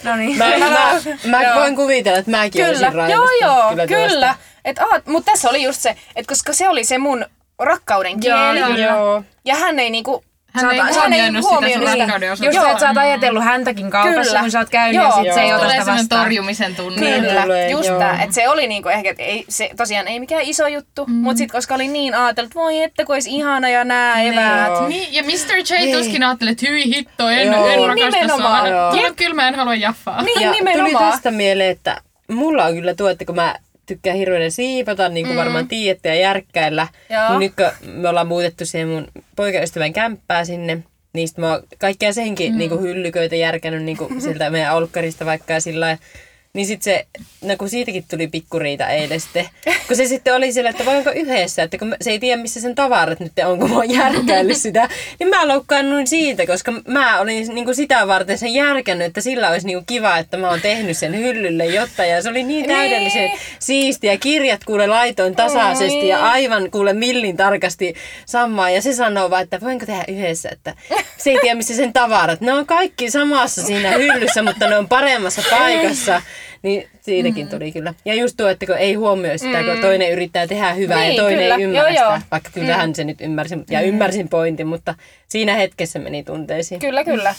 [SPEAKER 3] No niin. <laughs>
[SPEAKER 2] Mä, mä, mä
[SPEAKER 1] Joo.
[SPEAKER 2] voin kuvitella, että mäkin olisin
[SPEAKER 1] Kyllä, joo
[SPEAKER 2] raivostunut
[SPEAKER 1] joo,
[SPEAKER 2] tuosta.
[SPEAKER 1] kyllä. Et, aa, mut tässä oli just se, että koska se oli se mun rakkauden
[SPEAKER 4] Joo,
[SPEAKER 1] kieli.
[SPEAKER 4] joo.
[SPEAKER 2] Joo.
[SPEAKER 1] Ja hän ei niinku...
[SPEAKER 4] Hän ei
[SPEAKER 1] sanotaan-
[SPEAKER 4] huomioinut sitä sun
[SPEAKER 1] huomioinut
[SPEAKER 3] Niin.
[SPEAKER 4] rakkauden
[SPEAKER 3] Just
[SPEAKER 4] osoitusta.
[SPEAKER 1] Joo.
[SPEAKER 3] se, että sä oot ajatellut häntäkin kaupassa,
[SPEAKER 1] Kyllä.
[SPEAKER 3] kun sä oot käynyt
[SPEAKER 1] Joo.
[SPEAKER 3] ja sit se ei ota
[SPEAKER 4] Tulee
[SPEAKER 3] sitä
[SPEAKER 4] sellainen
[SPEAKER 3] vastaan.
[SPEAKER 4] torjumisen tunne.
[SPEAKER 1] Kyllä,
[SPEAKER 2] Tulee,
[SPEAKER 1] just
[SPEAKER 2] joo.
[SPEAKER 1] tää. Että se oli niinku ehkä, että ei, se tosiaan ei mikään iso juttu, mm. mutta sitten koska oli niin ajatellut, että voi että kun olisi ihana ja nää eväät.
[SPEAKER 2] Joo.
[SPEAKER 4] Niin, ja Mr. J tuskin ajattelee, että hyi hitto, en,
[SPEAKER 2] Joo.
[SPEAKER 4] en
[SPEAKER 2] Niin,
[SPEAKER 4] rakasta
[SPEAKER 1] nimenomaan.
[SPEAKER 4] saada.
[SPEAKER 2] Joo.
[SPEAKER 4] Kyllä, kyllä mä en halua jaffaa.
[SPEAKER 1] Niin,
[SPEAKER 2] Ja tuli
[SPEAKER 1] nimenomaan.
[SPEAKER 2] tästä mieleen, että mulla on kyllä tuo, että kun mä tykkään hirveän siipota, niin kuin mm. varmaan tiedätte, ja järkkäillä.
[SPEAKER 1] Joo.
[SPEAKER 2] Niin nyt kun me ollaan muutettu siihen mun poikaystävän kämppää sinne, niin sit mä oon kaikkia senkin mm. niin kuin hyllyköitä järkännyt
[SPEAKER 1] <laughs>
[SPEAKER 2] niin kuin siltä meidän olkkarista vaikka ja sillä lailla. Niin sit se, no kun siitäkin tuli pikkuriita eilen sitten, kun se sitten oli sillä, että voinko yhdessä, että kun mä- se ei tiedä missä sen tavarat nyt on, kun mä oon järkäillyt sitä, niin mä loukkaannuin siitä, koska mä olin niin kuin sitä varten sen järkännyt, että sillä olisi niin kuin kiva, että mä oon tehnyt sen hyllylle jotain ja se oli niin täydellisen
[SPEAKER 1] Niin.
[SPEAKER 2] siistiä. Kirjat kuule laitoin tasaisesti ja aivan kuule millin tarkasti samaa. Ja se sanoo vaan, että voinko tehdä yhdessä, että se ei tiedä missä sen tavarat. Ne on kaikki samassa siinä hyllyssä, mutta ne on paremmassa paikassa. Niin siitäkin tuli kyllä. Ja just tuo, että kun ei huomioi sitä, kun toinen yrittää tehdä hyvää
[SPEAKER 1] Niin,
[SPEAKER 2] ja toinen
[SPEAKER 1] kyllä.
[SPEAKER 2] ei
[SPEAKER 1] Joo,
[SPEAKER 2] ymmärrä sitä.
[SPEAKER 1] joo.
[SPEAKER 2] Vaikka kyllähän se nyt ymmärsi ja ymmärsin pointin, mutta siinä hetkessä meni tunteisiin.
[SPEAKER 1] Kyllä, kyllä.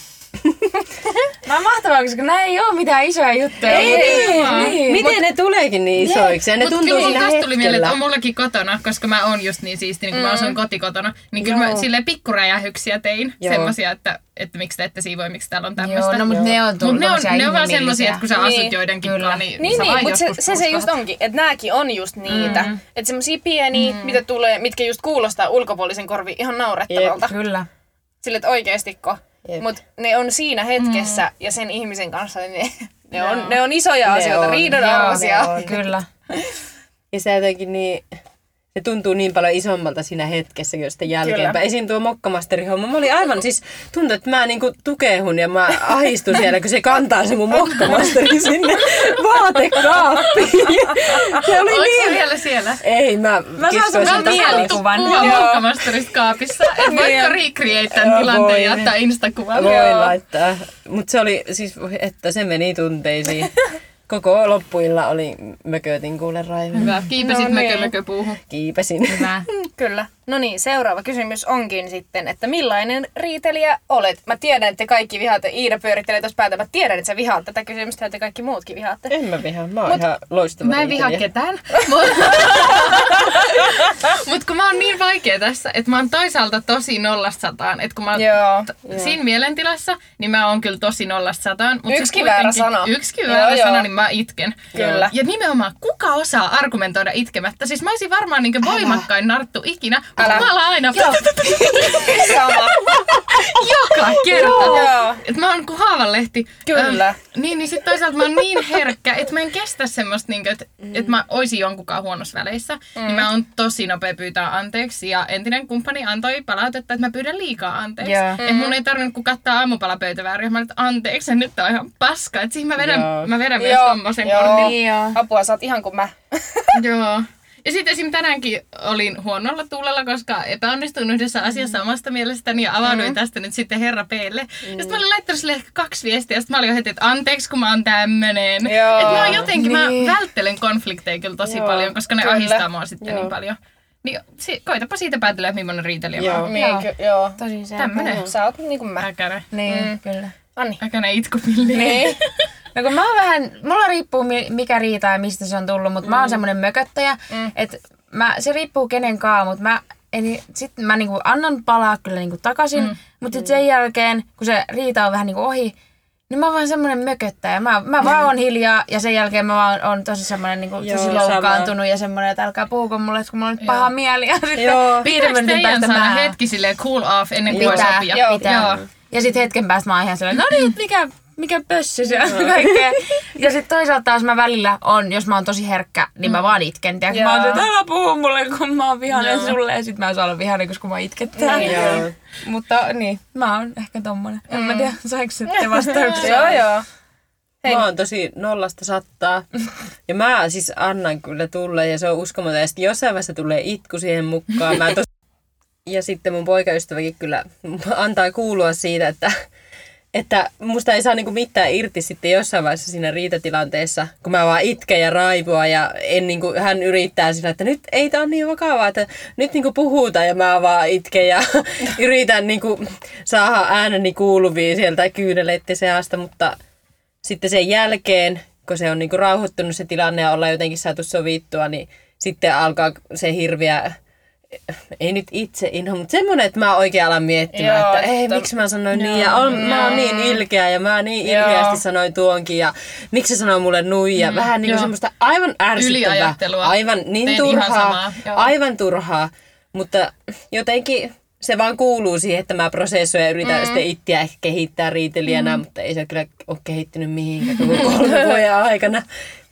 [SPEAKER 3] Mä on mahtavaa, koska nää ei oo mitään isoja juttuja.
[SPEAKER 2] Ei,
[SPEAKER 4] nimenomaan.
[SPEAKER 2] niin. Miten ne tuleekin niin isoiksi? Ja ne
[SPEAKER 4] Mut
[SPEAKER 2] tuntuu
[SPEAKER 4] kyllä mun
[SPEAKER 2] siinä
[SPEAKER 4] kanssa tuli mieleen, että
[SPEAKER 2] hetkellä.
[SPEAKER 4] on mullakin kotona, koska mä oon just niin siisti, niin kun mä asun kotikotona, niin kyllä mä silleen pikkuräjähyksiä tein,
[SPEAKER 2] Joo.
[SPEAKER 4] semmosia, että, että miksi te ette siivoi, miksi täällä on
[SPEAKER 3] Joo,
[SPEAKER 4] tämmöistä.
[SPEAKER 3] no mut ne on
[SPEAKER 4] Mut
[SPEAKER 3] tullut
[SPEAKER 4] ne on, ne on vaan semmosia,
[SPEAKER 3] inhimillisiä.
[SPEAKER 4] että kun sä asut
[SPEAKER 1] Niin,
[SPEAKER 4] joidenkin
[SPEAKER 3] kyllä.
[SPEAKER 4] kanssa, niin,
[SPEAKER 1] Niin,
[SPEAKER 4] sä
[SPEAKER 1] niin
[SPEAKER 4] vaan
[SPEAKER 1] mutta se,
[SPEAKER 4] joskus
[SPEAKER 1] se, se just
[SPEAKER 4] puskahat.
[SPEAKER 1] onkin, että nääkin on just niitä. Mm. Että semmosia pieniä, mm. mitä tulee, mitkä just kuulostaa ulkopuolisen korviin ihan naurettavalta. Yep.
[SPEAKER 3] Kyllä.
[SPEAKER 1] Sille, että oikeestikko.
[SPEAKER 2] Jep.
[SPEAKER 1] Mutta ne on siinä hetkessä mm. ja sen ihmisen kanssa, niin ne, ne, on, ne on isoja ne asioita,
[SPEAKER 2] on.
[SPEAKER 1] riidan
[SPEAKER 3] Joo,
[SPEAKER 1] arvoisia.
[SPEAKER 3] Kyllä.
[SPEAKER 2] Ja se jotenkin niin, se tuntuu niin paljon isommalta siinä hetkessä, kun sitä jälkeenpäin. Esiin tuo mokkamasterihommma. Mä olin aivan siis, tuntui, että mä niinku tukehun ja mä ahistun siellä, kun se kantaa se mun mokkamasteri
[SPEAKER 4] <laughs>
[SPEAKER 2] sinne vaatekaappiin. Se oli
[SPEAKER 4] Oliko sä
[SPEAKER 2] niin...
[SPEAKER 4] vielä siellä?
[SPEAKER 2] Ei, mä, mä
[SPEAKER 3] saan sun
[SPEAKER 4] Mä
[SPEAKER 3] Mielikuvan.
[SPEAKER 4] oon kuva
[SPEAKER 1] Joo.
[SPEAKER 4] Mokkamasterista kaapissa, että voitko recreate tämän
[SPEAKER 2] Niin. Joo,
[SPEAKER 4] tilanteen
[SPEAKER 2] voin.
[SPEAKER 4] ja ottaa Instakuvan.
[SPEAKER 2] Voi laittaa. Mutta se oli siis, voi että se meni tunteisiin. Koko loppuilla oli mökötin kuule raivon.
[SPEAKER 4] Hyvä, kiipesit no, mökö mökö puuhun.
[SPEAKER 2] Kiipesin.
[SPEAKER 1] <laughs>
[SPEAKER 3] Hyvä.
[SPEAKER 1] Kyllä. No niin, seuraava kysymys onkin sitten, että millainen riitelijä olet? Mä tiedän, että te kaikki vihaatte. Iida pyörittelee tuossa päätä. Mä tiedän, että sä vihaat tätä kysymystä ja te kaikki muutkin vihaatte.
[SPEAKER 2] En mä vihaa, mä oon ihan loistava
[SPEAKER 4] Mä en vihaa
[SPEAKER 2] riitelijä.
[SPEAKER 4] ketään.
[SPEAKER 1] <laughs>
[SPEAKER 4] <laughs> Mutta kun mä oon niin vaikea tässä, että mä oon toisaalta tosi nollasta sataan. Että kun mä oon
[SPEAKER 1] Joo.
[SPEAKER 4] t- siinä mielentilassa, niin mä oon kyllä tosi nollasta sataan. Mut
[SPEAKER 1] Yksikin
[SPEAKER 4] sitten
[SPEAKER 1] väärä
[SPEAKER 4] kuitenkin-
[SPEAKER 1] sana.
[SPEAKER 4] Yksikin
[SPEAKER 1] Joo,
[SPEAKER 4] väärä
[SPEAKER 1] joo.
[SPEAKER 4] sana, niin mä itken.
[SPEAKER 1] Kyllä.
[SPEAKER 4] Ja nimenomaan, kuka osaa argumentoida itkemättä? Siis mä olisin varmaan niin voimakkain narttu ikinä, mutta
[SPEAKER 1] Älä.
[SPEAKER 4] mä olen aina
[SPEAKER 1] Sama.
[SPEAKER 4] <laughs> joka
[SPEAKER 1] Joo.
[SPEAKER 4] kerta. Et mä oon kuin haavanlehti.
[SPEAKER 1] Kyllä.
[SPEAKER 4] Ähm, niin, niin sitten toisaalta mä oon niin herkkä, että mä en kestä semmoista, niin että mm. et mä oisin jonkunkaan huonossa väleissä. Mm. Niin mä oon tosi nopea pyytää anteeksi. Ja entinen kumppani antoi palautetta, että mä pyydän liikaa anteeksi.
[SPEAKER 3] Joo.
[SPEAKER 4] Yeah. Mm. Et mun ei tarvinnut kun kattaa aamupalapöytävääriä. Mä olin, että anteeksi, nyt tää on ihan paska. Et siihen mä vedän,
[SPEAKER 2] Joo.
[SPEAKER 4] mä vedän myös
[SPEAKER 1] Joo,
[SPEAKER 4] tommosen
[SPEAKER 1] joo.
[SPEAKER 4] kortin.
[SPEAKER 3] Niin joo.
[SPEAKER 1] Apua, sä oot ihan kuin mä.
[SPEAKER 4] Joo. Ja sitten esim. tänäänkin olin huonolla tuulella, koska epäonnistuin yhdessä asiassa omasta mielestäni ja avauduin tästä nyt sitten herra Pelle. Mm. Ja sitten mä olin laittanut sille ehkä kaksi viestiä ja sitten mä olin jo heti, että anteeksi kun mä oon tämmönen.
[SPEAKER 1] Joo.
[SPEAKER 4] Että mä oon jotenkin,
[SPEAKER 3] Niin.
[SPEAKER 4] mä välttelen konflikteja kyllä tosi Joo. paljon, koska ne
[SPEAKER 1] Kyllä.
[SPEAKER 4] kyllä. ahistaa mua sitten
[SPEAKER 2] Joo.
[SPEAKER 4] niin paljon. Niin si- koitapa siitä päätellä, että millainen riitelijä mä
[SPEAKER 2] Joo.
[SPEAKER 4] oon.
[SPEAKER 1] Niin, ky- joo.
[SPEAKER 3] Tosi se.
[SPEAKER 4] Tämmönen.
[SPEAKER 1] Sä oot niin kuin mä.
[SPEAKER 4] Äkäne.
[SPEAKER 3] Niin, kyllä.
[SPEAKER 1] Anni.
[SPEAKER 4] Äkäne itkupilli.
[SPEAKER 1] Niin.
[SPEAKER 3] No kun mä oon vähän, mulla riippuu mi- mikä riita ja mistä se on tullut, mutta mm. mä oon semmonen mököttäjä, mm. että mä, se riippuu kenen kaa, mutta mä, eli sit mä niinku annan palaa kyllä niinku takaisin, mm. mutta sit sen jälkeen, kun se riita on vähän niinku ohi, niin mä oon vaan semmonen mököttäjä. Mä, mä vaan oon hiljaa ja sen jälkeen mä vaan oon tosi semmonen niinku
[SPEAKER 2] Joo,
[SPEAKER 3] tosi
[SPEAKER 2] sama.
[SPEAKER 3] loukkaantunut ja semmonen, että älkää puhuko mulle, että kun mulla on nyt paha mieli. Ja sitten
[SPEAKER 2] Joo.
[SPEAKER 3] viiden minuutin
[SPEAKER 4] teidän
[SPEAKER 3] päästä
[SPEAKER 4] saada
[SPEAKER 3] mä
[SPEAKER 4] hetki silleen cool off ennen kuin voi
[SPEAKER 3] pitää,
[SPEAKER 4] sopia?
[SPEAKER 3] Joo, pitää. Ja sitten hetken päästä mä oon ihan sellainen, no niin, mikä, mikä pössy se on <laughs> kaikkea. Ja sitten toisaalta taas mä välillä on, jos mä oon tosi herkkä, niin mä vaan itken. Tiedätkö? Mä oon
[SPEAKER 1] Joo.
[SPEAKER 3] että älä puhu mulle, kun mä oon vihainen sulle. Ja sit mä en saa olla vihainen, koska mä itkettää.
[SPEAKER 2] Niin, Joo.
[SPEAKER 3] Mutta niin, mä oon ehkä tommonen. En mä tiedä, saiko sitten vastauksia.
[SPEAKER 1] Joo, joo. Hei.
[SPEAKER 2] Mä oon tosi nollasta sattaa. Ja mä siis annan kyllä tulla ja se on uskomaton. Ja sitten jossain vaiheessa tulee itku siihen mukaan. Mä tos... Ja sitten mun poikaystäväkin kyllä antaa kuulua siitä, että Että musta ei saa niinku mitään irti sitten jossain vaiheessa siinä riitatilanteessa, kun mä vaan itken ja raivoa ja en niinku, hän yrittää sillä, että nyt ei tää on niin vakavaa, että nyt niinku puhutaan ja mä vaan itken ja <laughs> yritän niinku saada ääneni kuuluviin sieltä kyyneleiden seasta, mutta sitten sen jälkeen, kun se on niinku rauhoittunut se tilanne ja ollaan jotenkin saatu sovittua, niin sitten alkaa se hirviä, ei nyt itse inho, mutta semmoinen, että mä oikein alan miettimään,
[SPEAKER 1] Joo,
[SPEAKER 2] Joo, että ei,
[SPEAKER 1] että-
[SPEAKER 2] miksi mä sanoin niin ja on, mä oon niin ilkeä ja mä niin
[SPEAKER 1] Joo. Mm,
[SPEAKER 2] ilkeästi sanoin tuonkin ja miksi se sanoi mulle nui ja vähän niin kuin
[SPEAKER 4] Joo.
[SPEAKER 2] semmoista aivan ärsyttävää,
[SPEAKER 4] Yliajattelua.
[SPEAKER 2] aivan niin
[SPEAKER 4] Teen ihan
[SPEAKER 2] turhaa,
[SPEAKER 4] samaa, joo.
[SPEAKER 2] aivan turhaa, mutta jotenkin se vaan kuuluu siihen, että mä prosessoin ja yritän mm. sitten itseä ehkä kehittää riitelijänä, mm. mutta ei se kyllä ole kehittynyt mihinkään koko
[SPEAKER 4] <laughs>
[SPEAKER 2] kolme vuoden aikana,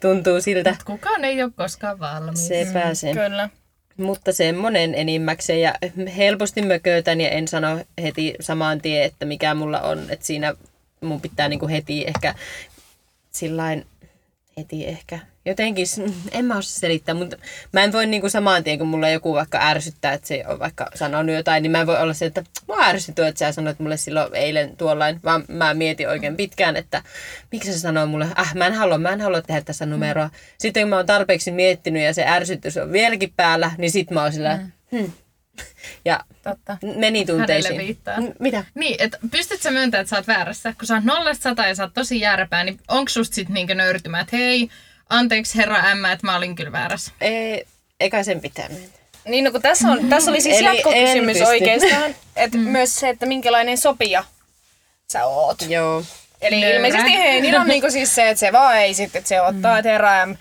[SPEAKER 2] tuntuu siltä.
[SPEAKER 4] Kukaan ei ole koskaan valmis.
[SPEAKER 2] Se pääsee.
[SPEAKER 1] Kyllä.
[SPEAKER 2] Mutta semmonen enimmäkseen ja helposti mökötän ja en sano heti samaan tien, että mikä mulla on. Että siinä mun pitää niinku heti ehkä sillain heti ehkä. Jotenkin, s- <laughs> en mä osaa selittää, mutta mä en voi niinku samaan tien, kun mulla joku vaikka ärsyttää, että se on vaikka sanonut jotain, niin mä en voi olla se, että mua ärsyttyy, että sä sanoit mulle silloin eilen tuollain, vaan mä mietin oikein pitkään, että miksi se sanoo mulle, ah mä en halua, mä en halua tehdä tässä numeroa. Sitten kun mä oon tarpeeksi miettinyt ja se ärsytys on vieläkin päällä, niin sit mä oon sillä, hmm. ja
[SPEAKER 1] Totta.
[SPEAKER 2] meni tunteisiin.
[SPEAKER 4] Hänelle viittaa.
[SPEAKER 2] M- Mitä?
[SPEAKER 4] Niin, että pystyt sä myöntämään, että sä oot väärässä, kun sä oot nollasta sata ja sä oot tosi järpää, niin onko susta sit niinkö nöyrtymä, että hei, anteeksi herra M, että mä olin kyllä väärässä.
[SPEAKER 2] Ei, eikä sen pitää myöntää.
[SPEAKER 1] Niin, no kun tässä, on, tässä oli siis
[SPEAKER 2] Eli en
[SPEAKER 1] jatkokysymys
[SPEAKER 2] pysty.
[SPEAKER 1] oikeastaan. Että myös se, että minkälainen sopija sä oot.
[SPEAKER 2] Joo.
[SPEAKER 1] Eli
[SPEAKER 4] Nöyrä.
[SPEAKER 1] ilmeisesti hei, on niinku siis se, että se vaan ei sitten, että se ottaa, että herää ja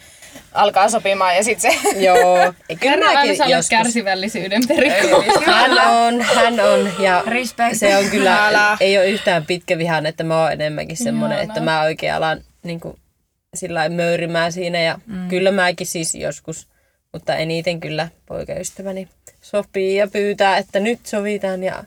[SPEAKER 1] alkaa sopimaan ja sitten se...
[SPEAKER 2] Joo. Kyllä
[SPEAKER 4] Herra M,
[SPEAKER 2] mäkin
[SPEAKER 4] sä olet
[SPEAKER 2] joskus.
[SPEAKER 4] kärsivällisyyden perikoon.
[SPEAKER 2] Hän on, hän on. Ja
[SPEAKER 3] Respect.
[SPEAKER 2] se on kyllä,
[SPEAKER 1] Älä.
[SPEAKER 2] ei ole yhtään pitkä vihan, että mä oon enemmänkin semmoinen, että mä oikein alan niin kuin, sillä lailla möyrimään siinä. Ja mm. kyllä mäkin siis joskus, mutta eniten kyllä poikaystäväni sopii ja pyytää, että nyt sovitaan ja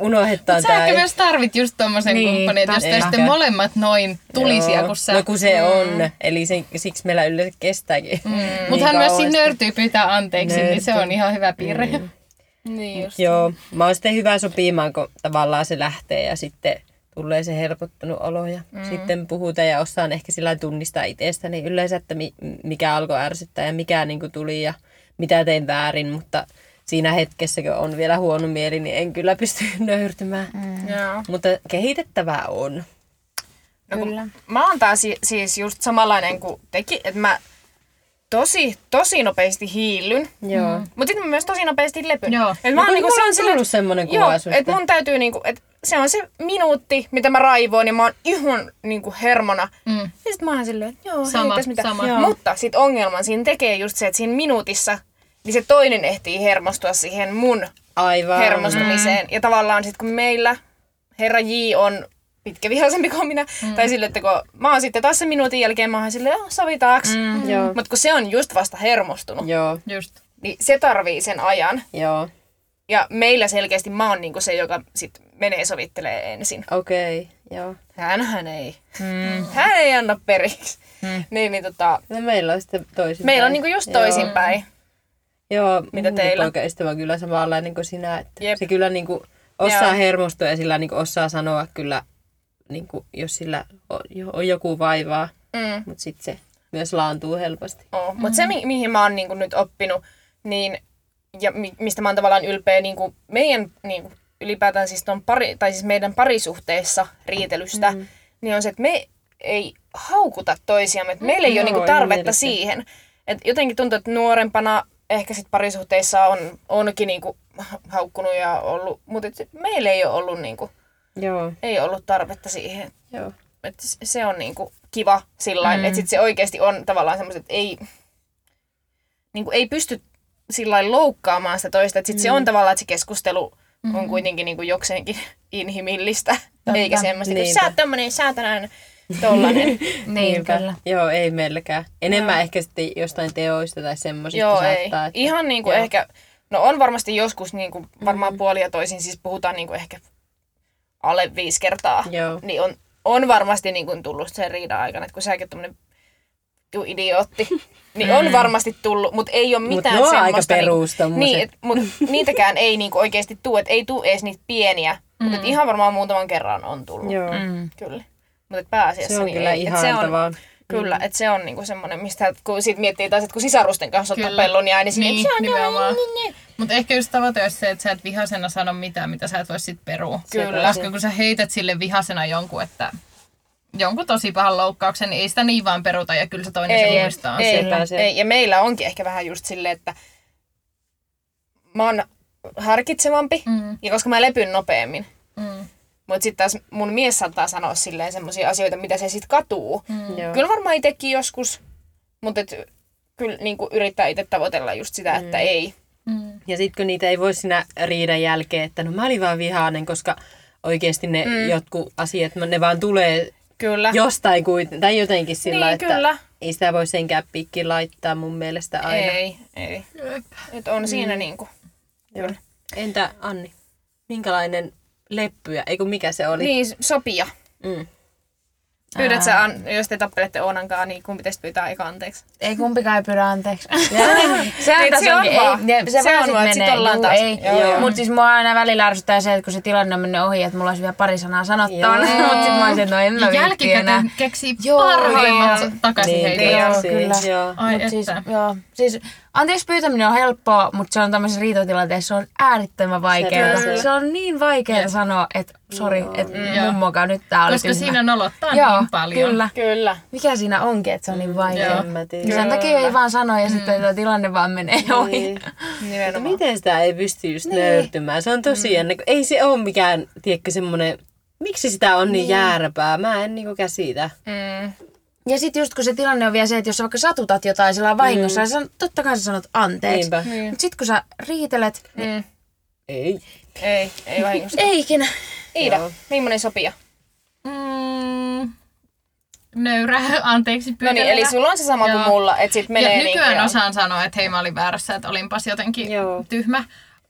[SPEAKER 2] unohdetaan
[SPEAKER 4] Sä
[SPEAKER 2] tämä.
[SPEAKER 4] ehkä myös tarvit just tommosen
[SPEAKER 3] Niin,
[SPEAKER 4] niin, kumppanin, että jos te
[SPEAKER 3] totta.
[SPEAKER 4] sitten molemmat noin tulisia, kun sä...
[SPEAKER 2] No kun se on, eli se, siksi meillä yleensä kestääkin. <laughs> Mm. Niin
[SPEAKER 4] Mutta hän myös
[SPEAKER 2] kauan
[SPEAKER 4] siinä
[SPEAKER 2] sitä.
[SPEAKER 4] nöyrtyy pyytää anteeksi, niin se on ihan hyvä piirre. Mm.
[SPEAKER 1] Niin just.
[SPEAKER 2] Joo, mä oon sitten hyvä sopimaan, kun tavallaan se lähtee ja sitten tulee se helpottanut olo ja mm. sitten puhutaan ja osaan ehkä sillä lailla tunnistaa itsestäni yleensä, että mi- mikä alkoi ärsyttää ja mikä niin kuin tuli ja mitä tein väärin, mutta siinä hetkessä, kun on vielä huono mieli, niin en kyllä pysty <laughs> nöyrtymään. Mm.
[SPEAKER 1] Joo.
[SPEAKER 2] Mutta kehitettävää on.
[SPEAKER 1] Kyllä. No Mä oon taas si- siis just samanlainen kuin teki, että mä tosi, tosi nopeasti hiillyn.
[SPEAKER 2] Joo.
[SPEAKER 1] Mutta sitten mä myös tosi nopeasti lepyn.
[SPEAKER 4] Joo.
[SPEAKER 1] Et mä
[SPEAKER 2] No
[SPEAKER 1] oon
[SPEAKER 2] kun
[SPEAKER 1] niinku
[SPEAKER 2] mulla on
[SPEAKER 1] sillä-
[SPEAKER 2] tullut semmonen kuva
[SPEAKER 1] Joo,
[SPEAKER 2] susta.
[SPEAKER 1] et mun täytyy niinku, et se on se minuutti, mitä mä raivoon ja mä oon ihan niinku hermona. Mm. Ja sit mä oon silleen, että joo,
[SPEAKER 4] Sama,
[SPEAKER 1] ei tässä mitään.
[SPEAKER 4] sama.
[SPEAKER 1] Joo. Mutta sit ongelman siinä tekee just se, että siinä minuutissa niin se toinen ehtii hermostua siihen mun
[SPEAKER 2] Aivan.
[SPEAKER 1] hermostumiseen. Mm. Ja tavallaan sitten kun meillä herra J on pitkävihaisempi kuin minä, mm. tai sille, että kun mä oon sitten taas sen minuutin jälkeen, mä oon silleen, "Joo, sovitaaks. Mm.
[SPEAKER 2] Joo.
[SPEAKER 1] Mutta kun se on just vasta hermostunut,
[SPEAKER 2] Joo.
[SPEAKER 4] Just.
[SPEAKER 1] niin se tarvii sen ajan.
[SPEAKER 2] Joo.
[SPEAKER 1] Ja meillä selkeästi mä oon niinku se, joka sit menee sovittelee ensin.
[SPEAKER 2] Okei. Okay. Joo.
[SPEAKER 1] Hänhän ei. Mm. Hän ei anna periksi. Mm. Niin, niin tota,
[SPEAKER 2] No meillä on sitten toisinpäin.
[SPEAKER 1] meillä on niinku just
[SPEAKER 2] Joo.
[SPEAKER 1] toisinpäin.
[SPEAKER 2] Joo,
[SPEAKER 1] Mitä
[SPEAKER 2] mun
[SPEAKER 1] teillä?
[SPEAKER 2] poikaystävä on kyllä samanlainen kuin sinä. Että
[SPEAKER 1] Jep.
[SPEAKER 2] se kyllä niin kuin osaa
[SPEAKER 1] Joo.
[SPEAKER 2] hermostua ja sillä niin kuin osaa sanoa kyllä, niin kuin, jos sillä on, jo- on joku vaivaa,
[SPEAKER 1] Mm.
[SPEAKER 2] mutta sitten se myös laantuu helposti.
[SPEAKER 1] Oo. Mutta se, mi- mihin mä oon niinku nyt oppinut, niin, ja mi- mistä mä oon tavallaan ylpeä niinku meidän niinku, ylipäätään siis, ton pari, tai siis meidän parisuhteessa riitelystä, mm. niin on se, että me ei haukuta toisiamme. Et meillä ei ole
[SPEAKER 2] Joo,
[SPEAKER 1] niinku
[SPEAKER 2] ei
[SPEAKER 1] tarvetta
[SPEAKER 2] meilläkään.
[SPEAKER 1] siihen. Et jotenkin tuntuu, että nuorempana ehkä sit parisuhteissa on, onkin niinku haukkunut ja ollut, mutta meillä ei ole ollut, niinku,
[SPEAKER 2] Joo,
[SPEAKER 1] ei ollut tarvetta siihen
[SPEAKER 2] joo.
[SPEAKER 1] että s- se on niinku kiva sillä mm. että sit se oikeasti on tavallaan semmoiset, että ei, niinku ei pysty sillä loukkaamaan sitä toista. Että sit mm. se on tavallaan, että se keskustelu mm. on kuitenkin niinku jokseenkin <laughs> inhimillistä. Totta. Eikä semmoista, että
[SPEAKER 2] Niinpä.
[SPEAKER 1] sä oot tämmönen, sä oot tänään <laughs> tollanen.
[SPEAKER 3] Niin, kyllä.
[SPEAKER 2] Joo, ei meilläkään. Enemmän ehkä sitten jostain teoista tai semmoisista
[SPEAKER 1] Joo, ei.
[SPEAKER 2] saattaa. Että...
[SPEAKER 1] Ihan niinku
[SPEAKER 2] Joo.
[SPEAKER 1] ehkä, no on varmasti joskus niinku varmaan mm. puolia toisin, siis puhutaan niinku ehkä alle viisi kertaa.
[SPEAKER 2] Joo.
[SPEAKER 1] Niin on, on varmasti niinku tullut sen riidan aikana, että kun säkin oot tämmönen vittu
[SPEAKER 2] <laughs>
[SPEAKER 1] idiootti, niin on varmasti tullut, mutta ei ole
[SPEAKER 2] Mm. Mut
[SPEAKER 1] mitään
[SPEAKER 2] ne on aika
[SPEAKER 1] semmoista.
[SPEAKER 2] perus
[SPEAKER 1] niinku,
[SPEAKER 2] <laughs> tommoset.
[SPEAKER 1] niin, et, mut niitäkään ei niinku oikeasti tuu, että ei tuu edes niitä pieniä Mm. Mutta ihan varmaan muutaman kerran on tullut.
[SPEAKER 2] Joo.
[SPEAKER 3] Mm.
[SPEAKER 1] Kyllä. Mutta pääasiassa
[SPEAKER 2] Se on
[SPEAKER 1] niin
[SPEAKER 2] kyllä
[SPEAKER 1] ei. Et se on, Mm.
[SPEAKER 2] ihailtavaa.
[SPEAKER 1] Kyllä,
[SPEAKER 4] Niin.
[SPEAKER 1] että se on niinku semmoinen, mistä kun sit miettii taas, että kun sisarusten kanssa on
[SPEAKER 4] Kyllä.
[SPEAKER 1] tapellut, niin aina sinne,
[SPEAKER 4] Niin,
[SPEAKER 1] niin,
[SPEAKER 4] nimenomaan. Mutta ehkä just tavoite olisi se, että sä et vihasena sano mitään, mitä sä et voi sit perua.
[SPEAKER 1] Kyllä.
[SPEAKER 4] Koska kun sä heität sille vihasena jonkun, että jonkun tosi pahan loukkauksen, niin ei sitä niin vaan peruta ja kyllä se toinen
[SPEAKER 1] Ei,
[SPEAKER 4] Niin se
[SPEAKER 1] niin." ei,
[SPEAKER 4] muistaa.
[SPEAKER 1] ei,
[SPEAKER 2] sepä se.
[SPEAKER 1] ei, ja meillä onkin ehkä vähän just silleen, että mä oon harkitsevampi
[SPEAKER 4] Mm,
[SPEAKER 1] ja koska mä lepyn nopeammin.
[SPEAKER 4] mm,
[SPEAKER 1] Mutta sitten taas mun mies saattaa sanoa silleen semmoisia asioita, mitä se sitten katuu.
[SPEAKER 4] mm.
[SPEAKER 2] Joo.
[SPEAKER 1] Kyllä varmaan itsekin joskus, mutta et, kyllä niinku yrittää itse tavoitella just sitä, että ei.
[SPEAKER 4] Mm.
[SPEAKER 2] Ja sitten kun niitä ei voi sinä riidan jälkeen, että no mä olin vaan vihainen, koska oikeasti ne mm. jotkut asiat, ne vaan tulee
[SPEAKER 1] Kyllä.
[SPEAKER 2] jostain kuin, tai jotenkin sillä,
[SPEAKER 1] Niin,
[SPEAKER 2] että
[SPEAKER 1] kyllä.
[SPEAKER 2] ei sitä voi senkään pikkiin laittaa mun mielestä aina.
[SPEAKER 1] Ei, ei. Et on siinä
[SPEAKER 4] Mm.
[SPEAKER 1] niinku.
[SPEAKER 2] Joo. Entä Anni, minkälainen leppyä, eikö mikä se oli?
[SPEAKER 1] Niin, sopia.
[SPEAKER 2] Mm.
[SPEAKER 1] Pyydät sä, an- jos te tappelette Oonankaan, niin kumpi teistä pyytää eka anteeksi?
[SPEAKER 3] Ei kumpikaan pyydä anteeksi.
[SPEAKER 1] Niin,
[SPEAKER 3] Sehän
[SPEAKER 1] se on vaan.
[SPEAKER 3] ei, ne- se,
[SPEAKER 1] Se
[SPEAKER 3] se
[SPEAKER 1] on
[SPEAKER 3] vaan sit
[SPEAKER 1] vaan,
[SPEAKER 3] menee.
[SPEAKER 1] et sit ollaan
[SPEAKER 3] Juu,
[SPEAKER 1] taas-
[SPEAKER 3] ei.
[SPEAKER 1] Joo, joo.
[SPEAKER 3] Mut siis mua aina välillä ärsyttää se, että kun se tilanne on mennyt ohi, että mulla olisi vielä pari sanaa sanottavana.
[SPEAKER 2] Joo.
[SPEAKER 3] Mut sit mä olisin, että no en mä
[SPEAKER 4] Ja
[SPEAKER 3] viitti enää.
[SPEAKER 4] Niin jälkikäteen keksii
[SPEAKER 3] Joo,
[SPEAKER 4] parhaimmat
[SPEAKER 3] joo.
[SPEAKER 4] takaisin
[SPEAKER 2] Niin,
[SPEAKER 4] heitä.
[SPEAKER 2] niin.
[SPEAKER 3] Joo,
[SPEAKER 2] Joo, siis,
[SPEAKER 3] kyllä.
[SPEAKER 2] joo.
[SPEAKER 4] Ai
[SPEAKER 3] Mut siis,
[SPEAKER 4] että.
[SPEAKER 3] joo. Siis, anteeksi pyytäminen on helppoa, mutta se on tämmöisessä riitotilanteessa se on äärettömän vaikeaa.
[SPEAKER 2] Kyllä.
[SPEAKER 3] Se, on niin vaikeaa sanoa, että sori, että mummokaa nyt tää oli
[SPEAKER 4] Koska
[SPEAKER 3] tyhmä.
[SPEAKER 4] siinä nolottaa
[SPEAKER 3] Joo,
[SPEAKER 4] niin paljon.
[SPEAKER 3] kyllä.
[SPEAKER 1] Kyllä.
[SPEAKER 3] Mikä siinä onkin, että se on niin vaikeaa.
[SPEAKER 2] En mä tiedä.
[SPEAKER 3] Niin sen takia ei vaan sano ja sitten tuo tilanne vaan menee ohi.
[SPEAKER 2] Niin. Mutta
[SPEAKER 1] Nimenomaan.
[SPEAKER 2] miten sitä ei pysty just niin. nöyrtymään? Se on tosi mm. jännä, kun ei se ole mikään, tiedätkö, semmoinen, miksi sitä on niin, niin jäärpää? Mä en niinku käsitä.
[SPEAKER 1] Mm.
[SPEAKER 3] Ja sitten just kun se tilanne on vielä se, että jos sä vaikka satutat jotain sillä vahingossa, mm. niin totta kai sä sanot anteeksi.
[SPEAKER 2] Niinpä.
[SPEAKER 1] Niin.
[SPEAKER 3] Mutta sitten kun sä riitelet, niin
[SPEAKER 1] Mm.
[SPEAKER 2] Ei.
[SPEAKER 1] Ei, ei vahingossa.
[SPEAKER 3] ei ikinä.
[SPEAKER 1] Iida,
[SPEAKER 2] Joo.
[SPEAKER 1] millainen sopia?
[SPEAKER 4] Mm, nöyrä, <laughs> anteeksi
[SPEAKER 1] No niin,
[SPEAKER 4] pyydellä.
[SPEAKER 1] eli sulla on se sama kuin
[SPEAKER 4] Joo.
[SPEAKER 1] mulla, että sit menee
[SPEAKER 4] ja nykyään
[SPEAKER 1] niin
[SPEAKER 4] osaan sanoa, että hei mä olin väärässä, että olinpas jotenkin
[SPEAKER 2] Joo.
[SPEAKER 4] Joo. tyhmä.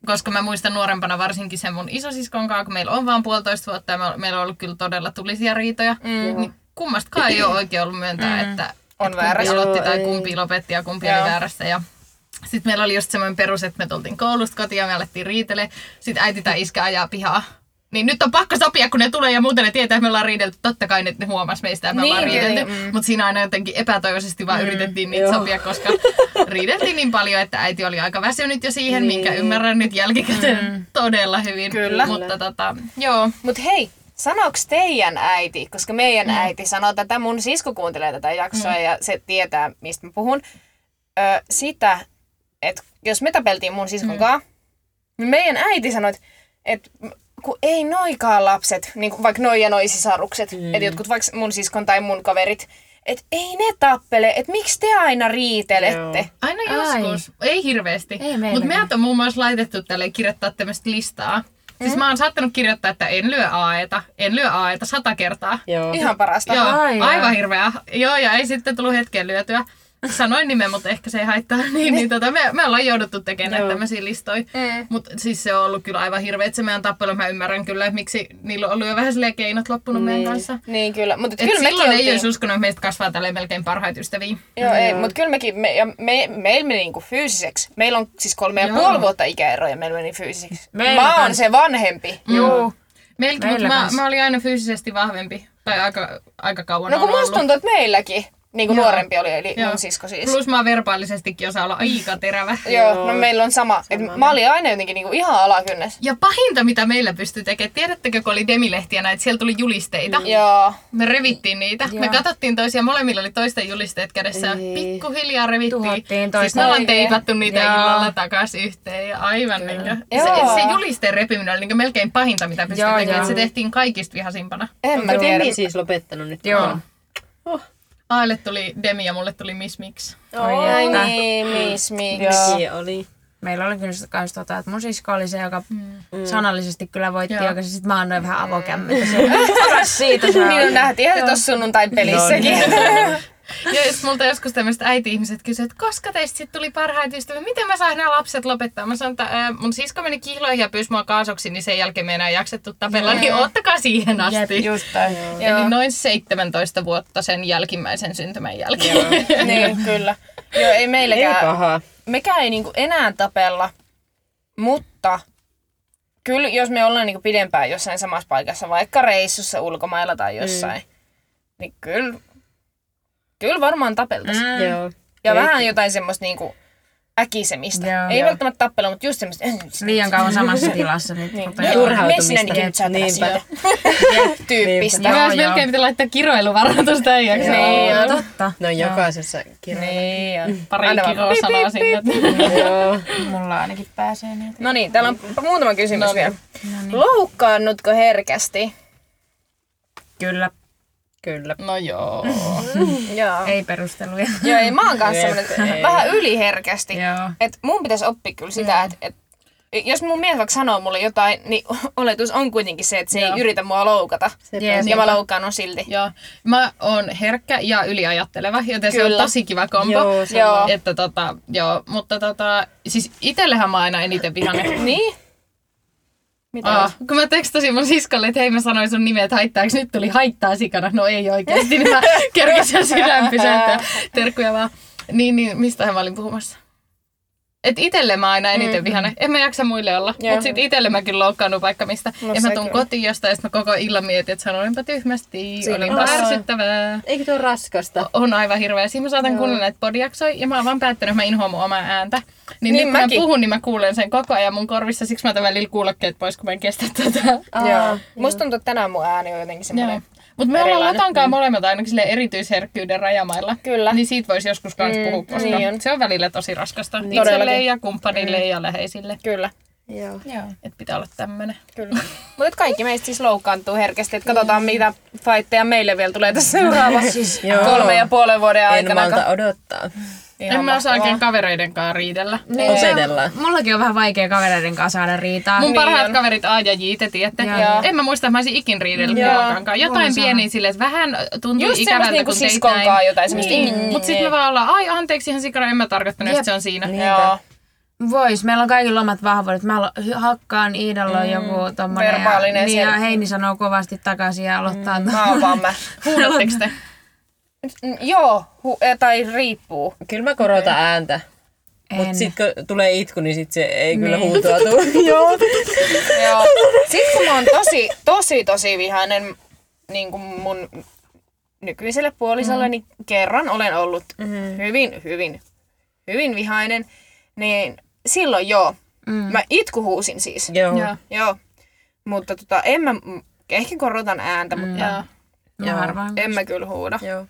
[SPEAKER 4] Koska mä muistan nuorempana varsinkin sen mun isosiskon kanssa, kun meillä on vaan puolitoista vuotta ja me- meillä on ollut kyllä todella tulisia riitoja. Mm. Niin kummastakaan ei ole oikein ollut myöntää, mm. että,
[SPEAKER 1] On
[SPEAKER 4] että kumpi
[SPEAKER 1] väärässä.
[SPEAKER 4] aloitti
[SPEAKER 2] Joo,
[SPEAKER 4] tai
[SPEAKER 2] ei.
[SPEAKER 4] kumpi lopetti ja kumpi
[SPEAKER 1] Joo.
[SPEAKER 4] oli väärässä. Ja sitten meillä oli just semmoinen perus, että me tultiin koulusta kotiin ja me alettiin riitele. Sitten äiti tai iskä ajaa pihaa. Niin nyt on pakko sopia, kun ne tulee ja muuten ne tietää, että me ollaan riidelty. Totta kai ne, ne huomas meistä, että me
[SPEAKER 1] Niin,
[SPEAKER 4] ollaan
[SPEAKER 1] kyllä,
[SPEAKER 4] riidelty.
[SPEAKER 1] mm.
[SPEAKER 4] Mutta siinä aina jotenkin epätoivoisesti vaan mm. yritettiin niitä
[SPEAKER 2] joo.
[SPEAKER 4] sopia, koska riideltiin niin paljon, että äiti oli aika väsynyt jo siihen, niin. minkä ymmärrän nyt jälkikäteen mm. todella hyvin.
[SPEAKER 1] Kyllä.
[SPEAKER 4] Mutta tota, joo.
[SPEAKER 1] Mut hei, sanoks teidän äiti, koska meidän mm. äiti sanoo tätä, mun sisko kuuntelee tätä jaksoa mm. ja se tietää, mistä mä puhun, ö, sitä, että jos me tapeltiin mun siskon mm. kanssa, niin meidän äiti sanoi, että et, kun ei noikaan lapset, niin kuin vaikka noi ja noi sisarukset,
[SPEAKER 4] Niin.
[SPEAKER 1] mm. että jotkut vaikka mun siskon tai mun kaverit, että ei ne tappele, että miksi te aina riitelette? Joo.
[SPEAKER 4] Aina
[SPEAKER 3] Ai.
[SPEAKER 4] joskus. Ei hirveästi.
[SPEAKER 3] Ei meilläkään.
[SPEAKER 4] Mutta meidät on muun muassa laitettu tälle kirjoittaa tämmöistä listaa. Siis mä oon saattanut kirjoittaa, että en lyö aeta, en lyö aeta sata kertaa.
[SPEAKER 2] Joo.
[SPEAKER 1] Ihan parasta.
[SPEAKER 4] Joo,
[SPEAKER 3] Ai,
[SPEAKER 4] aivan hirveä. Joo, ja ei sitten tullut hetken lyötyä. Sanoin nimen, mutta ehkä se ei haittaa. <laughs> Niin, niin tota, me, me ollaan jouduttu tekemään näitä tämmöisiä listoja.
[SPEAKER 1] Mm.
[SPEAKER 4] Mutta siis se on ollut kyllä aivan hirveä. Se meidän tappelu, mä ymmärrän kyllä, että miksi niillä on ollut jo vähän silleen keinot loppunut meidän kanssa.
[SPEAKER 1] Niin kyllä, mutta
[SPEAKER 4] Et
[SPEAKER 1] kyllä mekin
[SPEAKER 4] silloin ei
[SPEAKER 1] oltiin-
[SPEAKER 4] olisi uskonut, että meistä kasvaa tälleen melkein parhaita ystäviä.
[SPEAKER 1] Joo, ei, mutta kyllä mekin, me, ja me, meillä meni niinku fyysiseksi. Meillä on siis kolme ja
[SPEAKER 4] Joo.
[SPEAKER 1] puoli vuotta ikäeroja, meillä meni fyysiseksi.
[SPEAKER 3] Meillä
[SPEAKER 1] Mä oon
[SPEAKER 3] kans.
[SPEAKER 1] se vanhempi.
[SPEAKER 3] Joo.
[SPEAKER 4] Mm. Meilläkin,
[SPEAKER 3] Meillä
[SPEAKER 4] mutta mä,
[SPEAKER 3] kans.
[SPEAKER 4] mä, olin aina fyysisesti vahvempi. Tai aika, aika kauan
[SPEAKER 1] No kun
[SPEAKER 4] on ollut.
[SPEAKER 1] musta tuntuu, että meilläkin niin kuin nuorempi oli, eli
[SPEAKER 4] Joo.
[SPEAKER 1] mun sisko siis.
[SPEAKER 4] Plus mä oon verbaalisestikin osaan olla aika terävä.
[SPEAKER 1] Joo, no meillä on sama. Et mä olin aina jotenkin niinku ihan alakynnessä.
[SPEAKER 4] Ja pahinta, mitä meillä pystyi tekemään, tiedättekö, kun oli demilehtiä näitä, siellä tuli julisteita.
[SPEAKER 1] Joo,
[SPEAKER 4] Me revittiin niitä. Joo. Me katsottiin toisia, molemmilla oli toisten julisteet kädessä.
[SPEAKER 1] Niin.
[SPEAKER 4] Ei. Pikkuhiljaa revittiin.
[SPEAKER 3] Tuhottiin
[SPEAKER 4] Siis
[SPEAKER 3] toista.
[SPEAKER 4] me ollaan teipattu niitä
[SPEAKER 3] Joo.
[SPEAKER 4] illalla takaisin yhteen. Ja aivan niin kuin,
[SPEAKER 1] Joo.
[SPEAKER 4] se, se, julisteen repiminen oli niin kuin melkein pahinta, mitä pystyi
[SPEAKER 3] Joo,
[SPEAKER 4] tekemään.
[SPEAKER 3] joo.
[SPEAKER 4] Se tehtiin kaikista vihasimpana.
[SPEAKER 1] en mä
[SPEAKER 2] Miten
[SPEAKER 1] tiedä.
[SPEAKER 2] niin siis lopettanut nyt?
[SPEAKER 3] Joo.
[SPEAKER 4] Aille tuli Demi ja mulle tuli Miss Mix.
[SPEAKER 1] Ai niin, miss, miksi? <laughs>
[SPEAKER 2] Miksi oli?
[SPEAKER 3] Meillä oli kyllä myös tota, että mun sisko oli se, joka mm. Niin. sanallisesti kyllä voitti,
[SPEAKER 4] Joo.
[SPEAKER 3] joka sitten mä annoin vähän avokämmentä. Se oli paras <laughs> siitä se
[SPEAKER 1] Niin
[SPEAKER 3] oli.
[SPEAKER 1] on nähtiin ihan tuossa sunnuntain pelissäkin.
[SPEAKER 4] No niin.
[SPEAKER 1] <laughs>
[SPEAKER 4] Ja jos multa joskus tämmöiset äiti-ihmiset kysyy, että koska teistä sitten tuli parhaita ystäviä, miten mä sain nämä lapset lopettaa? Mä sanon, että ää, mun sisko meni kihloihin ja pyysi mua kaasoksi, niin sen jälkeen me ei enää jaksettu tapella, niin ottakaa siihen asti.
[SPEAKER 3] Jep, just näin.
[SPEAKER 4] Eli noin 17 vuotta sen jälkimmäisen syntymän jälkeen.
[SPEAKER 1] niin, kyllä. Joo, ei
[SPEAKER 2] Ei
[SPEAKER 1] meilläkään.
[SPEAKER 2] paha.
[SPEAKER 1] mekään ei niinku enää tapella, mutta kyllä, jos me ollaan niinku pidempään jossain samassa paikassa, vaikka reissussa ulkomailla tai jossain, mm. niin kyllä, kyllä varmaan tapeltaisiin. Mm.
[SPEAKER 2] Joo.
[SPEAKER 1] Ja vähän jotain semmoista niinku äkisemistä.
[SPEAKER 3] Joo,
[SPEAKER 1] Joo, Ei
[SPEAKER 3] joo.
[SPEAKER 1] välttämättä tappelua, mutta just semmoista...
[SPEAKER 3] Liian kauan samassa tilassa nyt. Niin.
[SPEAKER 2] turhautumista.
[SPEAKER 1] Messinenkin sä
[SPEAKER 2] Niinpä.
[SPEAKER 1] <laughs> tyyppistä.
[SPEAKER 4] Joo,
[SPEAKER 3] Joo,
[SPEAKER 4] Myös
[SPEAKER 3] joo.
[SPEAKER 4] melkein pitää laittaa kiroiluvaroitus tämän jakson.
[SPEAKER 1] Niin on.
[SPEAKER 3] Totta.
[SPEAKER 2] No jokaisessa kirjoittaa.
[SPEAKER 1] Niin on.
[SPEAKER 4] Pari
[SPEAKER 1] Aina vaan
[SPEAKER 4] kirosanaa sinne.
[SPEAKER 2] Joo.
[SPEAKER 3] Mulla ainakin pääsee niitä.
[SPEAKER 1] No niin, täällä on p- muutama kysymys vielä. Loukkaannutko herkästi?
[SPEAKER 3] Kyllä.
[SPEAKER 2] Kyllä.
[SPEAKER 4] No joo.
[SPEAKER 1] Joo.
[SPEAKER 3] Ei perusteluja.
[SPEAKER 1] Joo, ei mä oon kanssa
[SPEAKER 2] Jep,
[SPEAKER 1] semmonen,
[SPEAKER 2] ei.
[SPEAKER 1] vähän yliherkästi.
[SPEAKER 3] Joo.
[SPEAKER 1] Et mun pitäisi oppia kyllä sitä, että et, jos mun mies vaikka sanoo mulle jotain, niin <laughs> oletus on kuitenkin se, että se ei yritä mua loukata.
[SPEAKER 3] Jep.
[SPEAKER 1] Ja mä loukkaannun silti.
[SPEAKER 4] joo. Mä oon herkkä ja yliajatteleva, joten se
[SPEAKER 1] Kyllä.
[SPEAKER 4] on tosi kiva kombo.
[SPEAKER 2] Joo, sama.
[SPEAKER 1] Joo.
[SPEAKER 4] Että tota, joo, mutta tota, siis itellähän mä oon aina eniten vihanen.
[SPEAKER 1] Niin? Mitä?
[SPEAKER 4] Aa, kun mä tekstasin mun siskolle, että hei mä sanoin sun nimeä, että haittaaks nyt tuli haittaa sikana. No ei oikeesti, niin mä kerkisin sen sydän pysäyttää. Terkkuja vaan. Niin, niin, mistähän mä olin puhumassa? Et itelle mä aina eniten vihane. En mä jaksa muille olla.
[SPEAKER 1] Mm. Joo.
[SPEAKER 4] Mut sit itelle mä kyllä loukkaannut vaikka mistä.
[SPEAKER 1] No
[SPEAKER 4] No, ja mä
[SPEAKER 1] se
[SPEAKER 4] tuun
[SPEAKER 1] kyllä.
[SPEAKER 4] kotiin jostain ja sit mä koko illan mietin, että sanoinpa tyhmästi.
[SPEAKER 1] Siinä
[SPEAKER 4] Olinpa
[SPEAKER 1] taas.
[SPEAKER 4] ärsyttävää.
[SPEAKER 2] Eikö tuo raskasta?
[SPEAKER 4] on aivan hirveä. Siinä mä saatan kuunnella näitä podiaksoja ja mä oon vaan päättänyt, että mä inhoan mun omaa ääntä. Niin,
[SPEAKER 1] Niin
[SPEAKER 4] niin nyt kun
[SPEAKER 1] mäkin.
[SPEAKER 4] mä puhun, niin mä kuulen sen koko ajan mun korvissa. Siksi mä otan välillä kuulokkeet pois, kun mä en kestä tota. tätä.
[SPEAKER 1] Joo. Musta tuntuu, että tänään mun ääni on jotenkin semmoinen.
[SPEAKER 4] Mutta me ollaan
[SPEAKER 1] Erilainen. Niin.
[SPEAKER 4] Latankaan molemmat ainakin sille erityisherkkyyden rajamailla.
[SPEAKER 1] Kyllä.
[SPEAKER 4] Niin siitä voisi joskus kans puhua, koska
[SPEAKER 1] niin on.
[SPEAKER 4] se on välillä tosi raskasta. Niin.
[SPEAKER 1] Todellakin. Mm.
[SPEAKER 4] Itselle ja kumppanille ja läheisille.
[SPEAKER 1] Kyllä.
[SPEAKER 2] Joo.
[SPEAKER 4] Joo. Että pitää olla tämmönen.
[SPEAKER 1] Kyllä. Mutta kaikki meistä siis loukkaantuu herkästi, että katsotaan mitä fightteja meille vielä tulee tässä seuraavassa <laughs> siis,
[SPEAKER 2] joo.
[SPEAKER 1] kolme ja puolen vuoden
[SPEAKER 2] En
[SPEAKER 1] aikana.
[SPEAKER 2] malta odottaa.
[SPEAKER 1] Ihan
[SPEAKER 4] En mä osaa
[SPEAKER 1] mahtavaa.
[SPEAKER 4] oikein kavereiden kanssa riidellä.
[SPEAKER 2] Niin. Opetellaan.
[SPEAKER 3] Mullakin on vähän vaikea kavereiden kanssa saada riitaa.
[SPEAKER 4] Mun parhaat
[SPEAKER 1] on.
[SPEAKER 4] kaverit A ja J, te tiedätte.
[SPEAKER 3] Ah, Joo.
[SPEAKER 4] En mä muista, että mä olisin ikin riidellyt
[SPEAKER 1] Joo.
[SPEAKER 4] kuitenkaan. Jotain pieniä silleen, että vähän tuntuu
[SPEAKER 1] Just
[SPEAKER 4] ikävältä,
[SPEAKER 1] semmoista niinku
[SPEAKER 4] kun teit
[SPEAKER 1] siskonkaan
[SPEAKER 4] näin.
[SPEAKER 1] jotain semmoista.
[SPEAKER 4] Niin.
[SPEAKER 1] Mm,
[SPEAKER 4] Mut sit me
[SPEAKER 1] niin.
[SPEAKER 4] vaan ollaan, ai anteeksi ihan sikana, en mä tarkoittanut,
[SPEAKER 3] Jep.
[SPEAKER 4] että se on siinä.
[SPEAKER 1] Joo.
[SPEAKER 3] Vois, meillä on kaikilla omat vahvuudet. Mä lo- hy- hakkaan Iidalla mm, joku tommonen.
[SPEAKER 1] verbaalinen
[SPEAKER 3] ja, niin, ja
[SPEAKER 1] sel-
[SPEAKER 3] Heini sanoo kovasti takaisin ja aloittaa. Mm,
[SPEAKER 1] Mä oon vaan mä.
[SPEAKER 4] Huudatteko te? <laughs>
[SPEAKER 1] Mm, <laughs> Joo, hu- eh, tai riippuu.
[SPEAKER 2] Kyllä mä korotan ääntä.
[SPEAKER 3] <laughs> en.
[SPEAKER 2] Mut sit kun tulee itku, niin sit se ei kyllä huutoa tuu. <laughs> Joo.
[SPEAKER 1] Joo. Sitten kun mä oon tosi, tosi, tosi vihainen niin kuin mun nykyiselle puolisolle, niin kerran olen ollut hyvin, hyvin, hyvin vihainen, niin silloin joo. Mä itkuhuusin siis.
[SPEAKER 2] Joo.
[SPEAKER 4] Joo.
[SPEAKER 1] Joo. Mutta tota, en mä, m- ehkä korotan ääntä, mutta
[SPEAKER 4] Joo.
[SPEAKER 3] Mä
[SPEAKER 2] Joo.
[SPEAKER 3] harvoin.
[SPEAKER 1] en mä kyllä huuda.
[SPEAKER 2] Joo.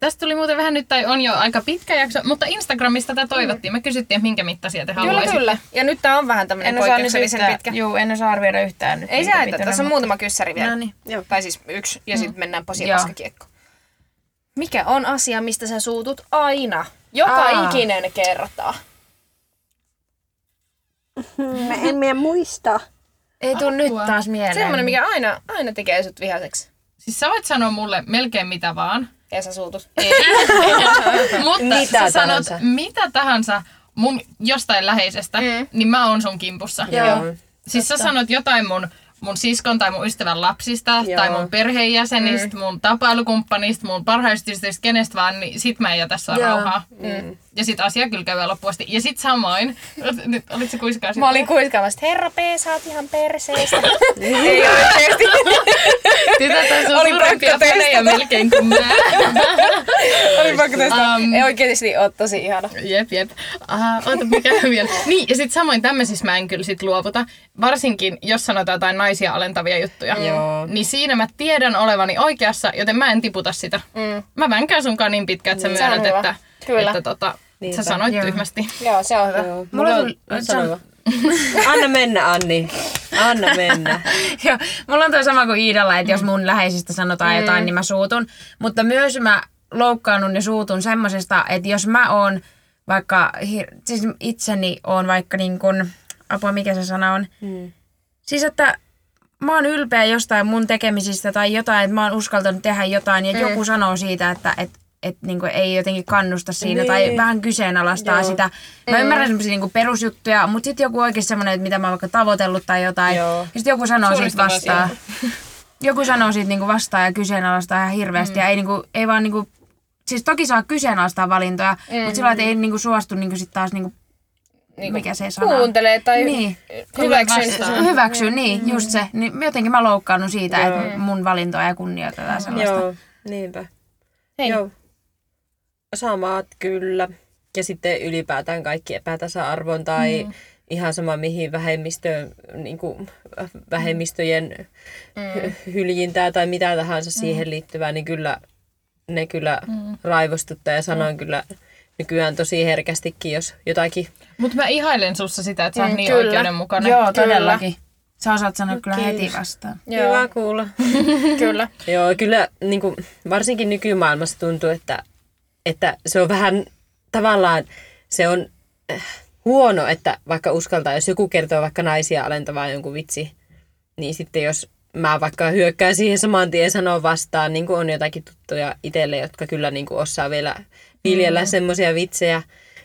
[SPEAKER 4] Tästä tuli muuten vähän nyt, tai on jo aika pitkä jakso, mutta Instagramista tätä toivottiin. Me kysyttiin, että minkä mittaisia te
[SPEAKER 1] Kyllä,
[SPEAKER 4] haluaisitte.
[SPEAKER 1] kyllä. Ja nyt tää on vähän tämmönen poikkeuksellisen pitkä.
[SPEAKER 3] Juu, en osaa arvioida yhtään nyt.
[SPEAKER 1] Ei se haittaa, tässä on muutama kyssäri vielä.
[SPEAKER 3] No niin.
[SPEAKER 1] Joo. Tai siis yksi, ja sitten mennään posi ja
[SPEAKER 3] Joo.
[SPEAKER 1] paskakiekko. Mikä on asia, mistä sä suutut aina? Joka
[SPEAKER 3] Aa.
[SPEAKER 1] ikinen kerta.
[SPEAKER 5] Mä en mie muista.
[SPEAKER 3] Ei tuu nyt taas mieleen.
[SPEAKER 1] Semmoinen, mikä aina, aina tekee sut vihaseksi.
[SPEAKER 4] Siis sä voit sanoa mulle melkein
[SPEAKER 1] <laughs>
[SPEAKER 4] mitä vaan,
[SPEAKER 1] Ja sä suutut.
[SPEAKER 4] mutta
[SPEAKER 2] Mitä
[SPEAKER 4] sä sanot
[SPEAKER 2] tahansa.
[SPEAKER 4] mitä tahansa mun jostain läheisestä,
[SPEAKER 1] Mm.
[SPEAKER 4] niin mä oon sun kimpussa.
[SPEAKER 2] Joo.
[SPEAKER 4] Siis sä sanot jotain mun, mun siskon tai mun ystävän lapsista
[SPEAKER 2] Joo.
[SPEAKER 4] Joo. tai mun perheenjäsenistä, mm. mun tapailukumppanista, mun parhaista ystävistä, kenestä vaan, niin sit mä en jätä sua
[SPEAKER 3] Joo.
[SPEAKER 4] rauhaa. Mm. Ja sit asia kyllä käy loppuun asti. Ja sit samoin, <laughs> nyt olit se kuiskaa
[SPEAKER 1] Mä olin kuiskaamassa, että herra P, sä oot ihan perseestä. Ei <laughs> oikeesti.
[SPEAKER 4] tytöt on sun
[SPEAKER 1] Oli
[SPEAKER 4] suurempia
[SPEAKER 1] pakko
[SPEAKER 4] pelejä
[SPEAKER 1] testata.
[SPEAKER 4] melkein kuin mä.
[SPEAKER 1] Oli pakko tästä.
[SPEAKER 4] Um.
[SPEAKER 1] Ei oikeesti oot tosi ihana.
[SPEAKER 4] Jep, jep. Uh, oota, mikä <laughs> vielä. Niin, ja sitten samoin tämmöisissä mä en kyllä sit luovuta. Varsinkin, jos sanotaan jotain naisia alentavia juttuja.
[SPEAKER 2] Joo.
[SPEAKER 4] Niin siinä mä tiedän olevani oikeassa, joten mä en tiputa sitä.
[SPEAKER 1] Mm.
[SPEAKER 4] Mä vänkään sunkaan niin pitkään, että sä
[SPEAKER 1] Se on
[SPEAKER 4] myönnät,
[SPEAKER 1] hyvä.
[SPEAKER 4] että,
[SPEAKER 1] Kyllä.
[SPEAKER 4] että tota,
[SPEAKER 2] Niinpä.
[SPEAKER 4] sä sanoit
[SPEAKER 3] Joo.
[SPEAKER 4] tyhmästi.
[SPEAKER 1] Joo, se on hyvä.
[SPEAKER 2] Joo.
[SPEAKER 3] Mulla
[SPEAKER 2] Mulla
[SPEAKER 3] on-
[SPEAKER 2] on... Sano vaan. Anna mennä, Anni. Anna mennä.
[SPEAKER 3] Joo, <laughs> mulla on toi sama kuin Iidalla, että jos mun läheisistä sanotaan mm. jotain, niin mä suutun. Mutta myös mä loukkaannun ja suutun semmosesta, että jos mä oon vaikka, hir- siis itseni on vaikka niin kun, apua mikä se sana on. Mm. Siis että mä oon ylpeä jostain mun tekemisistä tai jotain, että mä oon uskaltanut tehdä jotain ja mm. joku sanoo siitä, että et, et niinku ei jotenkin kannusta siinä niin. tai vähän kyseenalaistaa Joo. sitä. Mä mm. ymmärrän semmoisia niinku perusjuttuja, mutta sitten joku oikein semmoinen, että mitä mä oon vaikka tavoitellut tai jotain.
[SPEAKER 2] Joo.
[SPEAKER 3] Ja sitten joku sanoo siitä
[SPEAKER 4] Suuristavaa
[SPEAKER 3] vastaan. <laughs> Joku sanoo siitä niinku vastaan ja kyseenalaistaa ihan hirveästi mm. ja ei, niinku, ei vaan niinku, siis toki saa kyseenalaistaa valintoja, mm. mutta sillä lailla, että ei niinku suostu niinku sit taas niinku
[SPEAKER 1] niinku
[SPEAKER 3] mikä se sana on?
[SPEAKER 1] kuuntelee tai
[SPEAKER 3] Niin.
[SPEAKER 1] niin. hyväksyy.
[SPEAKER 4] vastaan.
[SPEAKER 1] sen.
[SPEAKER 3] Hyväksy, niin, just se. Niin jotenkin mä loukkaannut siitä, että mun valintoja ei kunnioiteta sellaista.
[SPEAKER 2] Joo, niinpä.
[SPEAKER 1] Hei.
[SPEAKER 2] Joo. Samat kyllä. Ja sitten ylipäätään kaikki epätasa-arvon tai mm. ihan sama mihin vähemmistöön, niin kuin, äh, vähemmistöjen mm. hyljintää tai mitä tahansa mm. siihen liittyvää, niin kyllä ne kyllä mm. raivostuttaa ja sanon mm. kyllä nykyään tosi herkästikin, jos jotakin
[SPEAKER 4] Mutta mä ihailen sussa sitä, että sä oot
[SPEAKER 1] Mm,
[SPEAKER 4] niin
[SPEAKER 1] kyllä.
[SPEAKER 4] oikeudenmukainen.
[SPEAKER 3] Joo, todellakin. Sä osaat sanoa kyllä heti
[SPEAKER 2] Kiitos.
[SPEAKER 3] vastaan.
[SPEAKER 1] Joo.
[SPEAKER 2] hyvä kuulla.
[SPEAKER 1] Kyllä.
[SPEAKER 2] Joo, kyllä niin kuin, varsinkin nykymaailmassa tuntuu, että, että se on vähän tavallaan se on äh, huono, että vaikka uskaltaa, jos joku kertoo vaikka naisia alentavaa jonkun vitsi, niin sitten jos mä vaikka hyökkään siihen saman tien sanoa vastaan, niin kuin on jotakin tuttuja itselle, jotka kyllä niin kuin osaa vielä viljellä mm. semmoisia vitsejä,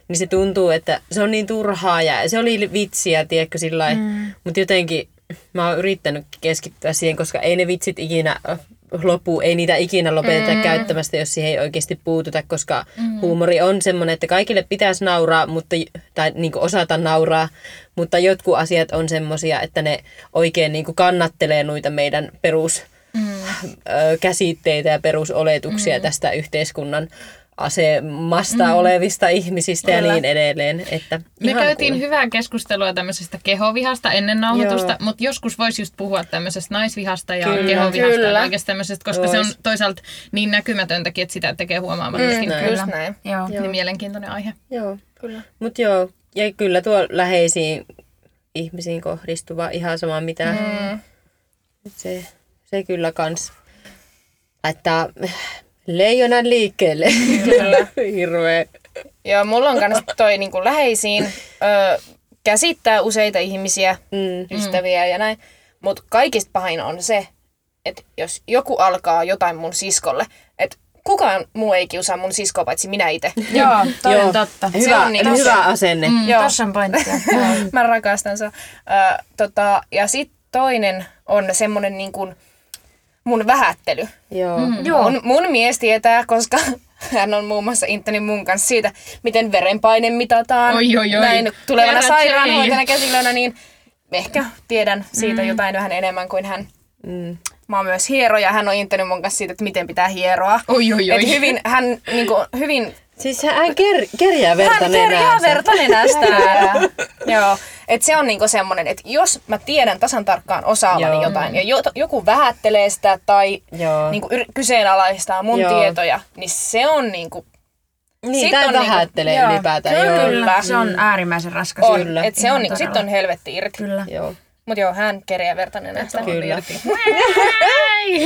[SPEAKER 2] niin se tuntuu, että se on niin turhaa ja se oli vitsiä, tiedätkö, sillä mm. Mutta jotenkin mä oon yrittänyt keskittyä siihen, koska ei ne vitsit ikinä ö, lopu, ei niitä ikinä lopeteta mm. käyttämästä, jos siihen ei oikeasti puututa, koska mm. huumori on semmoinen, että kaikille pitäisi nauraa, mutta, tai niin osata nauraa, mutta jotkut asiat on semmoisia, että ne oikein niin kannattelee noita meidän perus ö, käsitteitä ja perusoletuksia mm. tästä yhteiskunnan asemasta mm. olevista ihmisistä Kyllä. ja niin edelleen. Että
[SPEAKER 4] Me
[SPEAKER 2] ihan
[SPEAKER 4] käytiin
[SPEAKER 2] cool.
[SPEAKER 4] hyvää keskustelua tämmöisestä kehovihasta ennen nauhoitusta,
[SPEAKER 2] Joo.
[SPEAKER 4] mutta joskus voisi just puhua tämmöisestä naisvihasta ja
[SPEAKER 2] Kyllä.
[SPEAKER 4] kehovihasta ja
[SPEAKER 1] Kyllä.
[SPEAKER 4] kaikesta tämmöisestä, koska se on
[SPEAKER 2] Vois.
[SPEAKER 4] toisaalta niin näkymätöntäkin, että sitä tekee huomaamattakin.
[SPEAKER 2] näin.
[SPEAKER 1] Just näin.
[SPEAKER 3] Joo.
[SPEAKER 4] Niin mielenkiintoinen aihe.
[SPEAKER 2] Joo, kyllä. Mutta joo, ja kyllä tuo läheisiin ihmisiin kohdistuva ihan sama mitä. Mm. Se, se kyllä kans laittaa leijonan liikkeelle. Kyllä. <laughs> Hirveä.
[SPEAKER 1] Joo, mulla on myös toi niinku läheisiin ö, käsittää useita ihmisiä,
[SPEAKER 2] Mm.
[SPEAKER 1] ystäviä ja näin. Mutta kaikista pahin on se, että jos joku alkaa jotain mun siskolle, että kukaan muu ei kiusaa mun siskoa paitsi minä itse.
[SPEAKER 3] Joo, toi
[SPEAKER 2] Joo.
[SPEAKER 3] on totta.
[SPEAKER 2] Hyvä,
[SPEAKER 1] on niin-
[SPEAKER 2] hyvä asenne. Mm.
[SPEAKER 1] Joo.
[SPEAKER 3] Tossa on <laughs> pointtia.
[SPEAKER 1] Mä rakastan se. Ö, tota, ja sitten toinen on semmonen niin kuin mun vähättely.
[SPEAKER 2] Joo. Mm.
[SPEAKER 1] Joo. Mun, mun mies tietää, koska <laughs> hän on muun muassa Intanin mun kanssa siitä, miten verenpaine mitataan.
[SPEAKER 4] Oi, oi, oi.
[SPEAKER 1] Näin tulevana
[SPEAKER 4] Herra
[SPEAKER 1] sairaanhoitajana käsilönä, niin ehkä tiedän siitä mm. jotain vähän enemmän kuin hän.
[SPEAKER 2] Mm.
[SPEAKER 1] Mä oon myös hieroja. Hän on Intanin mun kanssa siitä, että miten pitää hieroa.
[SPEAKER 4] Oi, oi,
[SPEAKER 1] Et
[SPEAKER 4] oi.
[SPEAKER 1] hyvin, hän niin kuin, hyvin
[SPEAKER 2] Siis hän ker- kerjää verta
[SPEAKER 1] hän kerjää
[SPEAKER 2] nenäänsä.
[SPEAKER 1] verta
[SPEAKER 2] <laughs>
[SPEAKER 1] nenästään. Joo. Et se on niinku semmoinen, että jos mä tiedän tasan tarkkaan osaavani
[SPEAKER 2] Joo.
[SPEAKER 1] jotain ja jo, joku vähättelee sitä tai
[SPEAKER 2] Joo.
[SPEAKER 1] niinku yr- kyseenalaistaa mun
[SPEAKER 2] Joo.
[SPEAKER 1] tietoja, niin se on niinku
[SPEAKER 2] Niin,
[SPEAKER 1] Sit
[SPEAKER 2] tai
[SPEAKER 1] on niinku-
[SPEAKER 2] vähättelee
[SPEAKER 3] joo.
[SPEAKER 2] ylipäätään.
[SPEAKER 1] Kyllä.
[SPEAKER 2] Joo.
[SPEAKER 3] Kyllä, se on äärimmäisen raskas.
[SPEAKER 1] on.
[SPEAKER 2] Kyllä.
[SPEAKER 1] Et se
[SPEAKER 3] Ihan
[SPEAKER 1] on niinku, sit
[SPEAKER 3] todella.
[SPEAKER 1] on helvetti irti.
[SPEAKER 3] Kyllä.
[SPEAKER 2] Joo.
[SPEAKER 1] Mut joo, hän kerjää verta nenästä.
[SPEAKER 2] Kyllä. <laughs>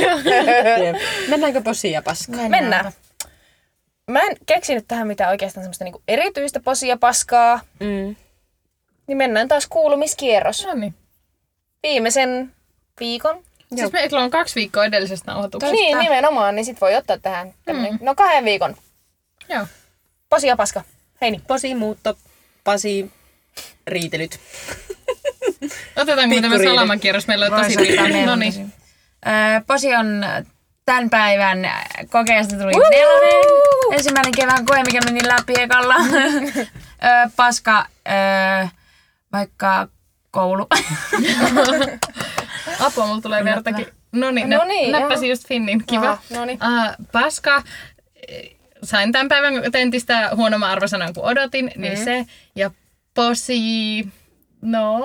[SPEAKER 2] Jep. Mennäänkö posia paskaan?
[SPEAKER 1] Mennään. Mä en keksinyt tähän mitään oikeastaan semmoista niinku erityistä posia paskaa.
[SPEAKER 2] Mm.
[SPEAKER 1] Niin mennään taas kuulumiskierros.
[SPEAKER 4] No niin.
[SPEAKER 1] Viimeisen viikon
[SPEAKER 4] Siis meillä on kaksi viikkoa edellisestä nauhoituksesta.
[SPEAKER 1] Niin, nimenomaan, niin sit voi ottaa tähän
[SPEAKER 2] Mm.
[SPEAKER 1] tämmönen, no kahden viikon.
[SPEAKER 4] Joo.
[SPEAKER 1] Posi ja paska. Hei niin.
[SPEAKER 2] Posi muutto, Pasi riitelyt.
[SPEAKER 4] Otetaanko me tämä
[SPEAKER 2] Pikkuriivi.
[SPEAKER 4] salamakierros? Meillä on tosi
[SPEAKER 3] Tosi
[SPEAKER 4] No niin.
[SPEAKER 3] Öö, Posi on tämän päivän kokeesta tuli nelonen. Ensimmäinen kevään koe, mikä meni läpi ekalla. öö, paska, öö, vaikka koulu. <laughs>
[SPEAKER 4] Apua, mulla tulee vertakin. No niin,
[SPEAKER 1] No niin,
[SPEAKER 4] näppäsi just Finnin. Kiva.
[SPEAKER 1] Aha, no niin.
[SPEAKER 4] Äh, paska. Sain tämän päivän tentistä huonomman arvosanan kuin odotin, niin se. Ja posi... No,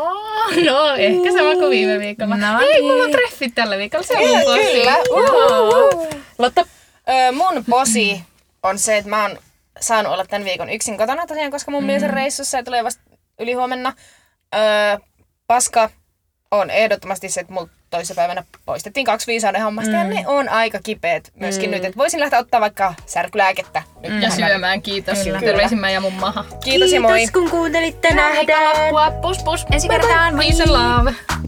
[SPEAKER 4] no, ehkä sama kuin viime viikolla.
[SPEAKER 3] No
[SPEAKER 4] Hei,
[SPEAKER 3] niin.
[SPEAKER 4] mulla on treffit tällä viikolla. Se on mun posi.
[SPEAKER 1] Uhuhu.
[SPEAKER 2] Lotta.
[SPEAKER 1] Öö, mun posi on se, että mä oon saanut olla tämän viikon yksin kotona tosiaan, koska mun mies on reissussa ja tulee vasta yli huomenna. Öö, paska on ehdottomasti se, että mulla toissapäivänä poistettiin kaksi viisauden hommasta ja ne on aika kipeät myöskin nyt. Että voisin lähteä ottaa vaikka särkylääkettä nyt.
[SPEAKER 4] Ja syömään, kiitos.
[SPEAKER 1] Kyllä.
[SPEAKER 4] Terveisin mä ja mun maha.
[SPEAKER 1] Kiitos ja moi.
[SPEAKER 2] kun kuuntelitte. Nähdään.
[SPEAKER 4] Apua, pus pus.
[SPEAKER 3] Ensi kertaan.
[SPEAKER 4] Peace and love.